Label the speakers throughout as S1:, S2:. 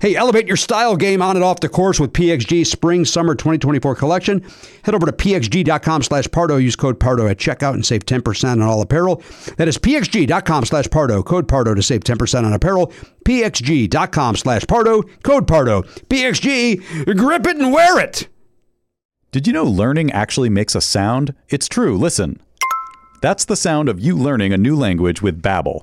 S1: Hey, elevate your style game on and off the course with PXG Spring Summer 2024 collection. Head over to pxg.com slash Pardo. Use code Pardo at checkout and save 10% on all apparel. That is pxg.com slash Pardo. Code Pardo to save 10% on apparel. pxg.com slash Pardo. Code Pardo. PXG, grip it and wear it.
S2: Did you know learning actually makes a sound? It's true. Listen. That's the sound of you learning a new language with Babbel.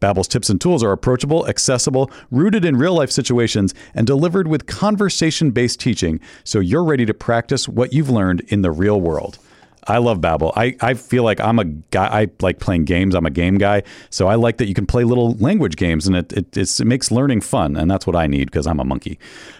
S2: Babbel's tips and tools are approachable, accessible, rooted in real-life situations, and delivered with conversation-based teaching, so you're ready to practice what you've learned in the real world. I love Babbel. I, I feel like I'm a guy. I like playing games. I'm a game guy, so I like that you can play little language games, and it it, it's, it makes learning fun, and that's what I need because I'm a monkey.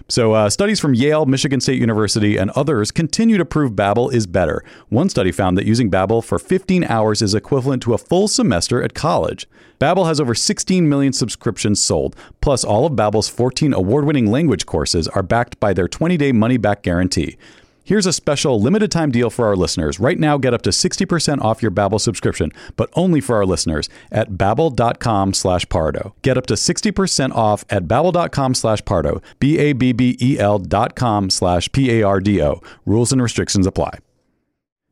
S2: So uh, studies from Yale, Michigan State University, and others continue to prove Babbel is better. One study found that using Babbel for 15 hours is equivalent to a full semester at college. Babbel has over 16 million subscriptions sold. Plus, all of Babbel's 14 award-winning language courses are backed by their 20-day money-back guarantee. Here's a special limited time deal for our listeners. Right now, get up to 60% off your Babbel subscription, but only for our listeners at babbel.com slash pardo. Get up to 60% off at babbel.com slash pardo, B-A-B-B-E-L E dot com slash P-A-R-D-O. Rules and restrictions apply.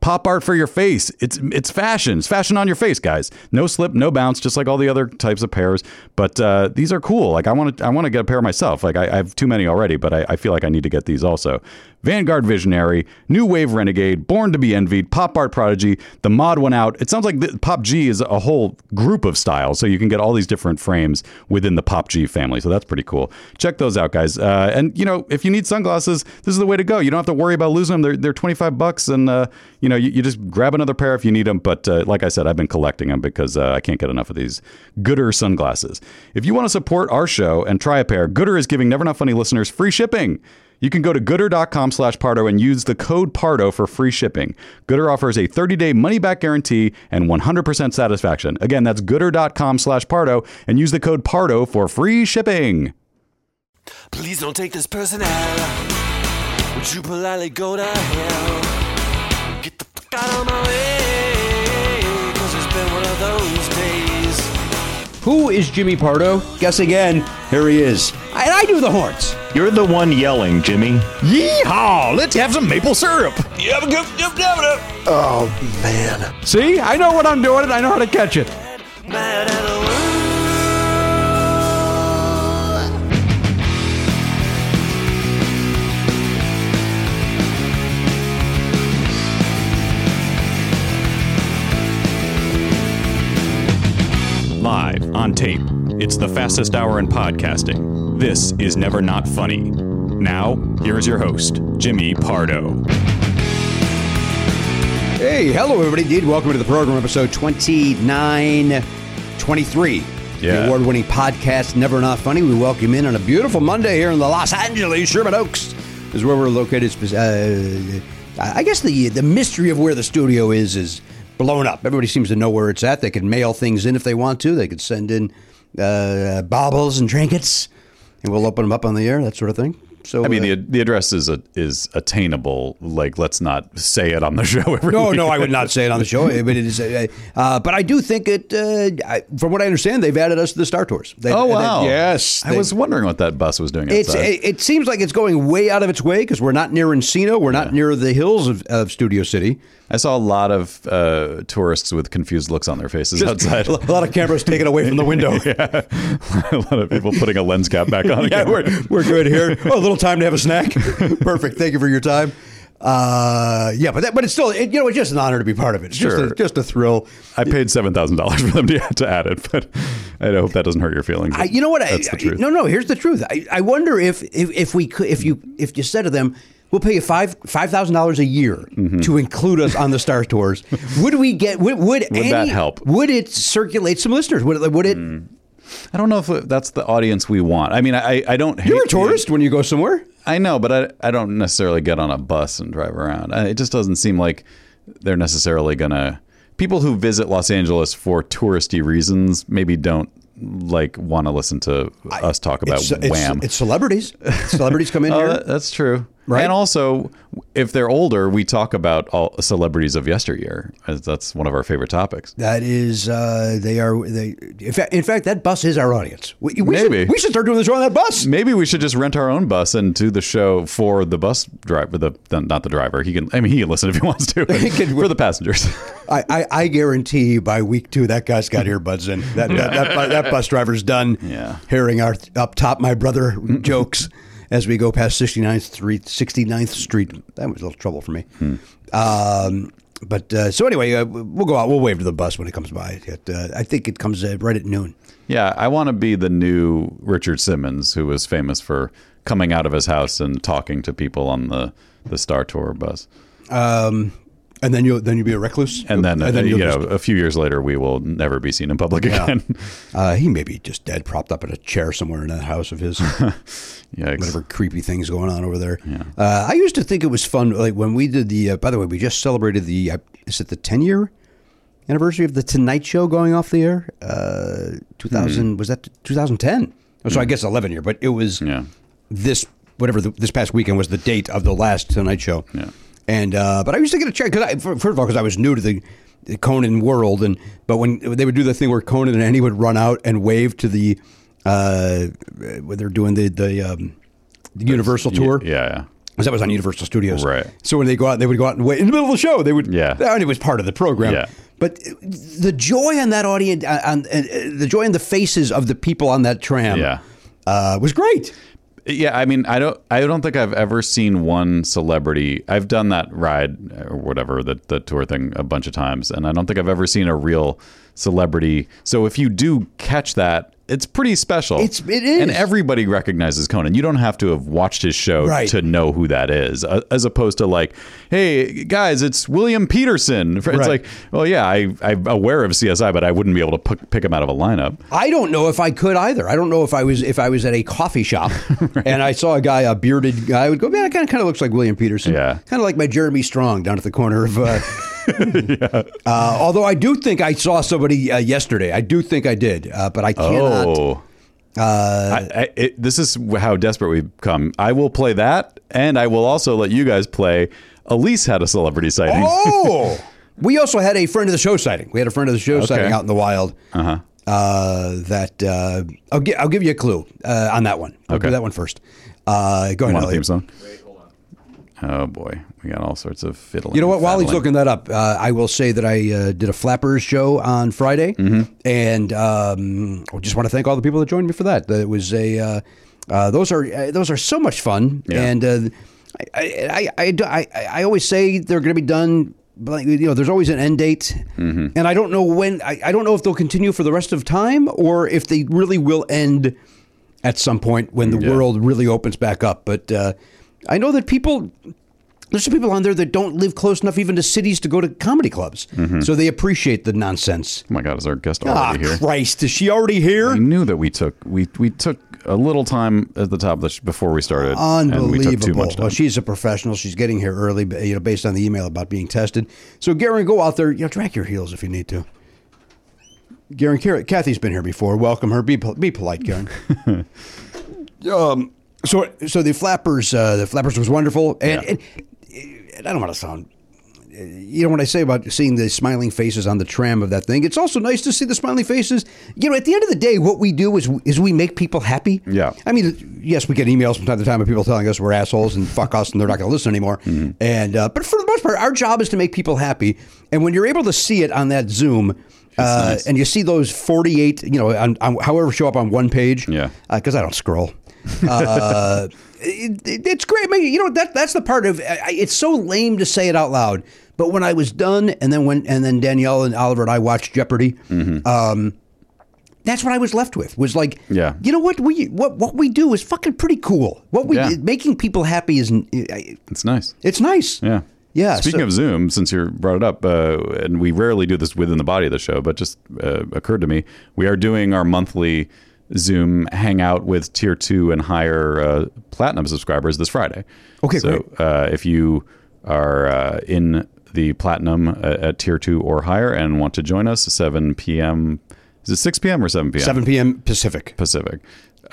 S2: pop art for your face. It's it's fashion. It's fashion on your face, guys. No slip, no bounce, just like all the other types of pairs. But uh, these are cool. Like I want to I want to get a pair myself. Like I, I have too many already, but I, I feel like I need to get these also. Vanguard Visionary, New Wave Renegade, Born to Be Envied, Pop Art Prodigy, the mod one out. It sounds like the, Pop G is a whole group of styles, so you can get all these different frames within the Pop G family. So that's pretty cool. Check those out, guys. Uh, and you know, if you need sunglasses, this is the way to go. You don't have to worry about losing them. They're, they're 25 bucks, and uh, you know, you, you just grab another pair if you need them. But uh, like I said, I've been collecting them because uh, I can't get enough of these Gooder sunglasses. If you want to support our show and try a pair, Gooder is giving Never Not Funny listeners free shipping. You can go to gooder.com slash Pardo and use the code Pardo for free shipping. Gooder offers a 30-day money-back guarantee and 100% satisfaction. Again, that's gooder.com slash Pardo and use the code Pardo for free shipping.
S3: Please don't take this person out. Would you politely go to hell? Get the fuck out of my way. Cause it's been one of those days.
S1: Who is Jimmy Pardo? Guess again. Here he is. And I do the horns.
S4: You're the one yelling, Jimmy.
S2: Yeehaw! Let's have some maple syrup.
S1: See, I know what I'm doing and I know how to catch it.
S3: Mad at the world.
S2: Live on tape. It's the fastest hour in podcasting. This is Never Not Funny. Now, here's your host, Jimmy Pardo.
S1: Hey, hello, everybody. Indeed, welcome to the program, episode 2923. The
S2: Yeah.
S1: award winning podcast, Never Not Funny. We welcome you in on a beautiful Monday here in the Los Angeles Sherman Oaks, is where we're located. It's, Uh,
S5: I I guess the the mystery of where the studio is is blown up. Everybody seems to know where it's at. They could mail things in if they want to. They could send in uh, baubles and trinkets, and we'll open them up on the air, that sort of thing. So
S2: I mean,
S5: uh,
S2: the the address is a, is attainable. Like, let's not say it on the show. Every
S5: No,
S2: week.
S5: no, I would not say it on the show. But it is, uh, uh, but I do think it. Uh, I, from what I understand, they've added us to the Star Tours. They,
S2: Oh
S5: they-
S2: wow!
S5: yes,
S2: I
S5: they-
S2: was wondering what that bus was doing outside.
S5: It's it, it seems like it's going way out of its way because we're not near Encino, we're not near the hills of, of Studio City.
S2: I saw a lot of uh, tourists with confused looks on their faces outside.
S5: A lot of cameras taken away from the window. yeah,
S2: a lot of people putting a lens cap back on. again.
S5: we're, we're good here. Oh, a little time to have a snack. Perfect. Thank you for your time. Uh, yeah, but that, but it's still it, you know it's just an honor to be part of it. It's just
S2: Sure.
S5: a, just a thrill.
S2: I paid seven thousand dollars for them to, to add it, but I hope that doesn't hurt your feelings.
S5: I, you know what? I-
S2: That's
S5: I,
S2: the truth.
S5: No, no. Here's the truth. I, I wonder if, if if we could if you if you said to them, we'll pay you five five thousand dollars a year
S2: Mm-hmm.
S5: to include us on the Star Tours. Would we get? Would would,
S2: Would
S5: any,
S2: that help?
S5: Would it circulate some listeners? Would it? Would it?
S2: I don't know if that's the audience we want. I mean, I I don't.
S5: You're a
S2: hate the-
S5: tourist when you go somewhere.
S2: I know, but I I don't necessarily get on a bus and drive around. I, it just doesn't seem like they're necessarily gonna. People who visit Los Angeles for touristy reasons maybe don't like want to listen to us talk about
S5: It's, it's-
S2: Wham.
S5: it's celebrities. celebrities come in
S2: Oh,
S5: here.
S2: that- that's true.
S5: Right?
S2: And also, if they're older, we talk about all celebrities of yesteryear. as That's one of our favorite topics.
S5: That is, uh, they are. They in fact, in fact, that bus is our audience. We, we
S2: Maybe.
S5: should we should start doing this on that bus.
S2: Maybe we should just rent our own bus and do the show for the bus driver. The, the not the driver. He can. I mean, he can listen if he wants to. but
S5: can-
S2: for the passengers.
S5: I, I, I guarantee you by week two that guy's got earbuds in. That that, that, bu- that bus driver's done
S2: Yeah.
S5: hearing our th- up top my brother jokes as we go past 69th Street. 69th Street. That was a little trouble for me.
S2: Hmm.
S5: Um, but uh, so anyway, uh, we'll go out. We'll wave to the bus when it comes by. It, uh, I think it comes uh, right at noon.
S2: yeah, I want to be the new Richard Simmons, who was famous for coming out of his house and talking to people on the the Star Tour bus.
S5: And then you'll then you'll be a recluse.
S2: And then, uh, you
S5: you'll
S2: know,
S5: just-
S2: a few years later, we will never be seen in public again.
S5: uh, he may be just dead, propped up in a chair somewhere in that house of his.
S2: Yikes.
S5: whatever creepy things going on over there. Uh, I used to think it was fun, like when we did the. Uh, by the way, we just celebrated the. Uh, is it the ten year anniversary of the Tonight Show going off the air? Uh, two
S2: Hmm.
S5: thousand was that two thousand ten? Oh, So I guess eleven year, but it was
S2: Yeah.
S5: this whatever the, this past weekend was the date of the last Tonight Show.
S2: Yeah.
S5: And uh, but I used to get a check because first of all because I was new to the, the Conan world and but when they would do the thing where Conan and Annie would run out and wave to the uh, when they're doing the the, um, the Universal tour.
S2: Yeah. yeah.
S5: Because that was on Universal Studios.
S2: Right.
S5: So when they go out, they would go out and wait in the middle of the show. They would.
S2: Yeah.
S5: And it was part of the program.
S2: Yeah.
S5: But the joy on that audience, on, on uh, the joy in the faces of the people on that tram,
S2: Yeah.
S5: uh, was great.
S2: Yeah, I mean, I don't, I don't think I've ever seen one celebrity. I've done that ride or whatever the the tour thing a bunch of times, and I don't think I've ever seen a real celebrity. So if you do catch that, it's pretty special.
S5: It's- it is.
S2: and everybody recognizes Conan. You don't have to have watched his show
S5: Right.
S2: to know who that is, a- as opposed to like, hey guys, it's William Peterson. It's
S5: Right.
S2: like, well, yeah, I, I'm aware of CSI, but I wouldn't be able to pick, pick him out of a lineup.
S5: I don't know if I could either. I don't know if I was if I was at a coffee shop and I saw a guy, a bearded guy, I would go, man, that kind of kind of looks like William Peterson.
S2: Yeah.
S5: kind of like my Jeremy Strong down at the corner of. Uh, uh, although I do think I saw somebody uh, yesterday. I do think I did, uh, but I cannot. uh,
S2: Oh. I, I, it, this is how desperate we've come. I will play that, and I will also let you guys play. Elise had a celebrity sighting.
S5: Oh, we also had a friend of the show sighting. We had a friend of the show sighting out in the wild. Uh-huh. that uh, I'll, gi- I'll give you a clue uh, on that one. I'll
S2: Okay.
S5: do that one first. Uh, go ahead,
S2: Want a
S5: Elliot.
S2: theme song? Oh boy, we got all sorts of fiddling.
S5: You know what? While he's
S2: faddling.
S5: looking that up, uh, I will say that I uh, did a Flappers show on Friday, and um, I just want to thank all the people that joined me for that. That It was a uh, uh, those are uh, those are so much fun,
S2: Yeah.
S5: and uh, I, I, I, do- I, I always say they're going to be done. But you know, there's always an end date, and I don't know when. I, I don't know if they'll continue for the rest of time or if they really will end at some point when the world really opens back up. But uh, I know that people there's some people on there that don't live close enough even to cities to go to comedy clubs. So they appreciate the nonsense.
S2: Oh my God, is our guest
S5: Ah,
S2: already here?
S5: Christ, is she already
S2: I
S5: here?
S2: knew that we took we we took a little time at the top of the sh- before we started.
S5: Unbelievable.
S2: And we took too much time.
S5: Well, she's a professional. She's getting here early, but, you know, based on the email about being tested. So, Garen, go out there. You know, drag your heels if you need to. Garen, Karen- Kathy's been here before. Welcome her. Be pol- be polite, Garen. um, so so the flappers uh, the flappers was wonderful, and, and, and I don't want to sound. You know what I say about seeing the smiling faces on the tram of that thing. It's also nice to see the smiling faces. You know, at the end of the day, what we do is is we make people happy.
S2: Yeah.
S5: I mean, yes, we get emails from time to time of people telling us we're assholes and fuck us, and they're not going to listen anymore.
S2: Mm-hmm.
S5: And uh, but for the most part, our job is to make people happy. And when you're able to see it on that Zoom, uh, and you see those 48, you know, on, on, however show up on one page,
S2: Yeah.
S5: because I don't scroll. Uh, it, it- it's great. I mean, you know that that's the part of I, I- it's so lame to say it out loud. But when I was done, and then when and then Danielle and Oliver and I watched Jeopardy.
S2: Mm-hmm.
S5: Um, that's what I was left with was like,
S2: Yeah.
S5: you know what we what what we do is fucking pretty cool. What we
S2: Yeah.
S5: making people happy is it's
S2: it's nice.
S5: nice.
S2: Yeah.
S5: yeah.
S2: Speaking
S5: so-
S2: of Zoom, since you brought it up, uh, and we rarely do this within the body of the show, but just uh, occurred to me, we are doing our monthly Zoom hangout with tier two and higher uh, platinum subscribers this Friday.
S5: Okay,
S2: so
S5: great.
S2: Uh, if you are uh, in the platinum uh, at tier two or higher and want to join us, 7 p.m. Is it 6 p.m. or 7 p.m.?
S5: 7 p.m. Pacific,
S2: Pacific.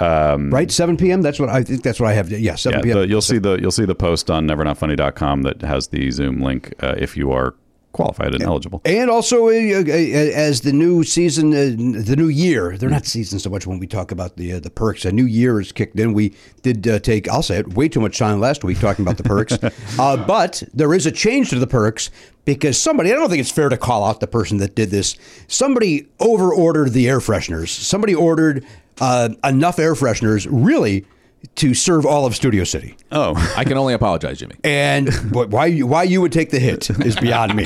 S5: right? 7 p.m. That's what I think. That's what I have. Yeah, 7
S2: Mm. Yeah,
S5: p.m.
S2: the, you'll see the you'll see the post on nevernotfunny.com that has the Zoom link uh, if you are qualified and eligible.
S5: And also, uh, uh, uh, as the new season, uh, the new year, they're not seasons so much when we talk about the uh, the perks. A new year is kicked in. We did uh, take, I'll say it, way too much time last week talking about the perks. uh, but there is a change to the perks because somebody, I don't think it's fair to call out the person that did this, somebody over ordered the air fresheners. Somebody ordered uh, enough air fresheners, really, to serve all of Studio City.
S2: Oh,
S6: I can only apologize, Jimmy.
S5: And but why you why you would take the hit is beyond me.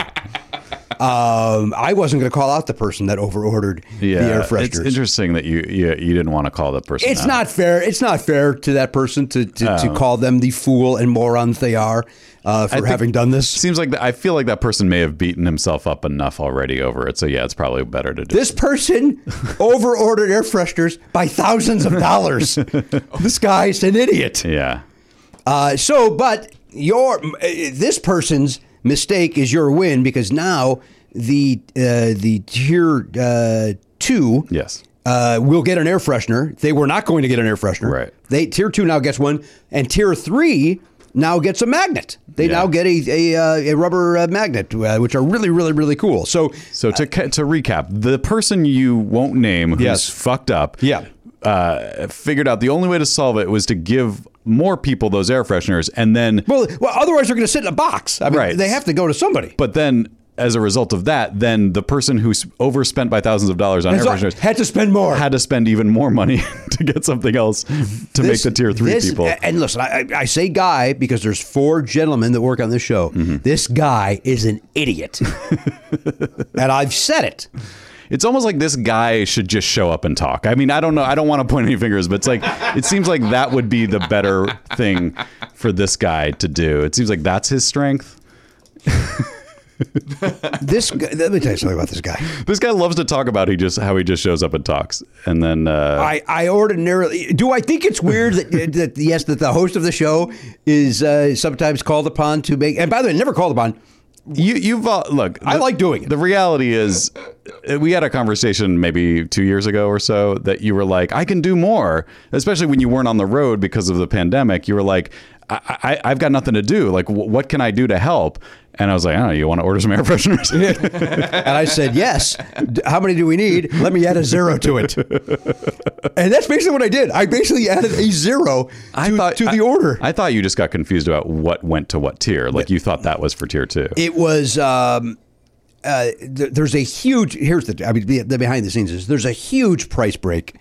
S5: Um, I wasn't going to call out the person that overordered
S2: yeah.
S5: the air
S2: It's
S5: fresheners. It's,
S2: interesting that you you, you didn't want to call that person. out.
S5: not fair. It's not fair to that person to to, to call them the fool and morons they are uh, for
S2: think-
S5: having done
S2: It
S5: this.
S2: seems like the, I feel like that person may have beaten himself up enough already over it. So yeah, it's probably better to do.
S5: This person overordered air fresheners by thousands of dollars. this guy's an idiot.
S2: yeah.
S5: Uh, so, but your uh, this person's mistake is your win because now the uh, the tier uh, two
S2: Yes.
S5: uh, will get an air freshener. They were not going to get an air freshener.
S2: Right.
S5: They tier two now gets one, and tier three now gets a magnet. They
S2: Yeah.
S5: now get a a, uh, a rubber uh, magnet, uh, which are really really really cool. So
S2: So to ca- to recap, the person you won't name who's
S5: Yes.
S2: fucked up,
S5: Yeah.
S2: uh, figured out the only way to solve it was to give more people those air fresheners, and then
S5: well, well, otherwise they're going to sit in a box. I mean,
S2: Right.
S5: they have to go to somebody.
S2: But then, as a result of that, then the person who s- overspent by thousands of dollars on air
S5: And so
S2: fresheners
S5: had to spend more.
S2: had to spend even more money to get something else to make
S5: This-
S2: the tier three
S5: this-
S2: people.
S5: And listen, I, I- I say guy because there's four gentlemen that work on this show.
S2: Mm-hmm.
S5: This guy is an idiot, and I've said it.
S2: It's almost like this guy should just show up and talk. I mean, I don't know. I don't want to point any fingers, but it's like it seems like that would be the better thing for this guy to do. It seems like that's his strength.
S5: This guy- let me tell you something about this guy.
S2: This guy loves to talk about he just how he just shows up and talks, and then uh,
S5: I, I ordinarily do. I think it's weird that, uh, that yes, that the host of the show is uh, sometimes called upon to make. And by the way, never called upon.
S2: You you've uh, look.
S5: I like doing it.
S2: The reality is, uh, we had a conversation maybe two years ago or so that you were like, "I can do more," especially when you weren't on the road because of the pandemic. You were like, I, I, "I've got nothing to do. Like, wh- what can I do to help?" And I was like, "I don't know. You want to order some air fresheners?"
S5: And I said, yes. D- How many do we need? Let me add a zero to it. And that's basically what I did. I basically added a zero to, to the
S2: I-
S5: order.
S2: I thought you just got confused about what went to what tier. Like you thought that was for tier two.
S5: It was. Um, uh, th- there's a huge. Here's the. I mean, the, the behind the scenes is there's a huge price break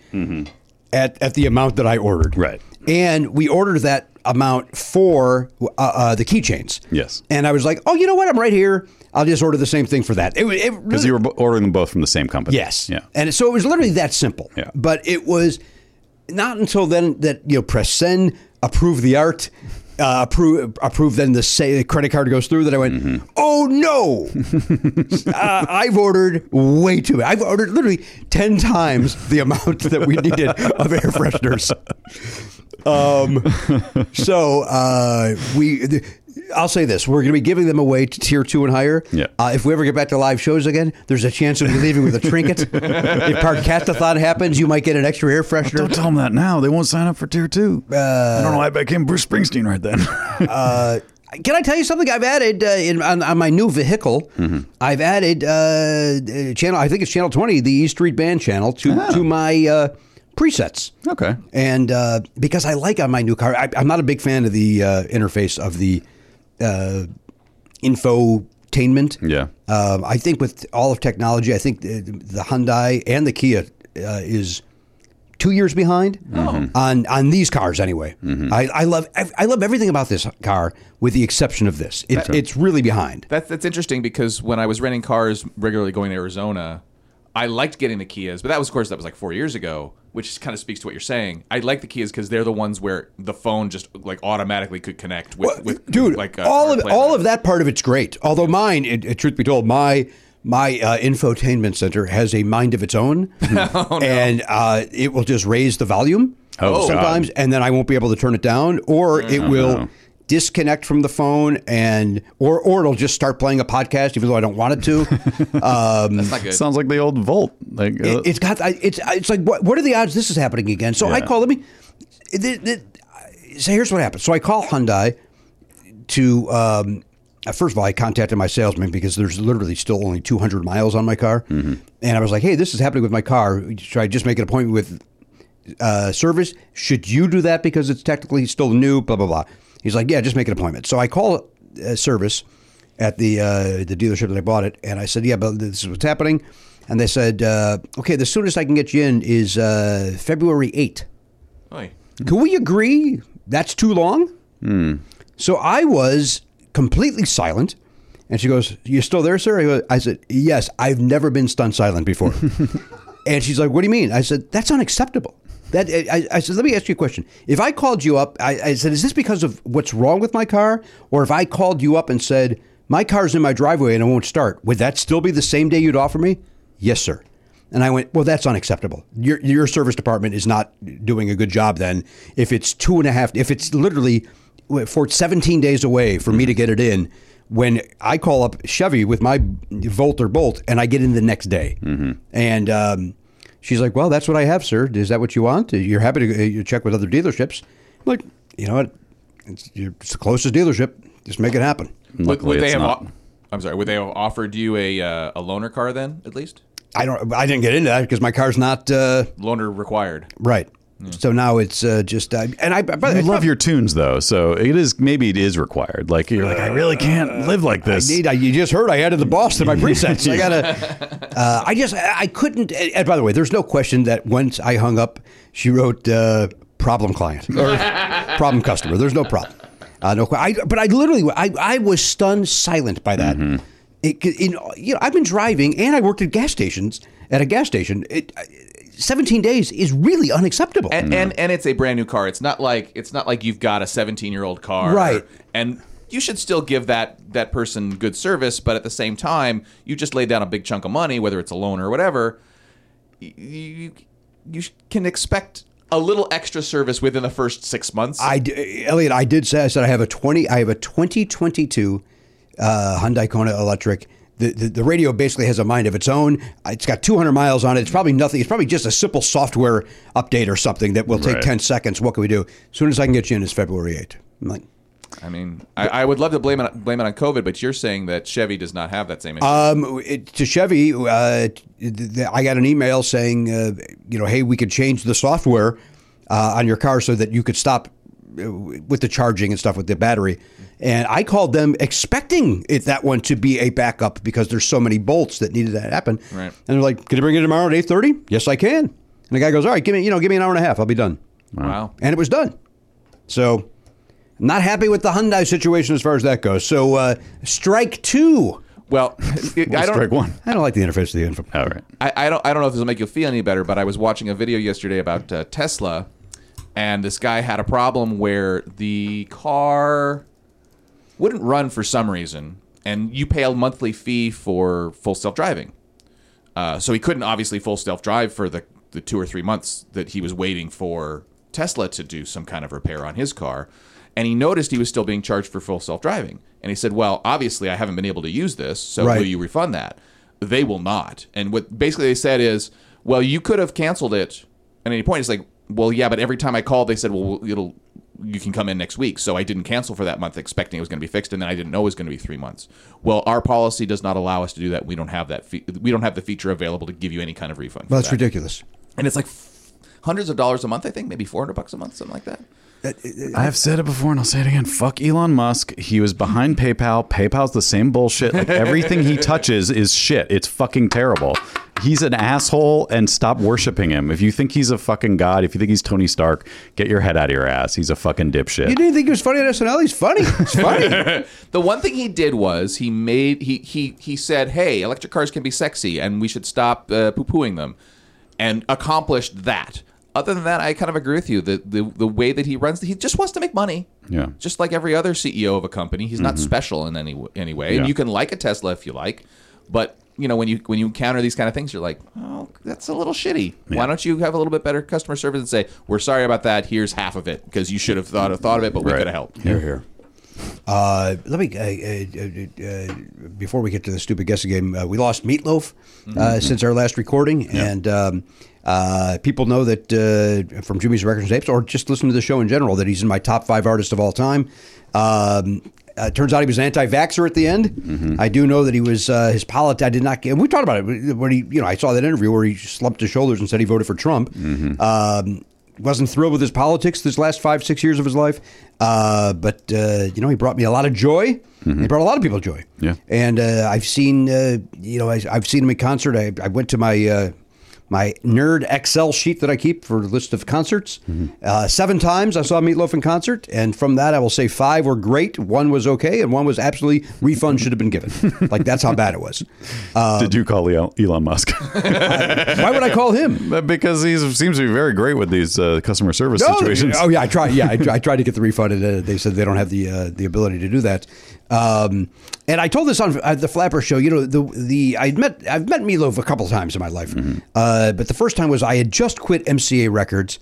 S5: at at the amount that I ordered.
S2: Mm-hmm. Right.
S5: And we ordered that amount for uh, uh, the keychains.
S2: Yes.
S5: And I was like, oh, you know what? I'm right here. I'll just order the same thing for that. It, wa- it
S2: because
S5: really-
S2: you were bo- ordering them both from the same company.
S5: Yes.
S2: Yeah.
S5: And so it was literally that simple.
S2: Yeah.
S5: But it was not until then that you know press send, approve the art. uh, approve, approve. Then the, say, the credit card goes through. That I went,
S2: Mm-hmm.
S5: oh no! uh, I've ordered way too. Many. I've ordered literally ten times the amount that we needed of air fresheners. Um, so uh, we. th- I'll say this: We're going to be giving them away to tier two and higher.
S2: Yeah.
S5: Uh, if we ever get back to live shows again, there's a chance we'll be leaving with a trinket. if Parkatathon happens, you might get an extra air freshener.
S2: Don't tell them that now. They won't sign up for tier two.
S5: Uh,
S2: I don't know why I became Bruce Springsteen right then.
S5: Can I tell you something? I've added uh, in, on, on my new vehicle.
S2: Mm-hmm.
S5: I've added uh, uh, channel. I think it's channel twenty, the East Street Band channel, to
S2: Ah.
S5: to my uh, presets.
S2: Okay.
S5: And uh, because I like on my new car, I, I'm not a big fan of the uh, interface of the uh, infotainment.
S2: Yeah.
S5: Um, I think with all of technology, I think the, the Hyundai and the Kia uh, is two years behind on on these cars anyway. I, I love I, I love everything about this car with the exception of this. It, It's really behind.
S6: That's that's interesting because when I was renting cars regularly going to Arizona, I liked getting the Kias, but that was of course that was like four years ago, which kind of speaks to what you're saying. I like the Kias because they're the ones where the phone just like automatically could connect with, with
S5: dude
S6: like uh,
S5: all of
S6: AirPlay or
S5: all
S6: whatever.
S5: of that part of it's great although mine it, it- truth be told my my uh, infotainment center has a mind of its own and uh, it will just raise the volume
S2: Oh,
S5: sometimes and then i won't be able to turn it down or
S6: Mm,
S5: it will disconnect from the phone and or or it'll just start playing a podcast even though i don't want it to um,
S6: It's not good.
S2: Sounds like the old Volt. Like uh,
S5: it, it's got. I- It's it's like what, what are the odds this is happening again? So I
S2: Yeah.
S5: call. Let me. The, the, so here's what happened. So I call Hyundai to. Um, uh, first of all, I contacted my salesman because there's literally still only 200 miles on my car, and I was like, "Hey, this is happening with my car. Should I just make an appointment with uh, service. Should you do that because it's technically still new? Blah blah blah. He's like, yeah, just make an appointment. So I call uh, service at the uh, the dealership that I bought it, and I said, yeah, but this is what's happening. And they said, uh, okay, the soonest I can get you in is uh, February eighth.
S6: Oy.
S5: Can we agree that's too long? So I was completely silent. And she goes, You still there, sir? I, go, I said, Yes, I've never been stunned silent before. and she's like, What do you mean? I said, That's unacceptable. That I, I said, Let me ask you a question. If I called you up, I, I said, Is this because of what's wrong with my car? Or if I called you up and said, My car's in my driveway and it won't start, would that still be the same day you'd offer me? Yes, sir. And I went, well, that's unacceptable. Your your service department is not doing a good job. Then, if it's two and a half, if it's literally for 17 days away for me to get it in, when I call up Chevy with my Volt or Bolt and I get in the next day, and um, she's like, well, that's what I have, sir. Is that what you want? You're happy to uh, you check with other dealerships? I'm like, you know what? It's, you're, it's the closest dealership. Just make it happen.
S6: Would,
S2: Luckily,
S6: would they
S2: it's
S6: have?
S2: not.
S6: o- I'm sorry. Would they have offered you a uh, a loaner car then? At least
S5: I don't. I didn't get into that because my car's not uh,
S6: loaner required.
S5: right. So now it's uh, just uh, and I. But
S2: I love your tunes though, so it is maybe it is required. Like you're like I really can't live like this.
S5: Indeed, Uh, I, you just heard I added the boss to my presets. I gotta. Uh, I just I I couldn't. And and by the way, there's no question that once I hung up, she wrote uh, problem client or problem customer. There's no problem. Uh, no, que- I, but I literally I, I was stunned silent by that. It, in, you know, I've been driving and I worked at gas stations at a gas station. It, 17 days is really unacceptable.
S6: and, and and it's a brand new car. It's not like it's not like you've got a 17 year old car,
S5: Right.
S6: And you should still give that that person good service, but at the same time, you just laid down a big chunk of money, whether it's a loan or whatever. You you, you sh- can expect a little extra service within the first six months.
S5: I d- Elliot, I did say I said I have a twenty. I have a twenty twenty two uh, Hyundai Kona electric. The, the, the radio basically has a mind of its own. It's got 200 miles on it. It's probably nothing. It's probably just a simple software update or something that will take
S2: Right.
S5: 10 seconds. What can we do? As soon as I can get you in, it's February 8th. I'm like,
S6: I mean, I, I would love to blame it blame it on COVID, but you're saying that Chevy does not have that same issue.
S5: Um, it, to Chevy, uh, th- th- I got an email saying, uh, you know, hey, we could change the software uh, on your car so that you could stop uh, with the charging and stuff with the battery. And I called them expecting it that one to be a backup because there's so many bolts that needed that happen.
S6: Right.
S5: And they're like, can you bring it tomorrow at eight thirty? Yes, I can. And the guy goes, all right, give me, you know, give me an hour and a half. I'll be done.
S6: wow.
S5: And it was done. So. Not happy with the Hyundai situation as far as that goes. So, uh, strike two.
S6: Well, it- I don't.
S2: strike one.
S5: I don't like the interface of the info.
S2: All right.
S6: I, I don't I don't know if this will make you feel any better, but I was watching a video yesterday about uh, Tesla and this guy had a problem where the car wouldn't run for some reason, and you pay a monthly fee for full self driving. Uh, so he couldn't obviously full self drive for the, the two or three months that he was waiting for Tesla to do some kind of repair on his car. And he noticed he was still being charged for full self driving. And he said, Well, obviously, I haven't been able to use this. So
S5: Right.
S6: will you refund that? They will not. And what basically they said is, Well, you could have canceled it at any point. It's like, Well, yeah, but every time I called, they said, Well, it'll. You can come in next week. So I didn't cancel for that month, expecting it was going to be fixed, and then I didn't know it was going to be three months. Well, our policy does not allow us to do that. We don't have that. Fe- we don't have the feature available to give you any kind of refund. for
S5: Well, that's
S6: that.
S5: ridiculous.
S6: And it's like f- hundreds of dollars a month, I think, maybe 400 bucks a month, something like that.
S2: I've said it before and I'll say it again. Fuck Elon Musk. He was behind PayPal. PayPal's the same bullshit. Like everything he touches is shit. It's fucking terrible. He's an asshole and stop worshiping him. If you think he's a fucking god, if you think he's Tony Stark, get your head out of your ass. He's a fucking
S5: You
S2: dipshit.
S5: didn't think he was funny at SNL? He's funny. He's funny.
S6: The one thing he did was he made he he he said, "Hey, electric cars can be sexy and we should stop uh, poo-pooing them." And accomplished that. Other than that, I kind of agree with you. The the the way that he runs, he just wants to make money.
S2: Yeah.
S6: Just like every other CEO of a company, he's not special in any w- any way.
S2: Yeah.
S6: And you can like a Tesla if you like, but you know when you when you encounter these kind of things, you're like, oh, that's a little shitty. Why don't you have a little bit better customer service and say, we're sorry about that. Here's half of it because you should have thought of thought of it, but we could have helped.
S2: Here, here.
S5: Uh, let me, uh, uh, uh, uh, before we get to the stupid guessing game, uh, we lost Meatloaf uh, since our last recording. And um, uh, people know that uh, from Jimmy's Records and Tapes, or just listen to the show in general, that he's in my top five artists of all time. Um, uh, turns out he was an anti-vaxxer at the end. I do know that he was uh, his politics. I did not. get- We talked about it when he, you know, I saw that interview where he slumped his shoulders and said he voted for Trump. Um, wasn't thrilled with his politics this last five six years of his life, uh, but uh, you know he brought me a lot of joy. He brought a lot of people joy.
S2: Yeah.
S5: and uh, I've seen uh, you know I, I've seen him in concert. I, I went to my uh, my nerd Excel sheet that I keep for a list of concerts. Uh, seven times I saw Meatloaf in concert, and from that I will say five were great, one was okay, and one was absolutely refund should have been given. like that's how bad it was. Uh,
S2: Did you call Elon Elon Musk?
S5: why would I call him?
S2: because he seems to be very great with these uh, customer service
S5: No,
S2: situations.
S5: Oh yeah, I tried. Yeah, I, I tried to get the refund, and uh, they said they don't have the uh, the ability to do that. Um, and I told this on uh, the Flapper show. You know, the the I met I've met Meatloaf a couple times in my life, uh, but the first time was I had just quit MCA Records.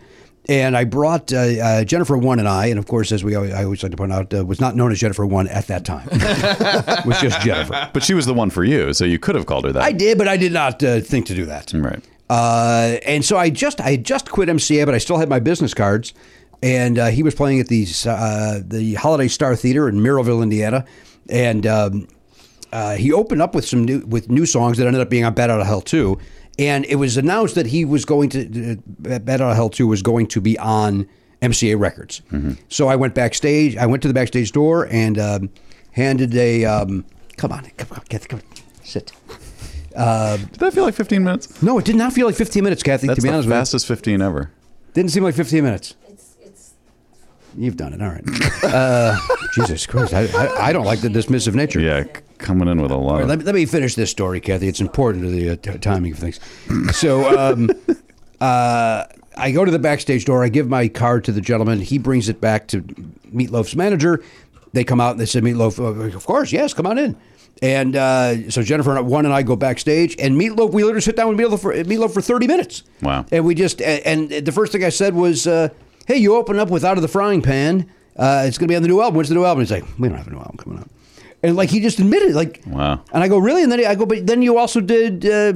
S5: And I brought uh, uh, Jennifer One and I, and of course, as we always, I always like to point out, uh, was not known as Jennifer One at that time. it was just Jennifer.
S2: But she was the one for you, so you could have called her that.
S5: I did, but I did not uh, think to do that.
S2: Right.
S5: Uh, and so I just I had just quit MCA, but I still had my business cards. And uh, he was playing at the uh, the Holiday Star Theater in Miroville, Indiana, and um, uh, he opened up with some new with new songs that ended up being on Bad Out of Hell too. And it was announced that he was going to uh, Bad Out of Hell two was going to be on MCA Records. So I went backstage. I went to the backstage door and um, handed a um, come on, come on, get come on, sit.
S2: Did that feel like 15 minutes?
S5: No, it did not feel like 15 minutes, Kathy.
S2: That's
S5: to be
S2: the
S5: honest with you.
S2: fastest 15 ever.
S5: Didn't seem like 15 minutes.
S7: It's it's
S5: You've done it. All right. Uh, Jesus Christ. I, I, I don't like the dismissive nature.
S2: Yeah, c- coming in with a lot.
S5: All right,
S2: of-
S5: let, me, let me finish this story, Kathy. It's important to the uh, t- timing of things. So um, uh, I go to the backstage door. I give my card to the gentleman. He brings it back to Meatloaf's manager. They come out and they said, Meatloaf, uh, of course, yes, come on in. And uh, so Jennifer and one and I go backstage, and Meatloaf, we literally sit down with Meatloaf for, Meatloaf for 30 minutes.
S2: Wow.
S5: And we just, and, and the first thing I said was, uh, hey, you open up with Out of the Frying Pan. Uh, it's going to be on the new album. When's the new album? He's like, we don't have a new album coming out. And like, he just admitted, like,
S2: Wow.
S5: and I go, really? And then I go, but then you also did uh,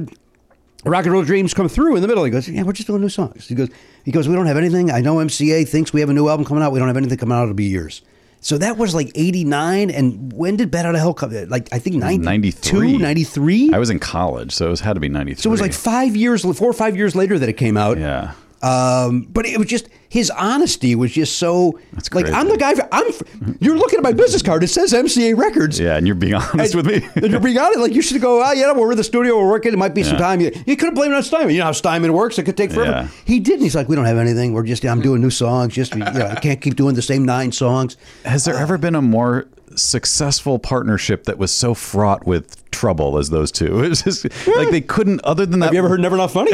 S5: Rock and Roll Dreams Come Through in the middle. He goes, yeah, we're just doing new songs. He goes, he goes, we don't have anything. I know MCA thinks we have a new album coming out. We don't have anything coming out. It'll be years. So that was like 89. And when did Bad Out of Hell come? uh, Like, I think 92,
S2: 93.
S5: 93?
S2: I was in college, so it was, had to be 93.
S5: so it was like five years, four or five years later that it came out.
S2: yeah.
S5: Um, but it was just his honesty was just so
S2: That's
S5: like
S2: crazy.
S5: I'm the guy. I'm. You're looking at my business card. It says MCA Records.
S2: Yeah, and you're being honest with me.
S5: And you're being honest. Like you should go. Ah, yeah, we're in the studio. We're working. It might be some
S2: Yeah.
S5: time. You, you could have blamed it on Steinman. You know how Steinman works. It could take forever.
S2: Yeah.
S5: He didn't. He's like, we don't have anything. We're just. I'm doing new songs. Just you know, I can't keep doing the same nine songs.
S2: Has there ever been a more successful partnership that was so fraught with trouble as those two. It was just like they couldn't. Other than that,
S7: Have you ever heard Never Not Funny?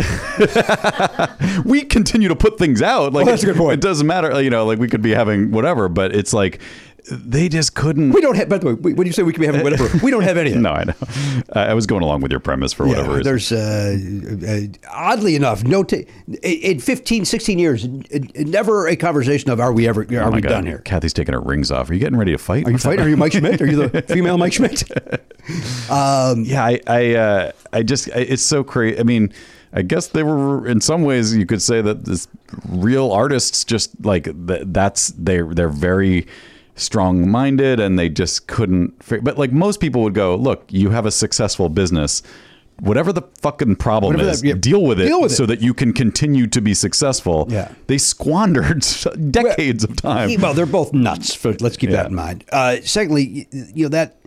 S2: we continue to put things out. Like
S7: Well, that's a good point.
S2: It doesn't matter. You know, like we could be having whatever, but it's like they just couldn't.
S7: we don't have, by the way, we- when you say we can be having whatever, we don't have any. of that.
S2: no, I know. I I was going along with your premise for whatever. reason.
S5: There's, uh, uh, oddly enough, no. ta in 15, 16 years, n- n- never a conversation of are we ever are
S2: Oh my
S5: we
S2: God.
S5: done here?
S2: Kathy's taking her rings off. Are you getting ready to fight?
S5: Are you fighting? Are you Mike Schmidt? Are you the female Mike Schmidt?
S2: yeah, I, I, uh, I just, I, it's so crazy. I mean, I guess they were, in some ways, you could say that this real artists just like th- that's they're they're very strong minded, and they just couldn't. fi- But like most people would go, look, you have a successful business. Whatever the fucking problem
S5: Whatever
S2: is,
S5: that- yeah,
S2: deal with it
S5: deal with
S2: so
S5: it."
S2: that you can continue to be successful.
S5: Yeah.
S2: They squandered decades of time.
S5: Well, they're both nuts. For, let's keep
S2: Yeah.
S5: that in mind. Uh, secondly, y- you know that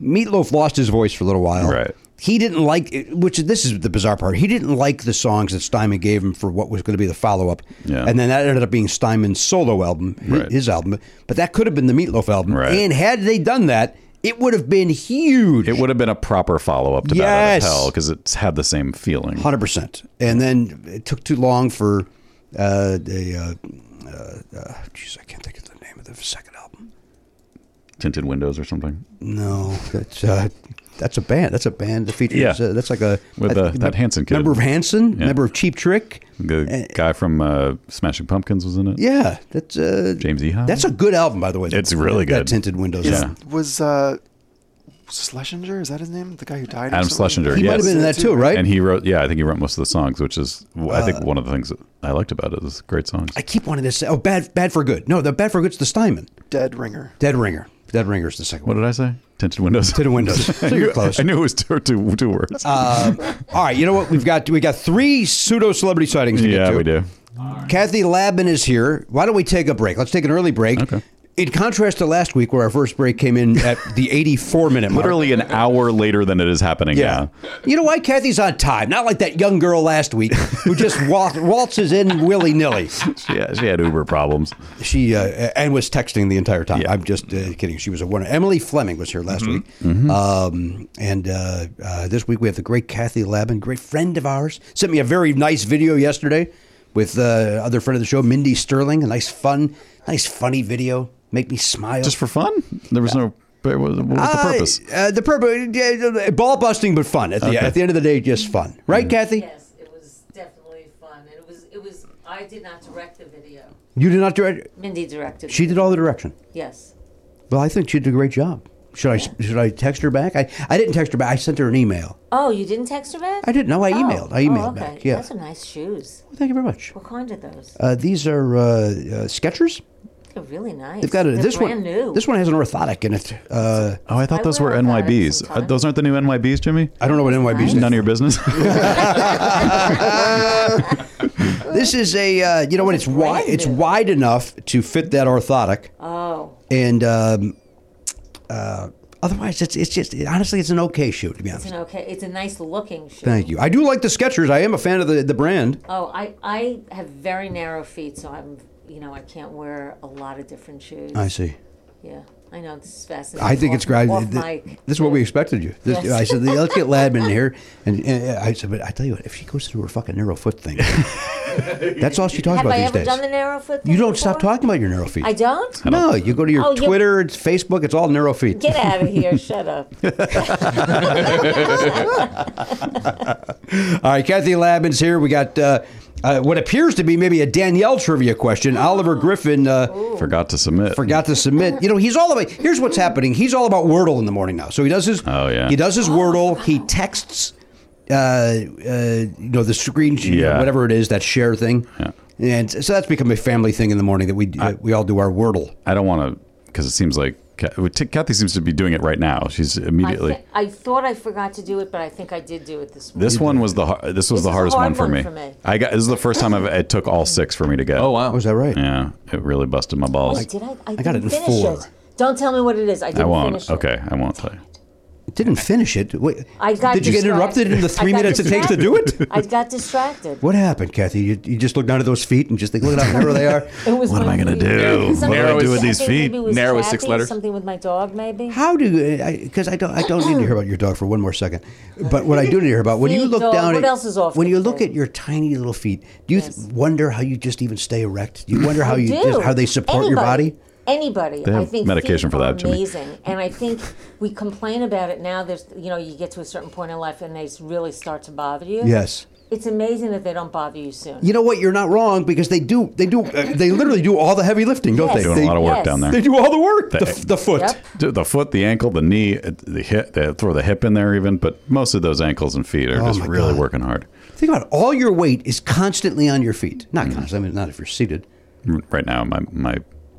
S5: Meatloaf lost his voice for a little while.
S2: Right.
S5: He didn't like, which this is the bizarre part. He didn't like the songs that Steinman gave him for what was going to be the follow up,
S2: Yeah.
S5: and then that ended up being Steinman's solo album, hi-
S2: Right.
S5: his album. But that could have been the Meatloaf album,
S2: Right.
S5: and had they done that, it would have been huge.
S2: it would have been a proper follow up to Battle of
S5: Yes.
S2: Hell because it's had the same feeling.
S5: Hundred percent. And then it took too long for uh, the. Uh, uh, uh, geez, I can't think of the name of the second album.
S2: Tinted windows or something.
S5: No, that's uh, that's a band. That's a band that features.
S2: Yeah.
S5: Uh, that's like a
S2: With,
S5: I-
S2: uh, that Hanson kid.
S5: Member of Hanson.
S2: Yeah. Mm-hmm.
S5: Member of Cheap Trick.
S2: The guy from uh, Smashing Pumpkins was in it.
S5: Eh, Yeah, that's uh,
S2: James Iha.
S5: That's a good album, by the way.
S2: It's really
S5: That
S2: good.
S5: tinted windows.
S2: Yeah.
S5: album.
S8: was uh, Schlesinger. Is that his name? The guy who died. or
S2: Adam
S8: something?
S2: Schlesinger,
S5: he
S2: yes.
S5: might have been in that too, right? Uh,
S2: And he wrote, yeah, I think he wrote most of the songs, which is, I think, one of the things that I liked about it is great songs.
S5: I keep wanting to say, oh, bad, bad for good. No, the bad for good's the Steinman.
S8: Dead Ringer.
S5: Dead Ringer. Dead Ringer's the second
S2: what
S5: one.
S2: did I say? Tinted windows.
S5: Tinted windows. so
S2: I knew-
S5: you're close.
S2: I knew it was two, two, two words.
S5: All right, you know what? We've got we got three pseudo celebrity sightings to get
S2: yeah,
S5: to.
S2: we do.
S5: Kathy Labman is here. Why don't we take a break? Let's take an early break. Okay. In contrast to last week, where our first break came in at the 84 minute mark.
S2: Literally an hour later than it is happening
S5: Yeah.
S2: now.
S5: You know why Kathy's on time? Not like that young girl last week who just wal- waltzes in willy nilly.
S2: She had, she had Uber problems.
S5: She uh, and was texting the entire time.
S2: Yeah. Mm-hmm.
S5: I'm just uh, kidding. She was a winner. Emily Fleming was here last week, um, and uh, uh, this week we have the great Kathy Labin, great friend of ours, sent me a very nice video yesterday with uh, other friend of the show, Mindy Sterling. A nice, fun, nice, funny video. Make me smile.
S2: Just for fun? There was no, what was the
S5: Uh,
S2: purpose?
S5: Uh, the purpose, uh, ball busting, but fun. At the, at the end of the day, just fun,
S2: Mm-hmm.
S5: right, Kathy?
S9: Yes, it was definitely fun, and it was it was. I did not direct the video.
S5: You did not direct.
S9: Mindy directed.
S5: She
S9: it.
S5: did all the direction.
S9: Yes.
S5: Well, I think she did a great job. Should I should I text her back? I, I didn't text her back. I sent her an email.
S9: Oh, you didn't text her back?
S5: I didn't. No, I emailed. I emailed
S9: oh, okay.
S5: back. Yeah.
S9: Those are nice shoes.
S5: Well, thank you very much.
S9: What kind are those?
S5: Uh, these are uh, uh, Skechers.
S9: They're really nice.
S5: They've got a,
S9: They're
S5: this one.
S9: brand New.
S5: This one has an orthotic in it. Uh,
S2: Oh, I thought
S9: I
S2: those
S9: wear
S2: were
S9: that
S2: NYBs. Uh,
S9: sometimes.
S2: Those aren't the new NYBs, Jimmy?
S5: I don't know what NYB is.
S2: None of your business.
S5: This is a uh, you know what? It's wide. It's wide enough to fit that orthotic,
S9: Oh,
S5: and um, uh, otherwise, it's it's just honestly, it's an okay shoe to be
S9: it's
S5: honest.
S9: an okay. It's a nice looking shoe.
S5: Thank you. I do like the Skechers. I am a fan of the the brand.
S9: Oh, I I have very narrow feet, so I'm you know I can't wear a lot of different shoes.
S5: I see.
S9: Yeah, I know this is fascinating.
S5: I think
S9: Off-
S5: it's great.
S9: Off
S5: Th-
S9: mic.
S5: This is what we expected you. This,
S9: Yes.
S5: I said, let's get Ladman here, and, and I said, but I tell you what, if she goes through her fucking narrow foot thing, that's all she talks
S9: Have
S5: about
S9: I
S5: these
S9: ever
S5: days.
S9: done the narrow foot?
S5: you
S9: thing
S5: don't stop
S9: before?
S5: talking about your narrow feet.
S9: I don't.
S5: No, you go to your
S9: Oh, you-
S5: Twitter, it's Facebook, it's all narrow feet.
S9: Get out of here! Shut up.
S5: All right, Kathy Labman's here. We got uh, uh, what appears to be maybe a Danielle trivia question. Oliver Griffin. Uh,
S2: Forgot to submit.
S5: Forgot to submit. You know, he's all about. Here's what's happening. He's all about Wordle in the morning now. So he does his.
S2: Oh, yeah.
S5: He does his Wordle. He texts. Uh, uh, you know the screen,
S2: Yeah.
S5: whatever it is, that share thing. Yeah. And so that's become a family thing in the morning that we uh, we all do our Wordle.
S2: I don't want to because it seems like Ca- Kathy seems to be doing it right now. She's
S9: I,
S2: immediately.
S9: thi- I thought I forgot to do it, but I think I did do it this morning.
S2: This one was the har- this was the
S9: This is a
S2: hardest
S9: hard
S2: one, for,
S9: one
S2: me.
S9: for me.
S2: I got this is the first time I've it took all six for me to get.
S6: Oh wow.
S5: Was that right?
S2: Yeah, it really busted my balls.
S9: Oh, Did I? I,
S5: got
S9: didn't
S5: it in
S9: finish
S5: four.
S9: it. Don't tell me what it is. I
S2: I
S9: didn't
S2: won't.
S9: finish it.
S2: Okay, I won't play.
S5: didn't finish it. Wait,
S9: I got
S5: Did you get
S9: distracted.
S5: interrupted in the
S9: I
S5: three
S9: got
S5: minutes it takes to do it?
S9: distracted. I got distracted.
S5: What happened, Kathy? You, you just look down at those feet and just think, look at how narrow they are.
S9: It was
S2: What am
S9: my
S2: I gonna
S9: feet.
S2: do? What do I
S9: Something-
S2: do with
S9: I
S2: these
S9: think maybe
S2: feet?
S9: it was
S6: Narrow is six
S9: Kathy,
S6: letters.
S9: Something with my dog, maybe.
S5: How do because I, don't I don't need to hear about your dog for one more second. But what I do need to hear about when you
S9: Feet,
S5: look
S9: dog.
S5: down
S9: What
S5: at
S9: else is off
S5: when
S9: the
S5: you look
S9: table?
S5: at your tiny little feet, do you th-
S9: Yes.
S5: wonder how you just even stay erect? Do you wonder how
S9: I
S5: you
S9: do.
S5: just how they support your
S9: Anybody-
S5: body?
S9: Anybody,
S2: They
S9: I
S2: have
S9: think
S2: medication
S9: feet
S2: for that,
S9: are
S2: Jimmy.
S9: Amazing, and I think we complain about it now. There's, you know, you get to a certain point in life, and they s- really start to bother you.
S5: Yes.
S9: it's amazing that they don't bother you soon.
S5: You know what? You're not wrong because they do they do uh, they literally do all the heavy lifting, don't
S9: Yes.
S5: they?
S2: Doing
S5: they,
S2: a lot of work
S9: yes.
S2: down there.
S5: they do all the work. The,
S2: They-
S5: f- the foot.
S9: Yep.
S2: Do the foot, the ankle, the knee, uh, the hip, they throw the hip in there even, but most of those ankles and feet are
S5: Oh
S2: just
S5: my
S2: really
S5: God.
S2: working hard
S5: Think about it. all your weight is constantly on your feet. Not
S2: Mm.
S5: constantly. I mean, not if you're seated.
S2: R- right now. My my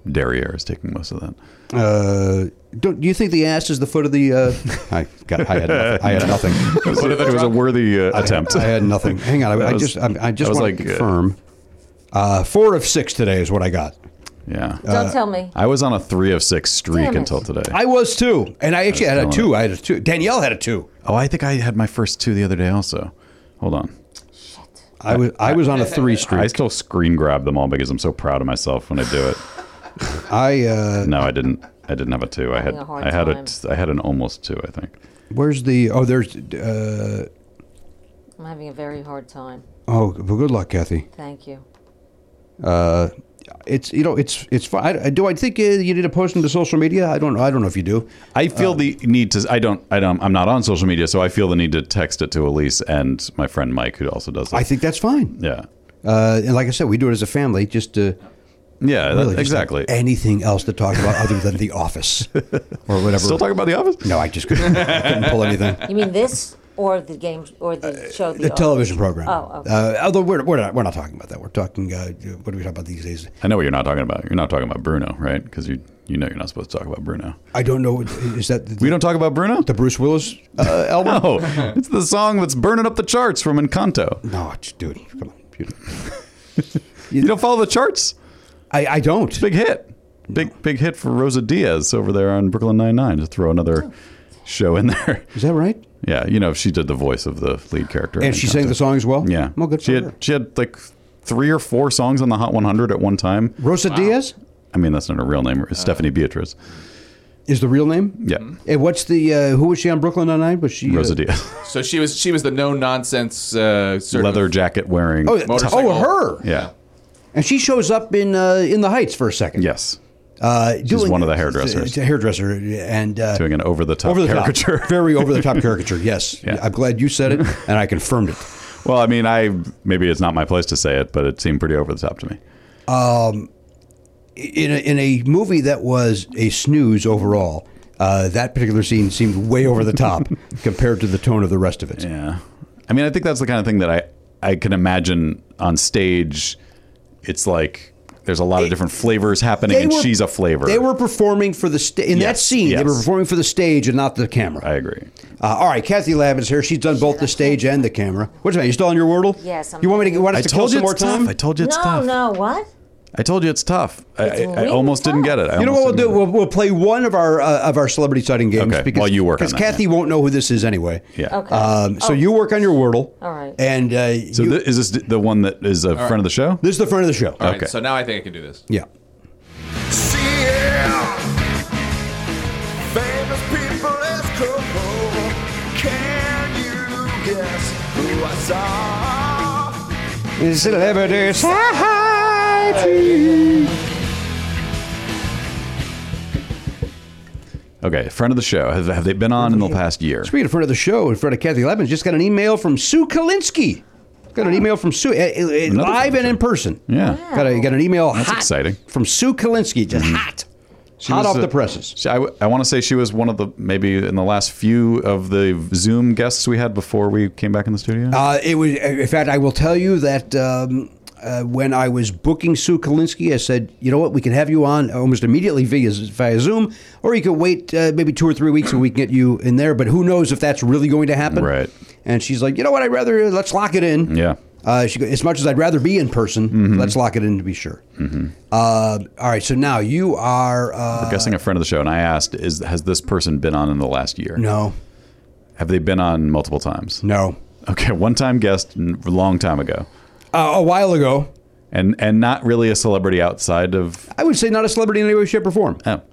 S2: derriere is taking most of that.
S5: Uh, don't do you think the ass is the foot of the? Uh, I got. I had. Nothing. I had nothing.
S2: it was a worthy uh, attempt.
S5: I had nothing. Hang on. I,
S2: That
S5: I
S2: was-
S5: just. I, I
S2: that
S5: just
S2: was
S5: want
S2: like,
S5: to
S2: uh,
S5: confirm. Uh, four of six today is what I got.
S2: yeah,
S9: don't tell me.
S2: I was on a three of six streak
S9: Damn it.
S2: until today.
S5: Uh, I was two, and I actually had a
S2: killing
S5: two. I had a two. Danielle had a two.
S2: oh, I think I had my first two the other day also. Hold on.
S5: I was. I was on a three
S2: I
S5: streak.
S2: still screen grab them all because I'm so proud of myself when I do it.
S5: I. Uh,
S2: No, I didn't. I didn't have a two. I had
S9: Having a hard
S2: I had a
S9: time.
S2: t- I had an almost two. I think.
S5: where's the? Oh, there's. Uh,
S9: I'm having a very hard time.
S5: oh, well, good luck, Kathy.
S9: Thank you.
S5: Uh, it's you know it's it's fine. I, I- do I think uh, you need to post into social media? I don't. I don't know if you do.
S2: I feel the need to. I don't. I don't. I'm not on social media, so I feel the need to text it to Elise and my friend Mike, who also does. It.
S5: I think that's fine.
S2: Yeah.
S5: Uh, and like I said, we do it as a family, just to
S2: Yeah. that-
S5: really just have
S2: exactly.
S5: anything else to talk about other than the office or whatever.
S2: Still talking about the office.
S5: No, I just couldn't, I couldn't pull anything.
S9: You mean this or the game or the show?
S5: The television program.
S9: Oh, okay.
S5: Uh, although we're, we're not we're not talking about that. We're talking. Uh, what are we talking about these days?
S2: I know what you're not talking about. You're not talking about Bruno, right? Because you you know you're not supposed to talk about Bruno.
S5: I don't know. Is that the,
S2: We don't talk about Bruno.
S5: the Bruce Willis uh, album?
S2: no, it's the song that's burning up the charts from Encanto.
S5: No, it's- dude, come on. You-
S2: You don't follow the charts.
S5: I, I don't.
S2: Big hit. Big big hit for Rosa Diaz over there on Brooklyn Nine Nine. To throw
S5: Oh.
S2: another show in there.
S5: Is that right?
S2: Yeah, you know, she did the voice of the lead character. in
S5: And she sang
S2: Encanto.
S5: the song as well.
S2: Yeah.
S5: Well, good
S2: she
S5: for
S2: had,
S5: her.
S2: She had like three or four songs on the Hot 100 at one time.
S5: Rosa Diaz
S2: I mean, that's not her real name. It's Stephanie Beatriz.
S5: is the real name.
S2: Yeah.
S5: And what's the uh, who was she on Brooklyn Nine Nine? Was she uh,
S2: Rosa Diaz.
S6: So she was she was the no nonsense uh, sort of-
S2: Leather jacket wearing.
S5: Oh,
S6: Motorcycle.
S5: oh, her.
S2: yeah.
S5: And she shows up in uh, in the Heights for a second.
S2: Yes.
S5: uh, she's
S2: one of the hairdressers.
S5: A hairdresser, and uh,
S2: Doing an over the top
S5: over the
S2: caricature.
S5: top, very over the top caricature. Yes,
S2: Yeah.
S5: I'm glad you said it, and I confirmed it.
S2: well, I mean, I maybe it's not my place to say it, but it seemed pretty over the top to me.
S5: In a, in a movie that was a snooze overall, uh, that particular scene seemed way over the top compared to the tone of the rest of it.
S2: Yeah. I mean, I think that's the kind of thing that I, I can imagine on stage. It's like there's a lot of different flavors happening, and she's a flavor.
S5: They were performing for the sta- in that
S2: Yes,
S5: scene. They
S2: yes.
S5: were performing for the stage and not the camera.
S2: I agree.
S5: Uh, all right, Kathy Lab is here. She's done both the stage and the camera. What's that? You still on your wordle?
S9: Yes, I'm
S5: you want me to you
S9: doing
S5: want
S2: I
S5: us to kill
S2: told you
S5: some
S2: it's
S5: more
S2: tough.
S5: time?
S2: I told you
S9: No,
S2: it's tough.
S9: no, what?
S2: I told you it's tough. I,
S9: It's
S2: I- I
S9: really
S2: almost didn't
S9: tough.
S2: get it. I
S5: You know
S2: almost
S5: what we'll
S2: didn't
S5: do?
S2: get
S5: We'll, we'll play one of our uh, of our celebrity sighting games.
S2: Okay, while you work on
S5: because
S2: that,
S5: Kathy
S2: yeah.
S5: won't know who this is anyway.
S2: Yeah.
S9: Okay.
S5: Um, so
S9: Oh.
S5: you work on your Wordle.
S9: All right.
S5: And uh,
S2: So
S5: you-
S2: thi- is this the one that is a friend of the show?
S5: this is the front of the show.
S6: All right,
S2: Okay.
S6: So now I think I can do this.
S5: Yeah.
S3: Famous people as cool. Can you guess who I saw?
S5: Celebrity
S2: Okay, friend of the show. Have, have they been on in the past year?
S5: Speaking of front of the show, in front of Kathy Lemons, just got an email from Sue Kalinsky. Got an email from Sue, uh, uh,
S2: Oh. Another
S5: live
S2: friend
S5: and
S2: of
S5: in person.
S2: Yeah.
S5: Got, a, got an email.
S2: That's
S5: hot
S2: exciting. Mm-hmm.
S5: From Sue Kalinsky, just hot, hot
S2: was uh,
S5: off
S2: a-
S5: the presses.
S2: She, I, want to say she was one of the maybe in the last few of the Zoom guests we had before we came back in the studio.
S5: Uh, it was, in fact, I will tell you that um, uh, when I was booking Sue Kalinsky, I said, you know what, we can have you on almost immediately via via Zoom, or you could wait uh, maybe two or three weeks and we can get you in there. But who knows if that's really going to happen?
S2: Right.
S5: And she's like, you know what, I'd rather uh, let's lock it in.
S2: Yeah.
S5: Uh, she, go- as much as I'd rather be in person, let's lock it in to be sure. Uh, all right. So now you are. Uh,
S2: Guessing a friend of the show, and I asked, "Is has this person been on in the last year?"
S5: no.
S2: Have they been on multiple times?
S1: No.
S2: Okay, one time guest, n- long time ago,
S1: Uh, a while ago,
S2: and and not really a celebrity outside of.
S1: I would say not a celebrity in any way, shape, or form.
S2: Oh,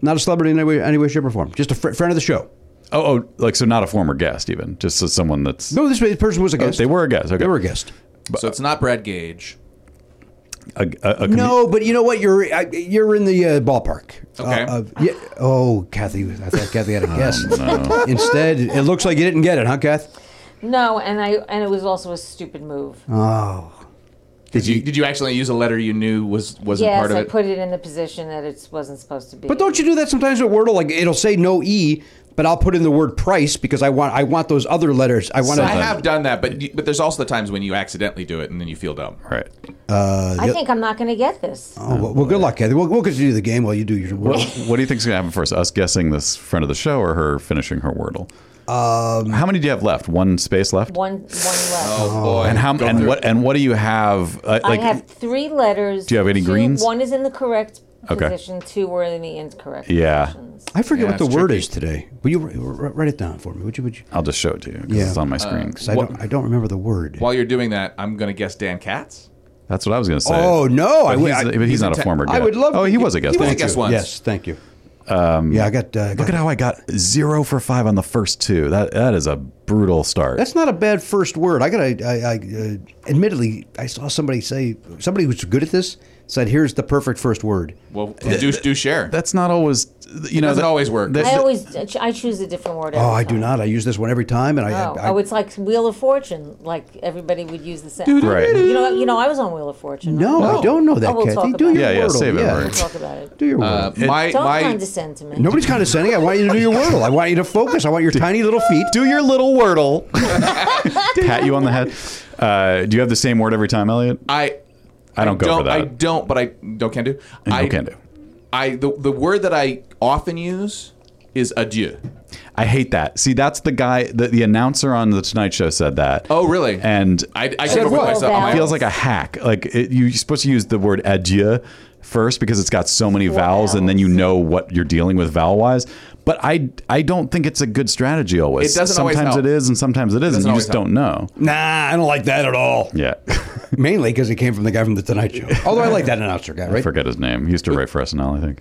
S1: Not a celebrity in any way, any way shape, or form. Just a fr- friend of the show.
S2: oh, oh, like so, not a former guest, even just as someone that's.
S1: No, this person was a guest.
S2: They were a guest. Okay.
S1: They were a guest.
S6: so it's not Brad Gage.
S2: A, a, a comed-
S1: No, but you know what? You're I- you're in the uh, ballpark.
S6: Okay.
S1: Uh, of- yeah, oh, Kathy, I thought Kathy had a guess. Instead, it looks like you didn't get it, huh, Kath?
S9: No, and I and it was also a stupid move.
S6: Did you did you actually use a letter you knew was wasn't
S9: yes,
S6: part of
S9: I
S6: it?
S9: put it in the position that it wasn't supposed to be.
S1: But don't you do that sometimes with Wordle? Like it'll say no e, but I'll put in the word price because I want I want those other letters. I want
S6: I
S1: to.
S6: have done that, but you- but there's also the times when you accidentally do it and then you feel dumb.
S2: Right.
S9: I think I'm not going to get this.
S1: Oh, well, well, good
S2: uh,
S1: luck, Kathy. We'll, we'll continue the game while you do your
S2: What,
S1: Wordle.
S2: what do you think's going to happen first? Us guessing this friend of the show or her finishing her Wordle? Um, how many do you have left? One space left.
S9: One one left.
S6: Oh boy!
S2: And how? And what? And what do you have? Uh, like,
S9: I have three letters.
S2: Do you have any
S9: Two-
S2: greens?
S9: One is in the correct
S2: Okay.
S9: position. Two were in the incorrect.
S2: Yeah.
S9: Positions.
S1: I forget what the
S6: it's
S1: word
S6: tricky.
S1: is today. Will you r- r- write it down for me? Would you? Would you?
S2: I'll just show it to you because
S1: Yeah. Uh,
S2: it's on my screen.
S1: 'Cause I don't I don't remember the word.
S6: While you're doing that, I'm gonna guess Dan Katz.
S2: That's what I was going to say.
S1: Oh no!
S2: But
S1: I, would-
S2: he's,
S1: I-
S2: but he's not a
S6: te-
S2: former guest.
S1: I would love.
S2: Oh, he was a guest.
S1: He was
S2: once.
S6: guest once.
S1: Yes, thank you.
S2: Um,
S1: yeah, I got. Uh,
S2: Look
S1: got
S2: at how I got zero for five on the first two. That that is a brutal start.
S1: that's not a bad first word. I got. I, I, I uh, admittedly, I saw somebody say somebody who's good at this said, "Here's the perfect first word."
S6: Well, do do share.
S2: That's not always. You know,
S6: doesn't
S2: that-
S6: always work.
S2: that-
S9: I always I choose a different word.
S1: Oh,
S9: every
S1: I do
S9: time.
S1: not. I use this one every time, and I.
S9: Oh,
S1: I, I
S9: oh, it's like Wheel of Fortune. Like everybody would use the same.
S2: Right.
S9: You know, you know, I was on Wheel of Fortune.
S1: no, I don't know that,
S9: Oh, we'll
S1: Kathy.
S9: talk
S1: Do
S9: about
S1: your
S9: it.
S2: Yeah, yeah,
S1: wordle.
S2: save it, Marie.
S9: We'll talk about it.
S1: Do your
S6: Uh,
S1: wordle.
S6: my
S9: Don't
S6: my
S9: condescend to me.
S1: Nobody's condescending. I want you to do your wordle. I want you to focus. I want your tiny little feet.
S2: Do your little wordle. Pat you on the head. Uh, do you have the same word every time, Elliot?
S6: I
S2: I don't go for that.
S6: I don't. But I don't can do.
S2: I
S6: I
S2: can do.
S6: I the the word that I often use is adieu.
S2: I hate that. See, that's the guy. The, the announcer on the Tonight Show said that.
S6: Oh, really?
S2: And
S6: I I
S9: Said
S6: came up with
S9: what?
S6: myself.
S9: Vowels.
S6: my
S2: feels like a hack. Like it, you're supposed to use the word adieu first because it's got so many vowels, and then you know what you're dealing with vowel wise. But I I don't think it's a good strategy always.
S6: It doesn't always
S2: Sometimes
S6: help.
S2: it is, and sometimes it isn't.
S6: doesn't
S2: You just
S6: always
S2: don't know.
S1: Nah, I don't like that at all.
S2: Yeah,
S1: Mainly because it came from the guy from the Tonight Show. Although I like that announcer guy,
S2: I
S1: right?
S2: forget his name. He used to write for SNL, I think.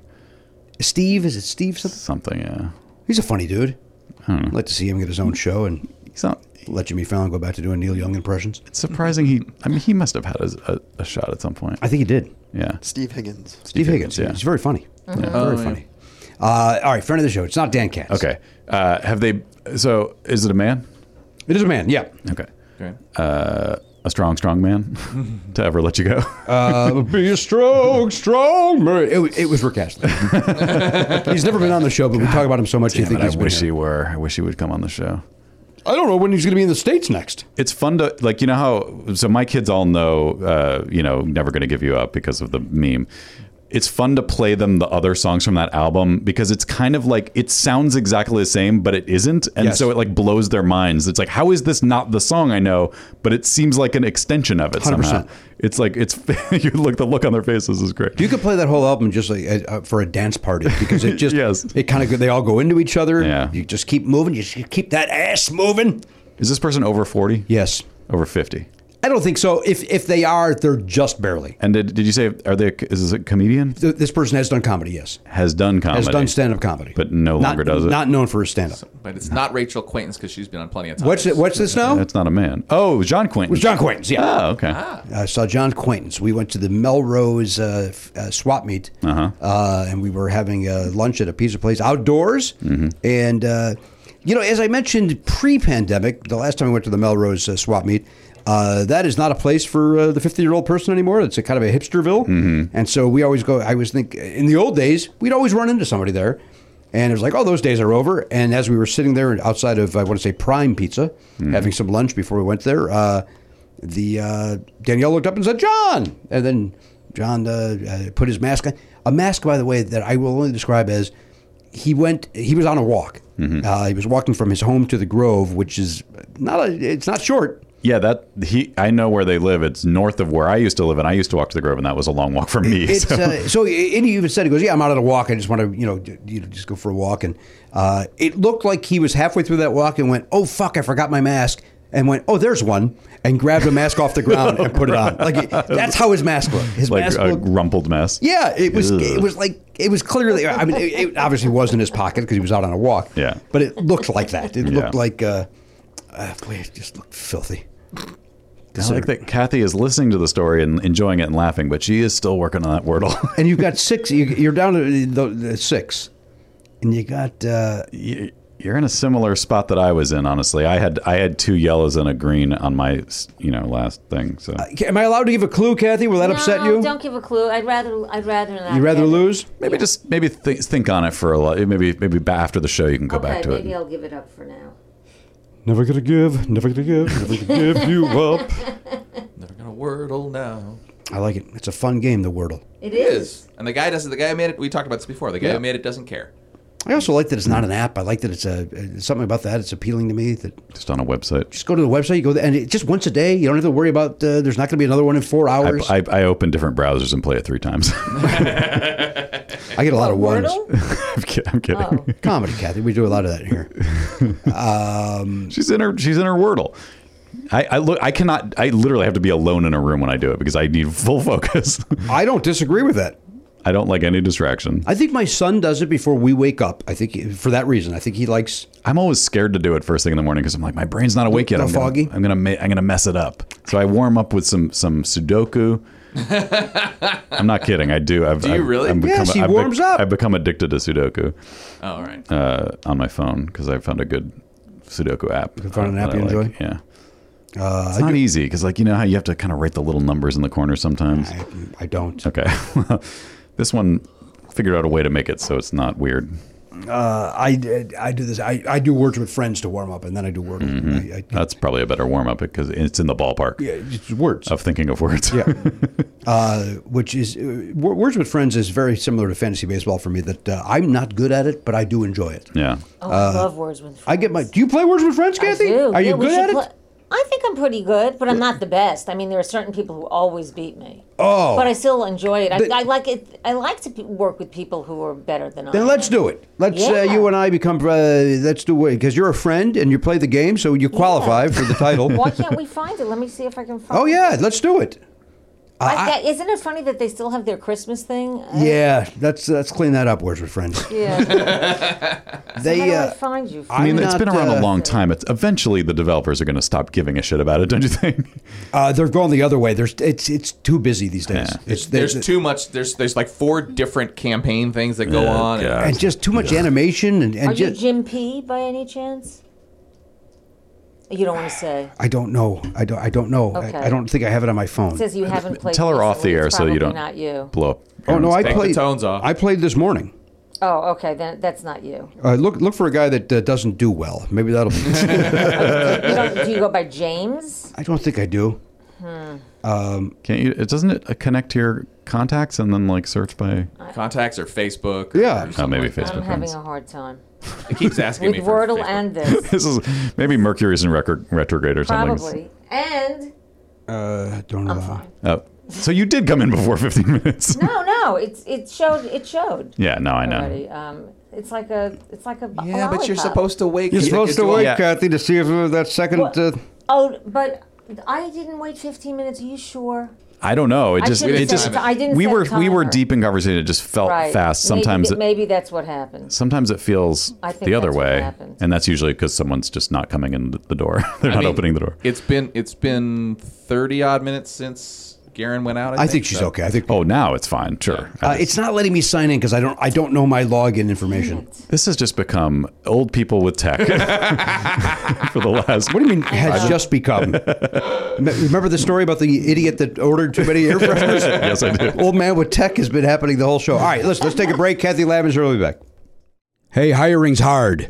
S1: Steve is it Steve? Something?
S2: Something. Yeah.
S1: He's a funny dude.
S2: Hmm.
S1: I'd like to see him get his own show and
S2: He's not.
S1: let Jimmy Fallon go back to doing Neil Young impressions.
S2: It's surprising he. I mean, he must have had a, a, a shot at some point.
S1: I think he did.
S2: Yeah.
S10: Steve Higgins. Hmm.
S1: Steve Higgins.
S2: yeah. Oh,
S1: He's very funny. Very funny. Uh, all right, friend of the show. It's not Dan Katz.
S2: Okay. Uh, have they? So is it a man?
S1: It is a man. Yeah.
S2: Okay.
S6: Okay.
S2: Uh, a strong, strong man to ever let you go.
S1: Uh, be a strong, strong man. It, wa- it was Rick Astley. he's never been on the show, but we talk about him so much. you
S2: Damn
S1: think
S2: it, I
S1: he's been
S2: wish
S1: here.
S2: he were. I wish he would come on the show.
S1: I don't know when he's going to be in the states next.
S2: It's fun to like, you know how. So my kids all know, uh, you know, never gonna give you up because of the meme. It's fun to play them the other songs from that album because it's kind of like it sounds exactly the same, but it isn't, and
S1: Yes.
S2: so it like blows their minds. It's like, how is this not the song I know, but it seems like an extension of it somehow.
S1: 100%.
S2: It's like it's you look the look on their faces is great.
S1: You could play that whole album just like uh, for a dance party because it just
S2: Yes.
S1: it kind of they all go into each other.
S2: Yeah.
S1: You just keep moving. You just keep that ass moving.
S2: Is this person over forty?
S1: Yes.
S2: over fifty.
S1: I don't think so. If if they are, they're just barely.
S2: And did, did you say are they? Is this a comedian?
S1: Th- This person has done comedy. Yes.
S2: Has done comedy.
S1: Has done stand up comedy,
S2: But no
S1: Not-
S2: longer does it.
S1: Not known for his stand up.
S6: But it's not Rachel Quaintance because she's been on plenty of times.
S1: What's it, what's this now? It
S2: That's not a man. Oh, John Quentin.
S1: was John Quaintance. Yeah.
S2: Oh, okay.
S1: I saw John Quaintance. We went to the Melrose uh, f- uh, swap meet, uh and we were having uh, lunch at a pizza place outdoors. And uh, you know, as I mentioned pre-pandemic, the last time I went to the Melrose uh, swap meet. Uh, that is not a place for uh, the 50 year old person anymore. It's a kind of a hipsterville. And so we always go, I always think in the old days, we'd always run into somebody there. And it was like, oh, those days are over. And as we were sitting there outside of, I want to say, Prime Pizza, having some lunch before we went there, uh, the uh, Danielle looked up and said, "John," and then John uh, uh, put his mask on. A mask, by the way, that I will only describe as he went. He
S2: Mm-hmm.
S1: was on a walk. Uh, he was walking from his home to the Grove, which is not a. It's not short.
S2: Yeah, that he. I know where they live. It's north of where I used to live, and I used to walk to the Grove, and that was a long walk for me.
S1: It's,
S2: so-
S1: uh, so and he even said he goes, yeah, I'm out on a walk. I just want to you know d- you know, just go for a walk. And uh, it looked like he was halfway through that walk and went, oh fuck, I forgot my mask. And went, oh, there's one, and grabbed a mask off the ground and put it on. Like it- that's how his mask looked. His
S2: like
S1: mask
S2: a
S1: looked
S2: rumpled mess.
S1: Yeah, it was.
S2: Ugh.
S1: It was like it was clearly. I mean, it, it obviously was in his pocket because he was out on a walk.
S2: Yeah.
S1: but it looked like that. It
S2: Yeah.
S1: looked like. Uh, uh, boy, it just looked filthy.
S2: I like that Kathy is listening to the story and enjoying it and laughing, but she is still working on that wordle.
S1: And you've got six. You, you're down to the, the six, and you got. Uh,
S2: Y- You're in a similar spot that I was in, honestly. I had I had two yellows and a green on my you know last thing. So
S1: am I allowed to give a clue, Kathy? Will that upset
S9: no,
S1: you?
S9: Don't give a clue. I'd rather. I'd rather not.
S1: You rather
S9: give it.
S1: lose?
S2: maybe just maybe th- think on it for a lot. Maybe maybe ba- after the show you can go
S9: okay,
S2: back to
S9: maybe
S2: it.
S9: I'll give it up for now.
S5: Never gonna give, never gonna give, never gonna give you up.
S6: They're gonna wordle now.
S1: I like it. It's a fun game, the Wordle.
S6: It
S9: It is.
S6: is. And the guy doesn't. The guy who made it. We talked about this before. The guy who made it doesn't care.
S1: I also like that it's not an app. I like that it's a uh, something about that. It's appealing to me. That
S2: Just on a website.
S1: just go to the website, you go there, and it, just once a day. You don't have to worry about. Uh, there's not going to be another one in four
S2: I,
S1: hours. I,
S2: I, I open different browsers and play it three times.
S1: get a lot of ones.
S9: Wordle?
S2: I'm kid- I'm kidding.
S9: Oh.
S1: Comedy, Kathy. We do a lot of that here.
S2: She's in her she's in her wordle. I, I look. I cannot. I literally have to be alone in a room when I do it because I need full focus.
S1: I don't disagree with that.
S2: I don't like any distraction.
S1: I think my son does it before we wake up. I think he- for that reason. I think he likes.
S2: I'm always scared to do it first thing in the morning because I'm like my brain's not awake yet.
S1: Little
S2: I'm gonna,
S1: foggy?
S2: I'm gonna ma- I'm gonna mess it up. So I warm up with some some Sudoku. I'm not kidding. I do. I've, do
S6: you
S2: I've,
S6: really?
S2: I've
S1: Yes, he
S2: I've
S1: warms up.
S2: I've become addicted to Sudoku
S6: Oh, all right.
S2: uh, on my phone because I found a good Sudoku app. You
S1: found an app you enjoy? Uh,
S2: Yeah. it's not easy because like you know how you have to kind of write the little numbers in the corner sometimes.
S1: I, I don't.
S2: Okay. this one figured out a way to make it so it's not weird.
S1: I, I do this. I, I do words with friends to warm up, and then I do words.
S9: Mm-hmm.
S1: I, I,
S2: That's probably a better warm up because it's in the ballpark
S1: yeah, it's words.
S2: of thinking of words.
S1: Yeah. uh, which is uh, Wor- words with friends is very similar to fantasy baseball for me. That uh, I'm not good at it, but I do enjoy it.
S2: yeah.
S9: Oh, I love words with. Friends.
S1: Uh, I get my. Do you play words with friends,
S9: I
S1: Kathy?
S9: do.
S1: Are you
S9: Yeah, we
S1: good
S9: should
S1: at it?
S9: pla- I think I'm pretty good, but I'm not the best. I mean, there are certain people who always beat me.
S1: Oh.
S9: But I still enjoy it. I,
S1: But-
S9: I like it. I like to pe- work with people who are better than I.
S1: Then let's do it. Let's uh,
S9: Yeah.
S1: you and I become. Uh, let's do it because you're a friend and you play the game, so you qualify for the title.
S9: Why can't we find it? Let me see if I can find.
S1: oh
S9: it.
S1: yeah, let's do it.
S9: I, that, isn't it funny that they still have their Christmas thing? I-
S1: Yeah, let's let's clean that up. Words with friends.
S9: Yeah. How
S1: They.
S9: do
S1: Uh,
S9: I find you?
S2: I mean,
S1: I'm
S2: it's been
S1: not,
S2: around
S1: uh,
S2: a long time. It's eventually the developers are going to stop giving a shit about it, don't you think?
S1: uh, they're going the other way. There's it's it's too busy these days. It's they-
S6: There's
S1: they-
S6: too much. There's there's like four different campaign things that go on. and-
S1: and just too much animation and, and
S9: Are you
S1: just
S9: Jim P. by any chance? You don't want to say.
S1: I don't know. I don't I don't know.
S9: Okay.
S1: I, I don't think I have it on my phone.
S9: It says you haven't played.
S2: Tell her off the
S9: recently.
S2: air
S9: It's
S2: so you
S9: probably
S2: don't
S9: Not you.
S2: blow up.
S1: oh no, I
S2: Aaron's
S6: Take the
S1: played
S6: tones off.
S1: I played this morning.
S9: Oh, okay. Then that's not you.
S1: Uh, look look for a guy that uh, doesn't do well. Maybe that'll. be...
S9: you don't, do you go by James?
S1: I don't think I do.
S2: thing. Can't you? It doesn't it uh, connect to your contacts and then like search by?
S9: Uh,
S6: contacts or Facebook. Or
S1: Yeah.
S6: or
S2: Oh,
S6: something
S2: maybe
S6: like that.
S2: Facebook.
S9: I'm having
S2: friends.
S9: a hard time
S6: It keeps asking
S9: with
S6: me. for
S9: Wordle
S6: Facebook.
S9: and this.
S2: This is maybe Mercury's in record, retrograde or something.
S9: Probably. And
S1: Uh, don't know.
S2: Oh, so you did come in before 15 minutes.
S9: no, no, it's it showed it showed
S2: Yeah, no, I know.
S9: already. Um, it's like a it's like a b-
S6: Yeah, but you're
S9: lollipop.
S6: supposed to wait.
S1: You're supposed to wait,
S6: Yeah.
S1: Kathy, to see if uh, that second.
S9: What?
S1: Uh,
S9: Oh, but I didn't wait 15 minutes. Are you sure?
S2: I don't know. It
S9: I
S2: just,
S9: didn't
S2: it
S9: set
S2: just,
S9: a ti- I didn't
S2: we
S9: set a
S2: were, we were
S9: timer.
S2: deep in conversation. It just felt
S9: Right.
S2: Oh, fast. Sometimes,
S9: maybe,
S2: it,
S9: maybe that's what happened.
S2: sometimes it feels
S9: I think
S2: the other
S9: that's what
S2: way,
S9: happened.
S2: and that's usually because someone's just not coming in the door. They're not
S6: mean,
S2: opening the door.
S6: It's been it's been thirty odd minutes since Garen went out. I,
S1: I think she's
S6: so.
S1: okay. I think.
S2: Oh, now it's fine. Sure. I
S1: Uh,
S2: just-
S1: it's not letting me sign in because I don't I don't know my login information.
S2: this has just become old people with tech for the last.
S1: What do you mean has just become? Me- Remember the story about the idiot that ordered too many air fresheners?
S2: Yes, I do.
S1: Old man with tech has been happening the whole show. All right, listen, let's take a break. Kathy Lavinger will be back. Hey, hiring's hard.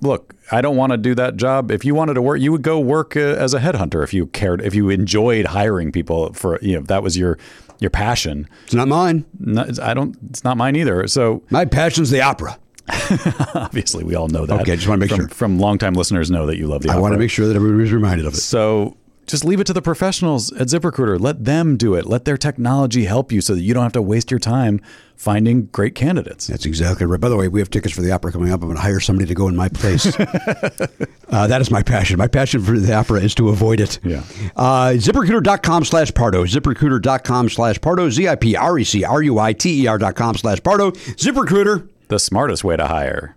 S2: look, I don't want to do that job. If you wanted to work, you would go work uh, as a headhunter if you cared, if you enjoyed hiring people for, you know, if that was your your passion.
S1: It's not mine.
S2: No, it's- I don't. It's not mine either. So
S1: My passion's the opera.
S2: obviously, we all know that.
S1: Okay, just wanna make
S2: from,
S1: sure.
S2: From longtime listeners know that you love the.
S1: I
S2: opera.
S1: want to make sure that everybody's reminded of it.
S2: So just leave it to the professionals at ZipRecruiter. Let them do it. Let their technology help you so that you don't have to waste your time finding great candidates.
S1: That's exactly right. By the way, we have tickets for the opera coming up. I'm going to hire somebody to go in my place. uh, that is my passion. My passion for the opera is to avoid it.
S2: Yeah.
S1: Uh, ZipRecruiter.com slash Pardo. ZipRecruiter.com slash Pardo. E Z-I-P-R-E-C-R-U-I-T-E-R E dot com slash Pardo. ZipRecruiter.
S2: The smartest way to hire.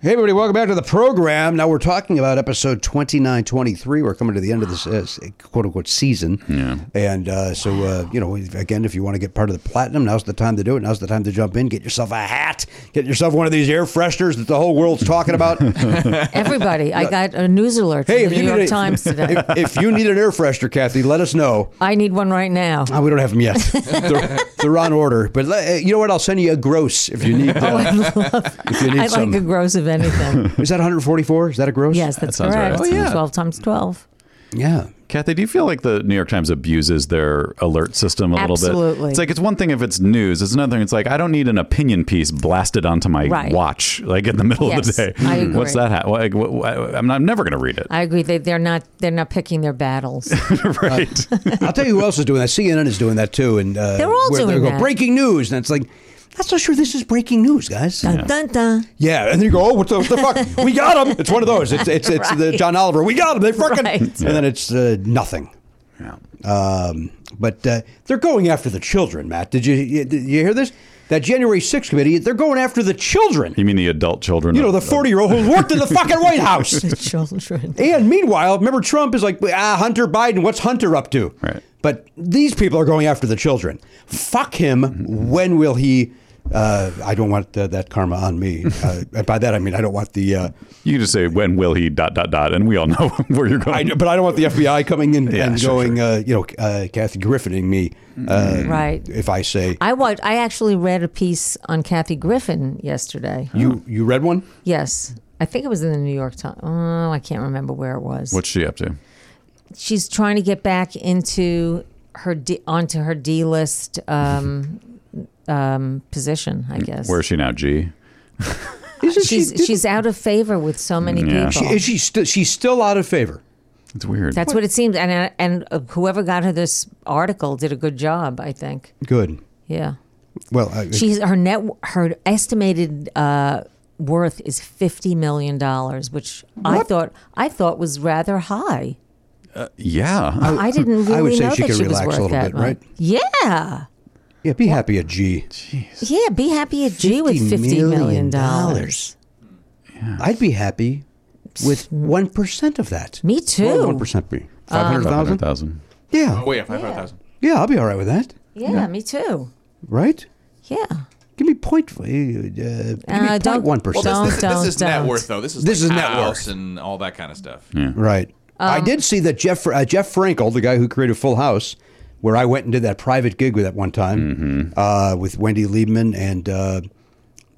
S1: Hey, everybody, welcome back to the program. Now we're talking about episode 29, 23. We're coming to the end of this uh, quote unquote season. Yeah. And uh, so, uh, you know, again, if you want to get part of the platinum, now's the time to do it. Now's the time to jump in. Get yourself a hat. Get yourself one of these air fresheners that the whole world's talking about. hey,
S9: Everybody, I got a news alert from the New York
S1: a-
S9: Times today.
S1: if, if you need an air freshener, Kathy, let us know.
S9: I need one right now.
S1: Uh, we don't have them yet. they're, they're on order. But le- uh, you know what? I'll send you a gross if you need.
S9: Oh,
S1: Uh, if you need
S9: I
S1: some.
S9: like a gross of anything.
S1: Is that 144? Is that a gross?
S9: Yes, that's
S2: sounds right.
S9: correct.
S2: Oh, yeah.
S9: Twelve times twelve.
S1: Yeah.
S2: Kathy, do you feel like the New York Times abuses their alert system a little bit?
S9: Absolutely.
S2: It's like it's one thing if it's news, it's another thing. It's like I don't need an opinion piece blasted onto my
S9: Right.
S2: watch like in the middle of
S9: Yes,
S2: the day.
S9: I agree.
S2: What's that? Ha- like, wh- wh- I'm, not- I'm never going to read it.
S9: I agree. They, they're not. They're not picking their battles.
S2: right?
S1: I'll tell you who else is doing that. CNN is doing that too, and uh,
S9: They're all
S1: where
S9: doing
S1: they go,
S9: that.
S1: Breaking news, and it's like, not so sure this is breaking news, guys.
S9: Dun, dun, dun.
S1: Yeah, and then you go, oh, what the, what the fuck? We got him. It's one of those. It's it's, it's the
S9: Right.
S1: John Oliver. We got him. They fucking.
S9: Right.
S1: And then it's uh, nothing. Um, but uh, they're going after the children, Matt. Did you you, did you hear this? That January 6th committee, they're going after the children.
S2: you mean the adult children?
S1: You know,
S2: of-
S1: the
S2: of-
S1: 40 year old who worked in the fucking White House.
S9: The children.
S1: And meanwhile, remember Trump is like, ah, Hunter Biden, what's Hunter up to?
S2: Right.
S1: But these people are going after the children. Fuck him.
S9: Mm-hmm.
S1: When will he? Uh, I don't want uh, that karma on me. Uh, and by that I mean I don't want the. Uh,
S2: You just say when will he dot dot dot, and we all know where you're
S1: I,
S2: going.
S1: but I don't want the FBI coming in
S2: Yeah,
S1: and
S2: sure,
S1: going, Uh, you know, uh, Kathy Griffining me. Uh,
S9: Right.
S1: If I say
S9: Mm-hmm. I watched. I actually read a piece on Kathy Griffin yesterday.
S1: you, you read one.
S9: Yes, I think it was in the New York Times. Oh, I can't remember where it was.
S2: What's she up to?
S9: She's trying to get back into her D, onto her D list um, um, position, I guess.
S2: Where is she now? G.
S1: Isn't she-
S9: she's
S1: didn't-
S9: she's out of favor with so many
S2: Yeah.
S9: people.
S1: Is she still? She's still out of favor.
S2: It's weird.
S9: That's what it seems, and and uh, whoever got her this article did a good job, I think.
S1: Good.
S9: Yeah,
S1: Well, I,
S9: she's her net her estimated uh, worth is fifty million dollars, which I thought I thought was rather high.
S2: yeah.
S9: I didn't really
S1: I would say
S9: know
S1: she
S9: that
S1: could
S9: she was
S1: relax a
S9: worth
S1: little
S9: that
S1: bit, right?
S9: much. Yeah,
S1: yeah, be happy at G.
S9: yeah. Be happy at G with fifty million dollars.
S1: I'd be happy with one percent of that.
S9: mm. Me too.
S1: One percent be five hundred thousand.
S2: thousand.
S1: Yeah,
S6: Oh yeah, five hundred thousand.
S1: yeah, I'll be all right with that.
S9: Yeah, me too.
S1: Right?
S9: Yeah.
S1: Give me point. Uh, give
S9: Uh,
S1: me
S9: don't-
S1: one
S6: Well,
S1: percent.
S9: Don't,
S6: this, this, this is
S9: don't,
S6: net
S9: don't.
S6: worth though. This is
S1: This
S6: like
S1: is net
S6: house and all that kind of stuff.
S1: Right. I did see that Jeff uh, Jeff Frankel, the guy who created Full House, where I went and did that private gig with at one
S2: Mm-hmm.
S1: time uh, with Wendy Liebman and uh,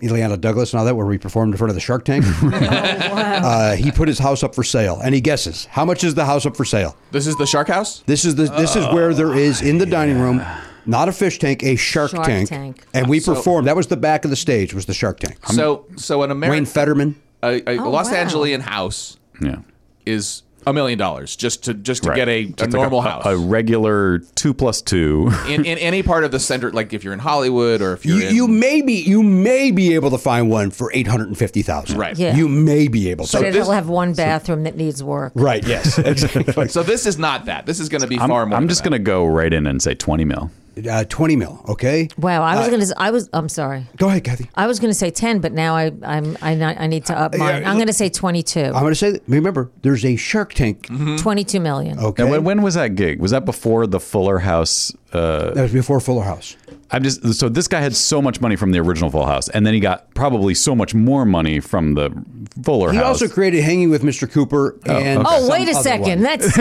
S1: Ileana Douglas and all that, where we performed in front of the Shark Tank. uh, he put his house up for sale, and he guesses how much is the house up for sale.
S6: This is the Shark House.
S1: This is the this is where there is in the dining room. Not a fish tank, a shark,
S9: Shark
S1: tank.
S9: Tank.
S1: And we performed. That was the back of the stage. Was the Shark Tank?
S6: So so an American
S1: Wayne Fetterman.
S6: a, a
S9: Oh,
S6: Los
S9: wow.
S6: Angelian house
S2: Yeah.
S6: is a million dollars just to just to
S2: Right.
S6: get a,
S2: Just
S6: a
S2: like
S6: normal
S2: a,
S6: house
S2: A regular two plus two.
S6: in, in any part of the center. Like if you're in Hollywood or if you're
S1: You,
S6: in,
S1: you may be you may be able to find one for eight hundred and fifty thousand.
S6: Right.
S9: Yeah.
S1: You may be able to.
S9: But
S6: this-
S9: it'll have one bathroom that needs work.
S1: right. Yes. Uh, Exactly.
S6: so this is not that. This is going to be
S2: I'm,
S6: far more.
S2: I'm
S6: than
S2: just
S6: that.
S2: going to go right in and say 20 mil.
S1: uh, Twenty mil. Okay.
S9: Wow, I was gonna. s- I was. I'm sorry.
S1: Go ahead, Kathy.
S9: I was going to say 10, but now I, I'm, I, not- I need to up mine.
S1: yeah,
S9: I'm going to say 22.
S1: I'm going to say. That, remember, there's a Shark Tank.
S9: 22 million.
S1: Okay.
S2: Mm-hmm. And when, when was that gig? Was that before the Fuller House?
S1: that was before Fuller House.
S2: I'm just so this guy had so much money from the original Full House, and then he got probably so much more money from the Fuller
S1: He
S2: House.
S1: also created Hanging with Mr. Cooper and.
S9: Oh,
S1: some
S9: wait a
S1: other one.
S9: second. That's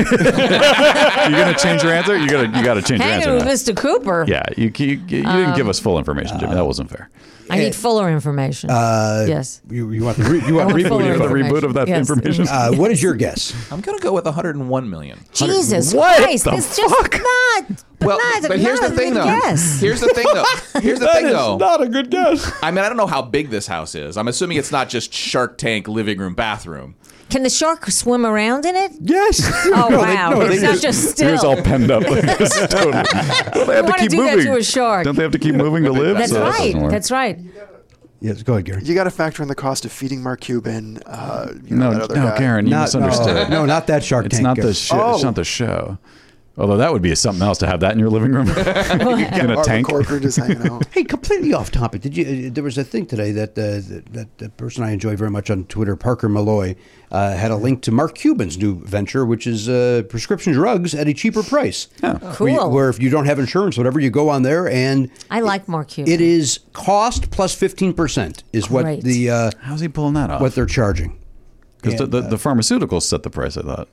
S2: You're going to change your answer. You got to you got to change your answer.
S9: hanging with
S2: now.
S9: Mr. Cooper.
S2: Yeah, you you, you didn't
S9: Um,
S2: give us full information, Jimmy. That wasn't fair.
S9: I need fuller information. yes.
S1: You, you want the re- you
S9: I
S1: want
S9: want
S1: reboot
S9: fuller
S1: of the-
S2: the re-
S9: information. Mm.
S2: reboot of that information.
S1: uh, What is your guess?
S6: I'm going to go with 101 million.
S9: Jesus
S2: What
S9: Christ.
S2: the
S9: It's just not. But,
S6: Well,
S9: not,
S6: but here's
S9: not
S6: the
S9: a
S6: thing
S9: good
S6: though.
S9: guess.
S6: Here's the thing though. Here's the thing though.
S11: a good guess.
S6: I mean, I don't know how big this house is. I'm assuming it's not just Shark Tank living room bathroom.
S9: Can the shark swim around in it?
S1: Yes.
S9: Oh,
S1: No, they-
S9: wow.
S1: no, they
S9: it's not just
S2: It
S9: still.
S2: was all penned up. Like this, totally. Well, they have to
S9: wanna
S2: keep
S9: do that
S2: moving.
S9: to a shark.
S2: Don't they have to keep moving to live?
S9: That's
S2: So that doesn't
S9: right.
S2: work.
S9: That's right.
S1: Yes. Go ahead, Gary.
S8: You got to factor in the cost of feeding Mark Cuban. Uh, you
S2: no,
S8: know, that
S2: no,
S8: other guy.
S2: Karen, you
S1: Not, no,
S2: misunderstood.
S1: Uh, no, not that Shark
S2: It's
S1: Tank. uh,
S2: not the
S1: Gary.
S2: show. It's not the show. Although that would be something else to have that in your living room in a
S8: Barbara
S2: tank.
S8: Corcoran just hanging out.
S1: Hey, completely off topic. Did you? Uh, there was a thing today that uh, that, that the person I enjoy very much on Twitter, Parker Malloy, uh, had a link to Mark Cuban's new venture, which is uh, prescription drugs at a cheaper price. Where, you-
S9: Cool.
S1: where if you don't have insurance, whatever, you go on there, and
S9: I like Mark Cuban.
S1: it is cost plus fifteen percent is what
S9: Great.
S1: the uh,
S2: How's he pulling that off?
S1: what they're charging.
S2: Because the, the, the pharmaceuticals set the price. I thought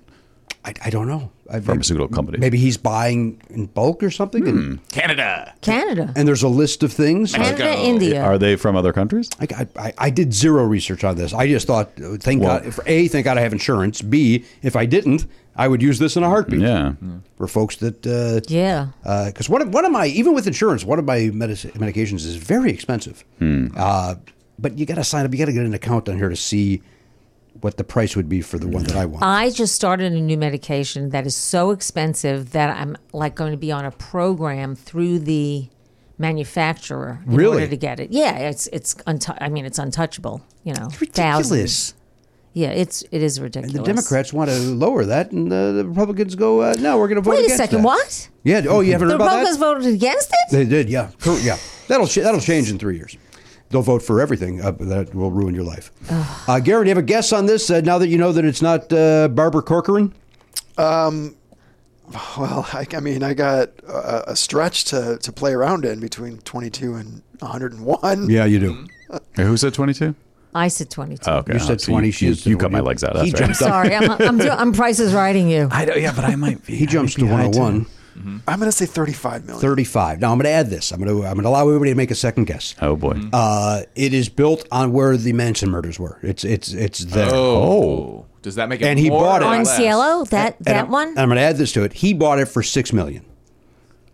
S1: I, I don't know. I,
S2: pharmaceutical companies.
S1: Maybe he's buying in bulk or something, and,
S6: Canada.
S9: Canada.
S1: and there's a list of things.
S9: Canada,
S6: go.
S9: India.
S2: Are they from other countries?
S1: I, I, I did zero research on this. I just thought, uh, thank
S2: Well-
S1: God, if, A, thank God I have insurance. B, if I didn't, I would use this in a heartbeat. Mm.
S2: Yeah.
S1: For folks that, uh,
S9: yeah.
S1: Because one, of, one of my, even with insurance, one of my medic- medications is very expensive.
S2: Hmm.
S1: Uh, but you got to sign up, you got to get an account on here to see what the price would be for the one that I want.
S9: I just started a new medication that is so expensive that I'm like going to be on a program through the manufacturer in
S1: Really?
S9: order to get it. Yeah, it's it's untou- I mean it's untouchable. You know, it's
S1: Ridiculous.
S9: Yeah, it's it is ridiculous.
S1: The Democrats want to lower that, and uh, the Republicans go, uh, no, we're going to vote
S9: Wait a
S1: against
S9: second,
S1: that.
S9: what?
S1: Yeah. Oh, you haven't
S9: The
S1: heard about that?
S9: Republicans voted against it.
S1: They did, yeah, Cor- yeah. That'll ch- that'll change in three years. They'll vote for everything uh, that will ruin your life. Uh, Gary, do you have a guess on this? Uh, now that you know that it's not uh, Barbara Corcoran,
S8: Well, I, I mean, I got a, a stretch to, to play around in between 22 and
S2: Mm-hmm.
S8: 101.
S1: Yeah, you do.
S2: Hey, who said 22?
S9: I said 22.
S2: Oh, okay.
S1: You said
S2: So
S1: 20.
S2: You,
S1: she
S2: you,
S1: said
S2: you cut my
S1: 21.
S2: legs out.
S1: He
S2: That's right.
S1: jumps up.
S9: Sorry, I'm, I'm, do- I'm price is writing you.
S2: I don't, yeah, but I might be.
S1: He jumps to 101,
S8: I'm going to say 35 million.
S1: 35. Now I'm going to add this. I'm going to I'm going to allow everybody to make a second guess.
S2: Oh, boy.
S1: Uh, it is built on where the Manson murders were. It's it's it's there.
S6: Oh. Does that make it
S1: And he
S6: more
S1: bought
S6: or
S1: it.
S9: on
S6: less?
S9: Cielo, that,
S1: And
S9: that
S1: I'm-
S9: one?
S1: and I'm going to add this to it. He bought it for six million.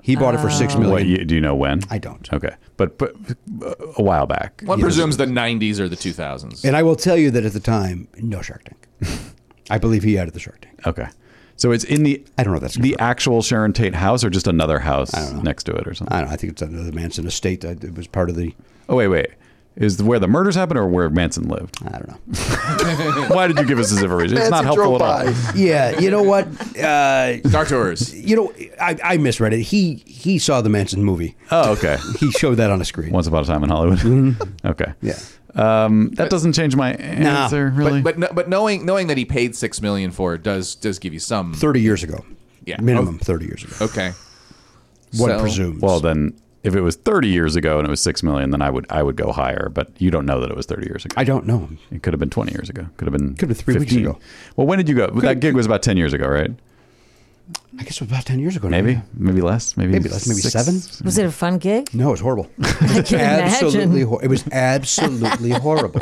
S1: He bought it for six
S9: Oh.
S1: million.
S2: What, you, do you know when?
S1: I don't.
S2: Okay. But, but uh, a while back.
S6: One presumes the 90s or the 2000s.
S1: And I will tell you that at the time, no Shark Tank. I believe he added the Shark Tank.
S2: Okay. So it's in the
S1: I don't know if that's
S2: the actual Sharon Tate house or just another house next to it or something.
S1: I don't know. I think it's another Manson estate. I- It was part of the.
S2: oh wait, wait. Is where the murders happened or where Manson lived?
S1: I don't know.
S2: Why did you give us this information? It's not
S8: Manson
S2: helpful
S8: drove
S2: at all.
S8: by.
S1: yeah, you know what? Uh,
S6: Dark Tours.
S1: you know, I, I misread it. He he saw the Manson movie.
S2: Oh, okay.
S1: He showed that on a screen.
S2: Once upon a time in Hollywood. okay.
S1: Yeah.
S2: Um, that doesn't change my answer really.
S6: But but, kn- but knowing knowing that he paid six million for it does does give you some.
S1: Thirty years ago.
S6: Yeah.
S1: Minimum thirty years ago.
S6: Okay.
S1: One
S6: So-
S1: presumes.
S2: well, then if it was 30 years ago and it was six million, then I would I would go higher. But you don't know that it was 30 years ago.
S1: I don't know.
S2: It could have been 20 years ago. Could have been
S1: Could have been three weeks
S2: 15.
S1: ago.
S2: Well, when did you go? that gig was about 10 years ago, right?
S1: I guess it was about ten years ago. now,
S2: Maybe,
S1: yeah.
S2: maybe less. Maybe
S1: Maybe less, maybe
S2: six.
S1: seven?
S9: Was it a fun gig?
S1: No, it was horrible.
S9: I can
S1: absolutely.
S9: imagine.
S1: Hor- it was absolutely horrible.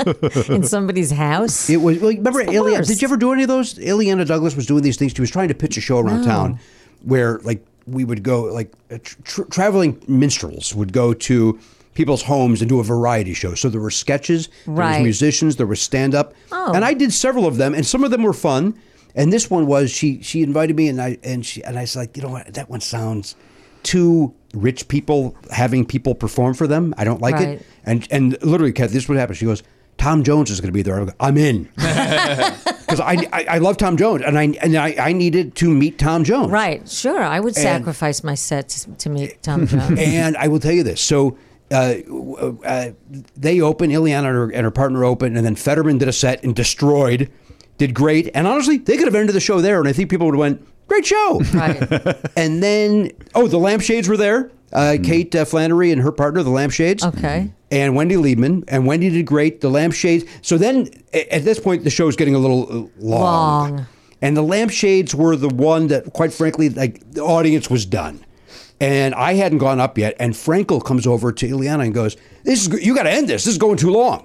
S9: In somebody's house?
S1: It was. Well, remember,
S9: It's the
S1: Ileana,
S9: worst.
S1: did you ever do any of those? Ileana Douglas was doing these things. She was trying to pitch a show around
S9: No.
S1: town where, like, we would go, like, uh, tr tr- traveling minstrels would go to people's homes and do a variety show. So there were sketches, there was
S9: Right.
S1: musicians, there was stand up,
S9: Oh.
S1: and I did several of them, and some of them were fun. And this one was she she invited me, and I and she and I was like, you know what, that one sounds too rich people having people perform for them. I don't like
S9: Right.
S1: it. And and literally, Kath, this would happen. She goes, Tom Jones is going to be there. I go, I'm in because I, I I love Tom Jones, and I and I, I needed to meet Tom Jones.
S9: Right, sure. I would sacrifice my set to, to meet Tom Jones.
S1: And I will tell you this. So. Uh, w- uh, they open Ileana and her, and her partner open, and then Fetterman did a set and destroyed, did great. And honestly, they could have ended the show there, and I think people would have went, "Great show!"
S9: right.
S1: and then, oh, the lampshades were there. Uh, Kate uh, Flannery and her partner, the lampshades.
S9: Mm-hmm. Okay.
S1: and Wendy Liebman, and Wendy did great. The lampshades. So then, a- at this point, the show's getting a little uh, long.
S9: Long.
S1: And the lampshades were the one that, quite frankly, like the audience was done. And I hadn't gone up yet. And Frankel comes over to Ileana and goes, "This is go- you got to end this. This is going too long."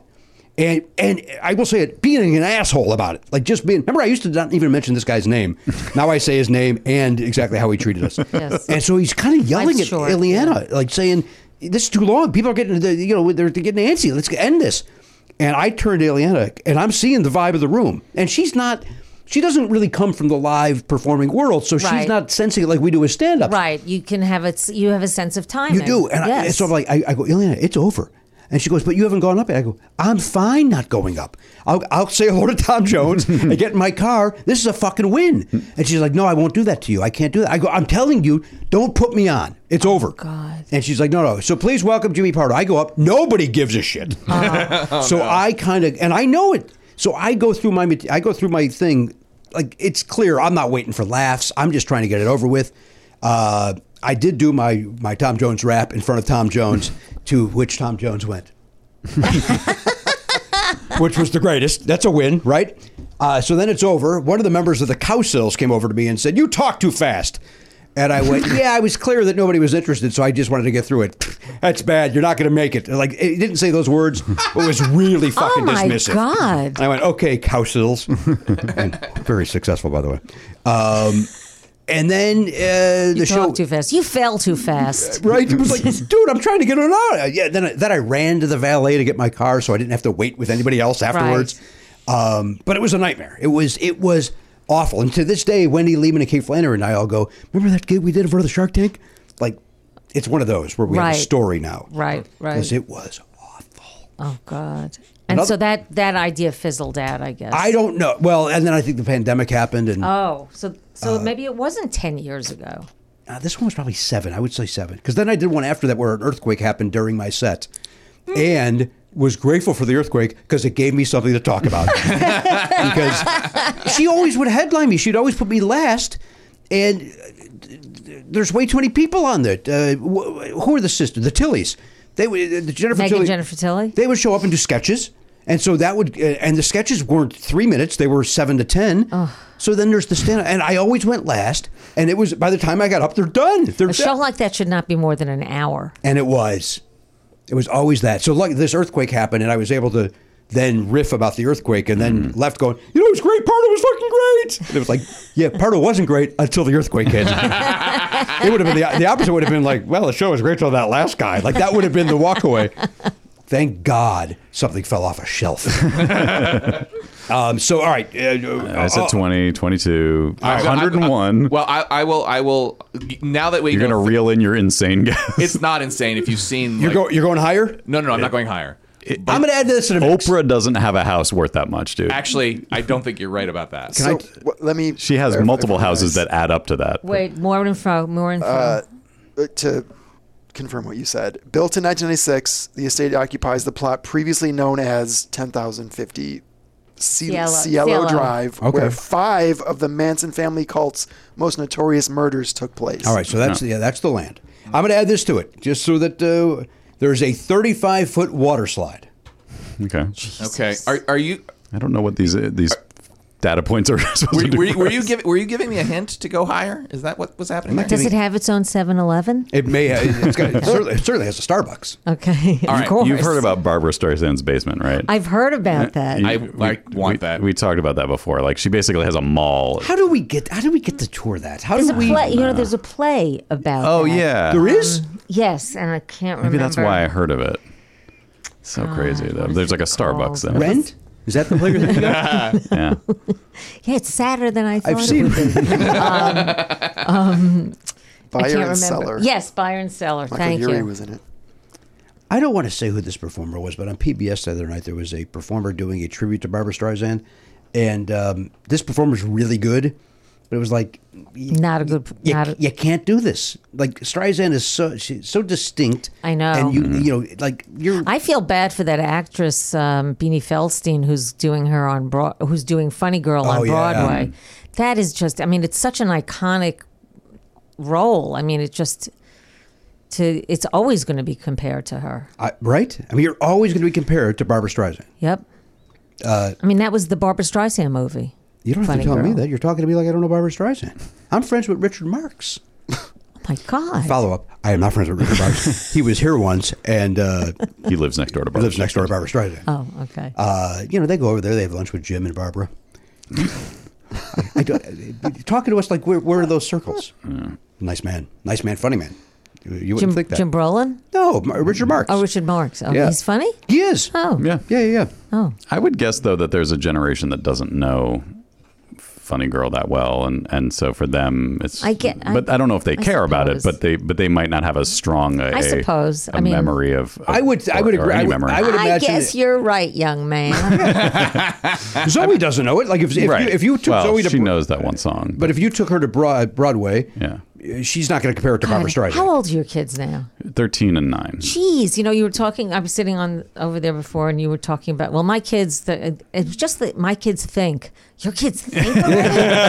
S1: And and I will say it, being an asshole about it, like just being. Remember, I used to not even mention this guy's name. now I say his name and exactly how he treated us.
S9: Yes.
S1: And so he's kind of yelling
S9: Life's
S1: at
S9: short,
S1: Ileana like saying this is too long. People are getting the, you know they're, they're getting antsy. Let's end this. And I turned to Ileana, and I'm seeing the vibe of the room, and she's not. She doesn't really come from the live performing world, so she's
S9: Right.
S1: not sensing it like we do with stand up.
S9: Right. You can have a, you have a sense of timing.
S1: You do, and, I, and
S9: yes.
S1: so I'm like, I, I go, Ileana, it's over. And she goes, but you haven't gone up. yet." I go, I'm fine not going up. I'll, I'll say hello to Tom Jones and get in my car. This is a fucking win. And she's like, no, I won't do that to you. I can't do that. I go, I'm telling you, don't put me on. It's over.
S9: Oh, God.
S1: And she's like, no, no. So please welcome Jimmy Pardo. I go up. Nobody gives a shit.
S9: Uh-huh.
S1: so I kind of, and I know it. So I go through my, mat- I go through my thing. Like it's clear, I'm not waiting for laughs. I'm just trying to get it over with. Uh, I did do my my Tom Jones rap in front of Tom Jones, to which Tom Jones went, which was the greatest. That's a win, right? Uh, so then it's over. One of the members of the Cowsills came over to me and said, "You talk too fast." And I went, yeah, I was clear that nobody was interested, so I just wanted to get through it. That's bad. You're not going to make it. Like, it didn't say those words, but it was really fucking
S9: Oh my
S1: dismissive.
S9: God.
S1: And I went, okay, Cowsills. and very successful, by the way. Um, and then uh, the
S9: you
S1: show Uh,
S9: talk too fast. You fell too fast.
S1: right? It was like, dude, I'm trying to get it out. Yeah. Then I, then I ran to the valet to get my car, so I didn't have to wait with anybody else afterwards. Um, but it was a nightmare. It was it was awful. And to this day, Wendy Lehman and Kate Flannery and I all go, remember that gig we did in front of the Shark Tank? Like, it's one of those where we have a
S9: Right.
S1: story now,
S9: Right, right.
S1: Because it was awful.
S9: Oh God! And
S1: Another-
S9: so that that idea fizzled out, I guess.
S1: I don't know. Well, and then I think the pandemic happened, and
S9: Oh, so so maybe it wasn't ten years ago.
S1: Uh, this one was probably seven. I would say seven. Because then I did one after that where an earthquake happened during my set. And was grateful for the earthquake because it gave me something to talk about. because she always would headline me. She'd always put me last. uh,
S5: and there's way too many people on that. Uh, wh- who are the sisters? The Tillys. They would uh, Jennifer
S9: Meg and
S5: Tilly.
S9: Jennifer Tilly?
S5: They would show up and do sketches, and so that would uh, and the sketches weren't three minutes; they were seven to ten. So then there's the stand, and I always went last. And it was by the time I got up, they're done. They're
S9: A show
S5: done.
S9: like that should not be more than an hour.
S5: and it was, it was always that. So like this earthquake happened, and I was able to then riff about the earthquake, and then left going, you know, it was great. Part of it was fucking great. And it was like, yeah, part of it wasn't great until the earthquake hit. it would have been the, the opposite would have been like, well, the show was great till that last guy. Like that would have been the walkaway. Thank God something fell off a shelf. um, so all right, uh,
S2: I said 20, 22,
S6: I- I-
S2: 101.
S6: I- Oh. well, I, I will. I will. Now that we
S2: You're
S6: go-
S2: going to reel in your insane guess.
S6: It's not insane if you've seen.
S5: you're
S6: like-
S5: go, you're going Oh. higher.
S6: No, no, no. I'm not going higher.
S5: I'm going to add this to the mix.
S2: Oprah doesn't have a house worth that much, dude.
S6: Actually, I don't think you're right about that.
S8: So Oh, what- let me.
S2: she has
S8: clarify
S2: multiple
S8: for you
S2: houses
S8: guys.
S2: that add up to that.
S9: Wait, more info, more info.
S8: Uh, to confirm what you said, built in 1996, the estate occupies the plot previously known as 10,050 C-
S9: Cielo-
S8: Cielo,
S9: Cielo.
S8: Drive,
S5: Okay.
S8: where five of the Manson family cult's most notorious murders took place.
S5: All right, so that's yeah, that's the land. I'm going to add this to it, just so that uh, there's a 35 foot water slide.
S2: Okay.
S6: Okay. Are are you?
S2: I don't know what these uh, these data points are supposed
S6: Were,
S2: to do.
S6: were, you-
S2: for
S6: were you
S2: us.
S6: giving were you giving me a hint to go higher? Is that what was happening? there?
S9: Does it have its own 7-Eleven?
S5: It may uh, it's got, it, certainly, it certainly has a Starbucks.
S9: Okay,
S6: All
S9: of
S6: right,
S9: course.
S2: You've heard about Barbara Streisand's basement, right?
S9: I've heard about that.
S6: I-
S2: We-
S6: I want
S2: we-
S6: that.
S2: We talked about that before. Like she basically has a mall.
S5: How do we get? How do we get to tour that? How
S9: There's
S5: do
S9: a
S5: we?
S9: play. You know, there's a play about.
S2: Oh
S9: that.
S2: yeah.
S5: There is.
S9: Yes, and I can't
S2: Maybe
S9: remember.
S2: that's why I heard of it. So crazy though.
S9: what is
S2: There's
S9: it
S2: like a Starbucks in it.
S5: Rent is that the play? you're thinking of?
S2: Yeah.
S9: Yeah, it's sadder than I thought.
S5: I've
S9: it
S5: seen.
S9: would be. I
S8: Buyer
S9: can't
S8: and
S9: remember.
S8: seller.
S9: Yes, Byron Seller.
S8: Michael
S9: Thank
S8: Urie
S9: you.
S8: was in it.
S5: I don't want to say who this performer was, but on PBS the other night there was a performer doing a tribute to Barbara Streisand, and um, this performer's really good, but it was like
S9: not a good.
S5: you,
S9: not a,
S5: you can't do this. Like Streisand is so she's so distinct.
S9: I know.
S5: And you you know like you're
S9: I feel bad for that actress um, Beanie Feldstein, who's doing her on Broad, who's doing Funny Girl
S5: Oh,
S9: on
S5: yeah.
S9: Broadway. That is just. I mean, it's such an iconic role. I mean, it just. To it's always going to be compared to her.
S5: I, right. I mean you're always going to be compared to Barbara Streisand.
S9: Yep.
S5: Uh,
S9: I mean, that was the Barbara Streisand movie.
S5: You don't have
S9: Funny
S5: to tell me
S9: girl.
S5: that. You're talking to me like I don't know Barbara Streisand. I'm friends with Richard Marx.
S9: Oh my God.
S5: Follow up. I am not friends with Richard Marx. he was here once and uh,
S2: He lives next door to Barbara.
S5: lives next door to Barbara Streisand.
S9: oh, okay.
S5: Uh, you know, they go over there. They have lunch with Jim and Barbara. I, I don't, talking to us like we're, we're in those circles.
S2: Hmm.
S5: Nice man. Nice man. Funny man. You- You wouldn't
S9: Jim,
S5: think that.
S9: Jim Brolin.
S5: no, Mar- Richard Marx.
S9: Oh, Richard Marx. Oh,
S5: Yeah.
S9: he's funny.
S5: He is.
S9: Oh,
S2: Yeah.
S5: Yeah, yeah, yeah.
S9: Oh,
S2: I would guess though that there's a generation that doesn't know Funny Girl that well, and and so for them it's.
S9: I get- I-
S2: but I, don't know if they
S9: I
S2: care about it,
S9: suppose.
S2: but they but they might not have as strong a,
S9: I suppose.
S2: a
S9: I mean-
S2: memory of, of-
S5: I would- I
S2: or-
S5: would
S2: or
S5: agree.
S2: any
S5: I would-
S2: memory.
S5: I would-
S9: I
S5: imagine
S9: guess
S5: it-
S9: you're right, young man. Uh,
S5: Zoe doesn't know it. Like if, if,
S2: right.
S5: you, if you took
S2: well,
S5: Zoe to
S2: she
S5: Bro-
S2: knows that one song,
S5: but if you took her to Broad, Broadway,
S2: Yeah.
S5: she's not going to compare it to Barbara Streisand.
S9: How old are your kids now?
S2: thirteen and nine.
S9: Jeez, you know, you were talking. I was sitting on over there before, and you were talking about. Well, my kids. The, it was just that my kids think. Your kids think. Already?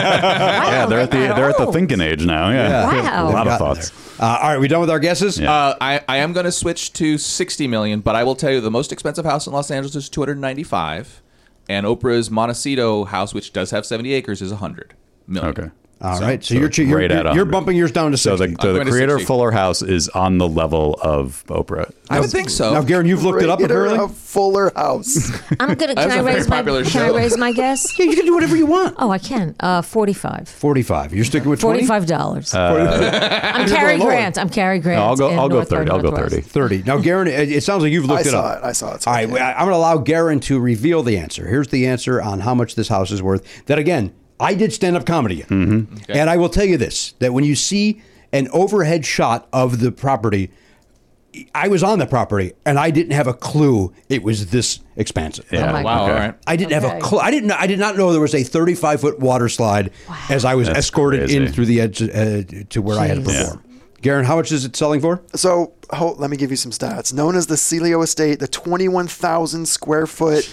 S2: yeah, they're at the they're at the thinking age now. Yeah,
S9: Wow.
S2: a lot of
S5: Gotten
S2: thoughts.
S5: there. Uh, all right, we done with our guesses?
S6: Uh, I, I am going to switch to 60 million, but I will tell you the most expensive house in Los Angeles is 295, and Oprah's Montecito house, which does have 70 acres, is 100 million.
S2: Okay.
S5: All right, so, you're, you're,
S2: right at
S5: you're, you're
S2: 100.
S5: bumping yours down to
S2: So
S5: 60.
S2: the, so the
S6: going to
S2: creator of
S6: 60.
S2: Fuller House is on the level of Oprah.
S6: I would think so.
S5: now, Garen, you've looked it up
S8: Creator
S5: apparently?
S8: of Fuller House.
S9: I'm gonna. Can
S6: That's
S9: I
S6: a very
S9: raise my?
S6: popular
S9: Can
S6: show.
S9: I raise my guess?
S5: Yeah, you can do whatever you want.
S9: Oh, I can. Uh, forty-five.
S5: 45. You're sticking with 20?
S9: Forty-five dollars.
S2: Uh,
S9: I'm
S5: You're
S9: Cary
S5: going lower.
S9: Grant. I'm Cary Grant.
S2: I'll go.
S9: in
S2: I'll go
S9: North by
S2: thirty. I'll go
S9: Northwest.
S2: thirty.
S5: 30. Now, Garen, it, it sounds like you've
S8: I
S5: looked it
S8: saw
S5: up.
S8: it. I saw it.
S5: All right, well, I- I'm going to allow Garen to reveal the answer. Here's the answer on how much this house is worth. That, again, I did stand up comedy.
S8: Mm-hmm.
S5: And I will tell you this that when you see an overhead shot of the property, I was on the property and I didn't have a clue it was this expansive.
S9: Oh my
S6: Wow,
S9: God.
S6: all right.
S5: I didn't have a
S9: Okay.
S5: clue. I didn't. I did not know there was a 35 foot water slide as I was
S2: That's
S5: escorted in
S2: crazy.
S5: through the edge uh, to where I had to
S9: Jeez. Yeah.
S5: perform. Garen, how much is it selling for?
S8: So ho- let me give you some stats. Known as the Celio Estate, the 21,000 square foot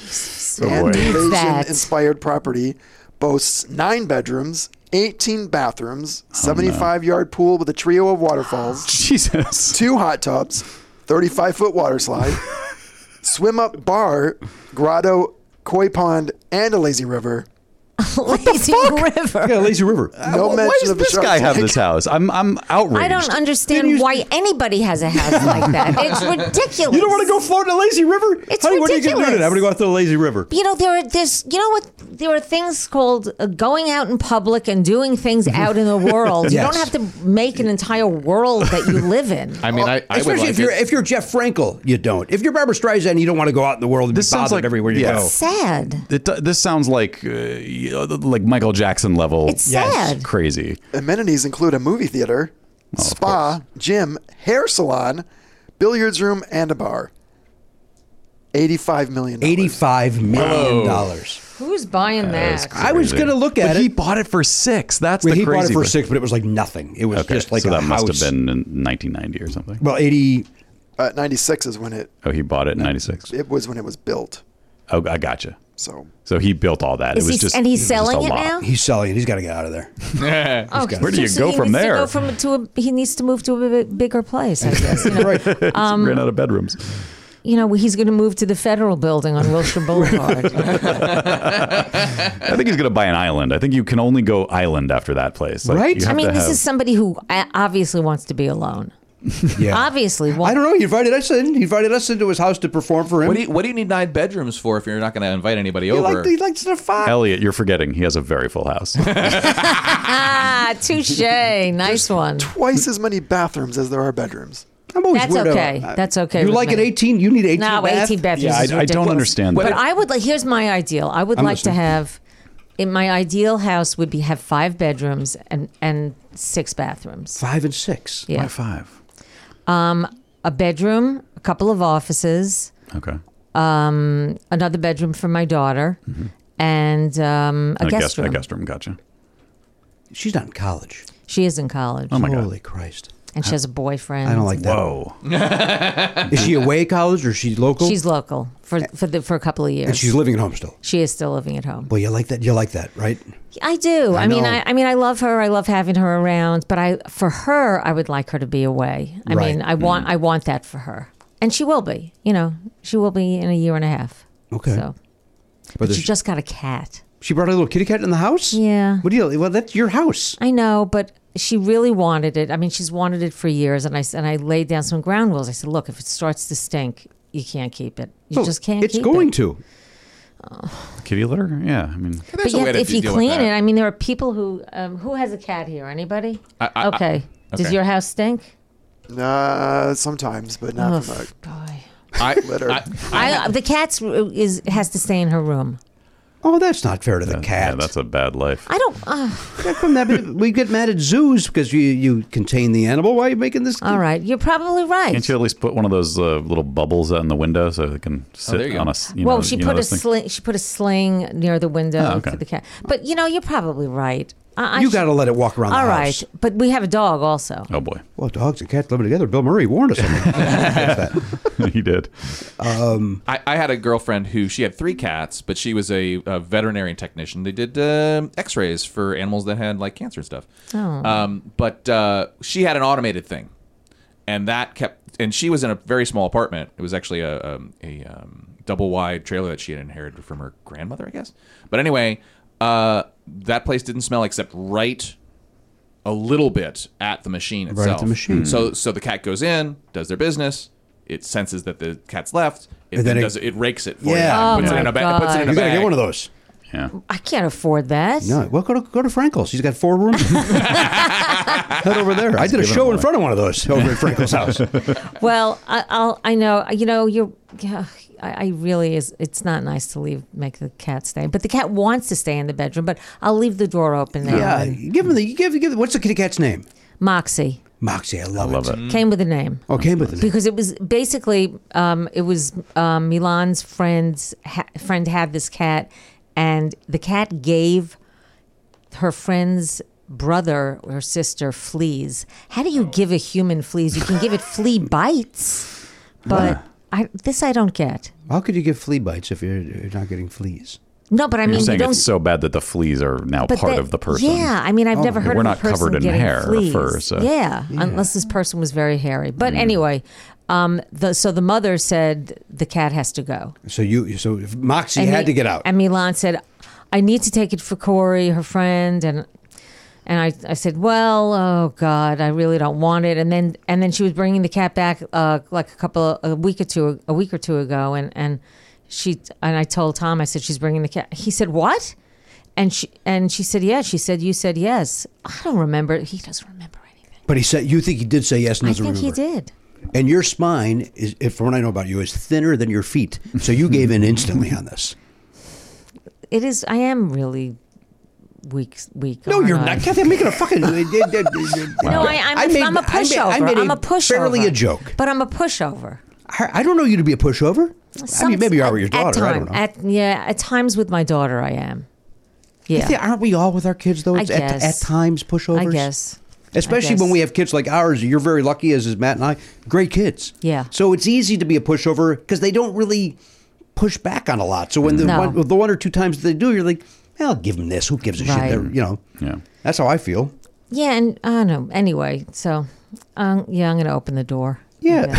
S2: boy.
S8: and
S9: Needs that.
S8: invasion inspired property boasts nine bedrooms, 18 bathrooms,
S5: Oh,
S8: 75 yard pool with a trio of waterfalls,
S2: Jesus.
S8: two hot tubs, 35 foot water slide, swim up bar, grotto, koi pond, and a lazy river.
S9: Lazy River.
S5: Yeah, Lazy River.
S8: No mention
S2: Why does
S8: of the
S2: this
S8: shark
S2: guy have
S8: tank.
S2: this house? I'm I'm outraged.
S9: I don't understand why anybody has a house like that. It's ridiculous.
S5: You don't want to go float in the lazy river?
S9: It's
S5: Honey, what are you gonna do today? I'm going to go out to the lazy river.
S9: You know there are this. You know what? There are things called uh, going out in public and doing things
S2: Mm-hmm.
S9: out in the world. You
S5: Yes.
S9: don't have to make an entire world that you live in.
S1: I mean, I, I would
S5: Especially
S1: like
S5: if you're
S1: it.
S5: if you're Jeff Frankel, you don't. If you're Barbara Streisand, you don't want to go out in the world and
S2: This
S5: be
S2: sounds
S5: bothered
S2: like-
S5: everywhere you
S2: yeah.
S5: go.
S9: Sad.
S2: It, do- this sounds like uh, you know, like Michael Jackson level.
S9: It's Yes. sad.
S2: Crazy.
S8: Amenities include a movie theater,
S1: Oh,
S8: spa, gym, hair salon, billiards room, and a bar. $85 million.
S5: Eighty-five million dollars.
S9: Who's
S2: Uh,
S9: buying that?
S5: I was
S2: Crazy.
S5: going to look
S2: But
S5: at
S2: He
S5: it.
S2: bought it for six. That's
S5: Well,
S2: the
S5: he
S2: crazy.
S5: bought it for
S2: part.
S5: six, but it was like nothing. It was
S2: Okay,
S5: just like
S2: so
S5: a
S2: that must
S5: house.
S2: have been in 1990 or something.
S5: well eighty.
S8: Uh, 96 is when it,
S2: Oh, he bought it in '96.
S8: it was when it was built.
S2: Oh, I gotcha.
S8: So
S2: So he built all that.
S9: Is
S2: it was
S9: he-
S2: just
S9: and he's
S2: it was
S9: selling
S2: just a
S9: it
S2: lot.
S9: now?
S5: He's selling it. He's got to get out of there.
S9: Oh,
S2: Where do you
S9: so
S2: go
S9: he
S2: from
S9: needs to
S2: there?
S9: go from to a, he needs to move to a bi- bigger place, I guess. You know,
S5: right.
S9: Um,
S2: ran out of bedrooms.
S9: you know he's going to move to the federal building on Wilshire Boulevard.
S2: I think he's going to buy an island. I think you can only go island after that place. Like,
S5: Right?
S2: you
S9: I
S2: have
S9: mean,
S2: to
S9: this
S2: have-
S9: is somebody who a- obviously wants to be alone.
S5: Yeah.
S9: Obviously,
S5: I don't know. He invited us in. He invited us into his house to perform for him.
S6: What do you What do you need nine bedrooms for if you're not going to invite anybody
S5: he,
S6: over?
S5: liked, he likes the five.
S2: Elliot, you're forgetting he has a very full house.
S9: Ah, touche. Nice one.
S8: twice as many bathrooms as there are bedrooms.
S5: I'm always
S9: That's
S5: weird about-
S9: okay.
S5: I-
S9: That's okay
S5: You
S9: with
S5: like an
S9: me.
S5: 18? You need 18
S9: No,
S5: bath?
S9: 18 bathrooms.
S2: yeah, I,
S9: is
S2: I don't
S9: ridiculous.
S2: understand
S9: But
S2: that.
S9: I would like. Here's my ideal. I would like
S5: listening.
S9: to have. In my ideal house would be have five bedrooms and and six bathrooms.
S5: Five and six.
S9: Yeah,
S2: Why five?
S9: a bedroom, a couple of offices,
S2: Okay.
S9: another bedroom for my daughter,
S2: Mm-hmm.
S9: and um, a,
S2: And
S9: guest room.
S2: A guest room. Gotcha.
S5: She's not in college.
S9: She is in college,
S2: Oh my god.
S5: Holy Christ.
S9: and she has a boyfriend.
S5: I don't like that.
S2: Whoa.
S5: Is she away at college or is she local?
S9: She's local for for the for a couple of years.
S5: and she's living at home still.
S9: she is still living at home.
S5: Well, you like that. You like that, right?
S9: I do. I, mean,
S5: know.
S9: I, I mean, I love her. I love having her around. But I, for her, I would like her to be away. I
S5: Right.
S9: mean, I
S6: Mm.
S9: want, I want that for her, and she will be. You know, she will be in a year and a half.
S5: Okay.
S9: So,
S5: But
S9: but
S5: there's-
S9: she just got a cat.
S5: she brought a little kitty cat in the house.
S9: Yeah.
S5: What do you? Well, that's your house.
S9: I know, but she really wanted it. I mean, she's wanted it for years, and I s- and I laid down some ground rules. I said, look, if it starts to stink, you can't keep it. You
S6: Oh,
S5: Well,
S9: just can't.
S5: It's
S9: keep
S5: going
S9: it.
S5: to.
S2: Kitty litter? Yeah. I mean,
S6: There's
S9: but
S6: a way
S9: yet,
S6: to
S9: if you
S6: deal with
S9: clean
S6: that.
S9: it, I mean, there are people who um, who has a cat here. Anybody?
S6: I- I-
S9: okay. Does
S6: okay.
S9: your house stink?
S8: Uh, sometimes, but not
S9: Oh,
S8: from the
S9: boy.
S6: I,
S8: litter.
S6: I-
S9: I, the cat's r- is has to stay in her room.
S5: Oh, that's not fair to the cat.
S2: yeah, that's a bad life.
S9: I don't. Uh,
S5: How come that we get mad at zoos because you you contain the animal. Why are you making this?
S9: all right, you're probably right.
S2: Can't you at least put one of those uh, little bubbles out in the window so they can sit
S6: Oh, there you go.
S2: on a? s- You
S9: well,
S2: know,
S9: she
S2: you know
S9: put a
S2: those things?
S9: sling. She put a sling near the window
S2: Oh, okay.
S9: for the cat. But you know, you're probably right. I, I
S5: You
S9: should-
S5: got to let it walk around.
S9: All
S5: the
S9: right,
S5: House.
S9: but we have a dog also.
S2: Oh boy,
S5: Well, dogs and cats living together. Bill Murray warned us. on that.
S2: he did.
S6: I, I had a girlfriend who she had three cats, but she was a, a veterinarian technician. They did um X-rays for animals that had like cancer and stuff. Um, but uh, she had an automated thing, and that kept. And she was in a very small apartment. It was actually a um, a um, double wide trailer that she had inherited from her grandmother, I guess. But anyway, uh, that place didn't smell except right a little bit at the machine itself.
S5: the machine.
S6: So so the cat goes in, does their business. It senses that the cat's left. It
S5: And then
S6: then
S5: it-
S6: does it, it rakes it for
S5: Yeah.
S6: you.
S5: Oh
S6: puts it
S9: my
S6: in a bag. Puts it in a
S5: You got to
S6: bag.
S5: get one of those.
S2: Yeah.
S9: I can't afford that.
S5: No, well, go to go to Frankel's. He's got four rooms. Head over there. I did a show in front of one of those over at Frankel's house.
S9: Well, I, I'll. I know. You know. You're. Yeah, I, I really is. It's not nice to leave. Make the cat stay. But the cat wants to stay in the bedroom. But I'll leave the door open now.
S5: Yeah,
S9: and-
S5: give him the you give give. What's the kitty cat's name?
S9: Moxie
S5: Moxie. I love,
S2: Love it.
S9: came with a name.
S5: Okay, but the,
S9: because it was basically um, it was um, Milan's friend's ha- friend had this cat, and the cat gave her friend's brother or sister fleas. How do you give a human fleas? You can give it flea bites, but I, this I don't get.
S5: how could you give flea bites if you're, you're not getting fleas?
S9: No, but I
S2: You're
S9: mean, you
S2: saying
S9: don't.
S2: it's so bad that the fleas are now
S9: but
S2: part
S9: that-
S2: of the person.
S9: Yeah, I mean, I've never heard
S2: We're
S9: of a
S2: not
S9: person
S2: covered in
S9: getting
S2: hair uh, or
S9: fleas.
S2: fur, so-
S9: Yeah, unless this person was very hairy. But
S2: Hmm.
S9: anyway, um, the, so the mother said the cat has to go.
S1: So you, so if Moxie had
S9: Mi-
S1: to get out.
S9: And Milan said, "I need to take it for Corey, her friend." And and I, I said, "Well, oh God, I really don't want it." And then and then she was bringing the cat back uh, like a couple a week or two a week or two ago, and and she and I told Tom, I said, "She's bringing the cat." He said, "What?" And she and she said, "Yeah." She said, "You said yes." I don't remember. He doesn't remember anything.
S1: But he said, you think he did say yes and
S9: I
S1: doesn't
S9: think he
S1: remember.
S9: did.
S1: And your spine is, if from what I know about you, is thinner than your feet. So you gave in instantly on this.
S9: It is. I am really weak. Weak.
S1: No,
S9: aren't
S1: you're
S9: I?
S1: not. Kathy, I'm making a fucking. uh, no, uh,
S9: No, I, I'm, a am a pushover.
S1: I
S9: I
S1: made
S9: am a pushover.
S1: Barely a joke.
S9: But I'm a pushover.
S1: I I don't know you to be a pushover. I mean,
S9: Some-
S1: maybe you are with your
S9: at-
S1: daughter.
S9: At
S1: I
S9: time,
S1: don't know.
S9: At, yeah, at times with my daughter, I am.
S1: I think-
S9: Yeah,
S1: aren't we all with our kids though?
S9: I
S1: It's at,
S9: guess.
S1: at times pushovers.
S9: I guess.
S1: Especially when
S9: guess.
S1: we have kids like ours, you're very lucky, as is Matt and I. Great kids.
S9: Yeah.
S1: So it's easy to be a pushover because they don't really push back on a lot. So when the,
S9: No.
S1: one, the one or two times they do, you're like, I'll give them this. Who gives a
S9: Right.
S1: shit? They're, you know.
S2: Yeah.
S1: That's how I feel.
S9: Yeah, and I don't know. Anyway, so um, yeah, I'm going to open the door.
S1: Yeah.
S9: Yeah.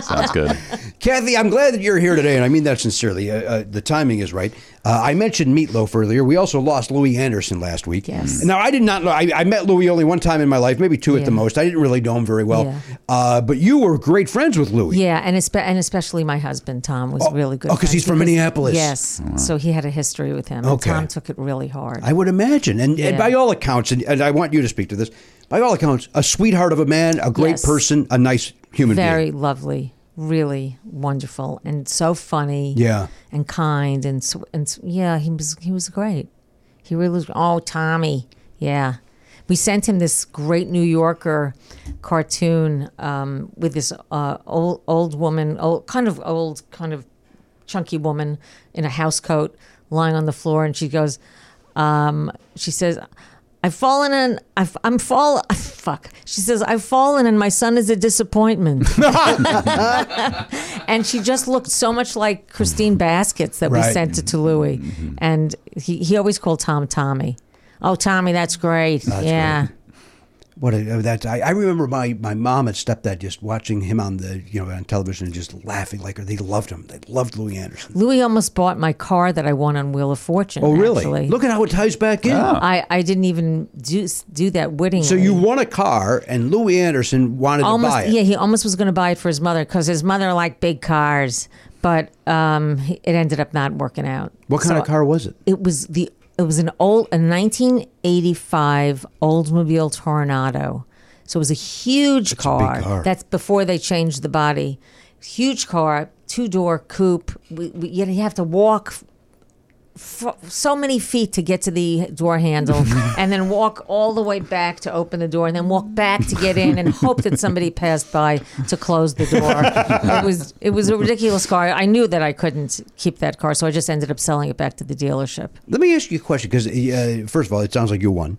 S2: Sounds good.
S1: Kathy, I'm glad that you're here today, and I mean that sincerely. Uh, uh, the timing is right. Uh, I mentioned Meatloaf earlier. We also lost Louis Anderson last week. Mm.
S9: Yes.
S1: Now, I did not know. I, I met Louis only one time in my life, maybe two at the
S9: Yeah.
S1: most. I didn't really know him very well.
S9: Yeah.
S1: Uh, but you were great friends with Louis.
S9: Yeah, and, espe- and especially my husband Tom was really good.
S1: oh, 'cause he's
S9: friends
S1: from Minneapolis. Oh,
S9: Yes, so he had a history with him.
S1: Okay.
S9: And Tom took it really hard.
S1: I would imagine. And, and
S9: Yeah.
S1: by all accounts, and, and I want you to speak to this, by all accounts, a sweetheart of a man, a great
S9: Yes.
S1: person, a nice human
S9: Very
S1: being.
S9: lovely, really wonderful, and so funny.
S1: Yeah.
S9: and kind and sw- and s- yeah, he was he was great. He really was. Oh, Tommy, yeah. We sent him this great New Yorker cartoon um, with this uh, old old woman, old kind of old, kind of chunky woman in a house coat lying on the floor, and she goes, um, she says. I've fallen in. I've, I'm fall. Fuck. She says I've fallen, and my son is a disappointment and she just looked so much like Christine Baskets that
S1: Mm-hmm. Right. Mm-hmm.
S9: we sent it to Louis, and he, he always called Tom Tommy. Oh, Tommy, that's great. yeah,
S1: What a, that I, I remember my, my mom and stepdad just watching him on the you know on television and just laughing like they loved him. They loved Louis Anderson.
S9: Louis almost bought my car that I won on Wheel of Fortune.
S1: Oh, really?
S9: actually.
S1: Look at how it ties back in.
S9: I, I didn't even do do that wittingly.
S1: So you won a car, and Louis Anderson wanted
S9: almost e-
S1: to buy it.
S9: yeah he almost was going to buy it for his mother because his mother liked big cars, but um he- it ended up not working out.
S1: What kind
S9: So
S1: of car was it?
S9: It was the it was an old a 1985 Oldsmobile Tornado. So it was a huge car.
S1: car.
S9: That's before they changed the body. Huge car, two door coupe. We, we, you have to walk f- so many feet to get to the door handle and then walk all the way back to open the door and then walk back to get in and hope that somebody passed by to close the door. it was it was a ridiculous car. I knew that I couldn't keep that car, so I just ended up selling it back to the dealership.
S1: Let me ask you a question because, uh, first of all, it sounds like you won.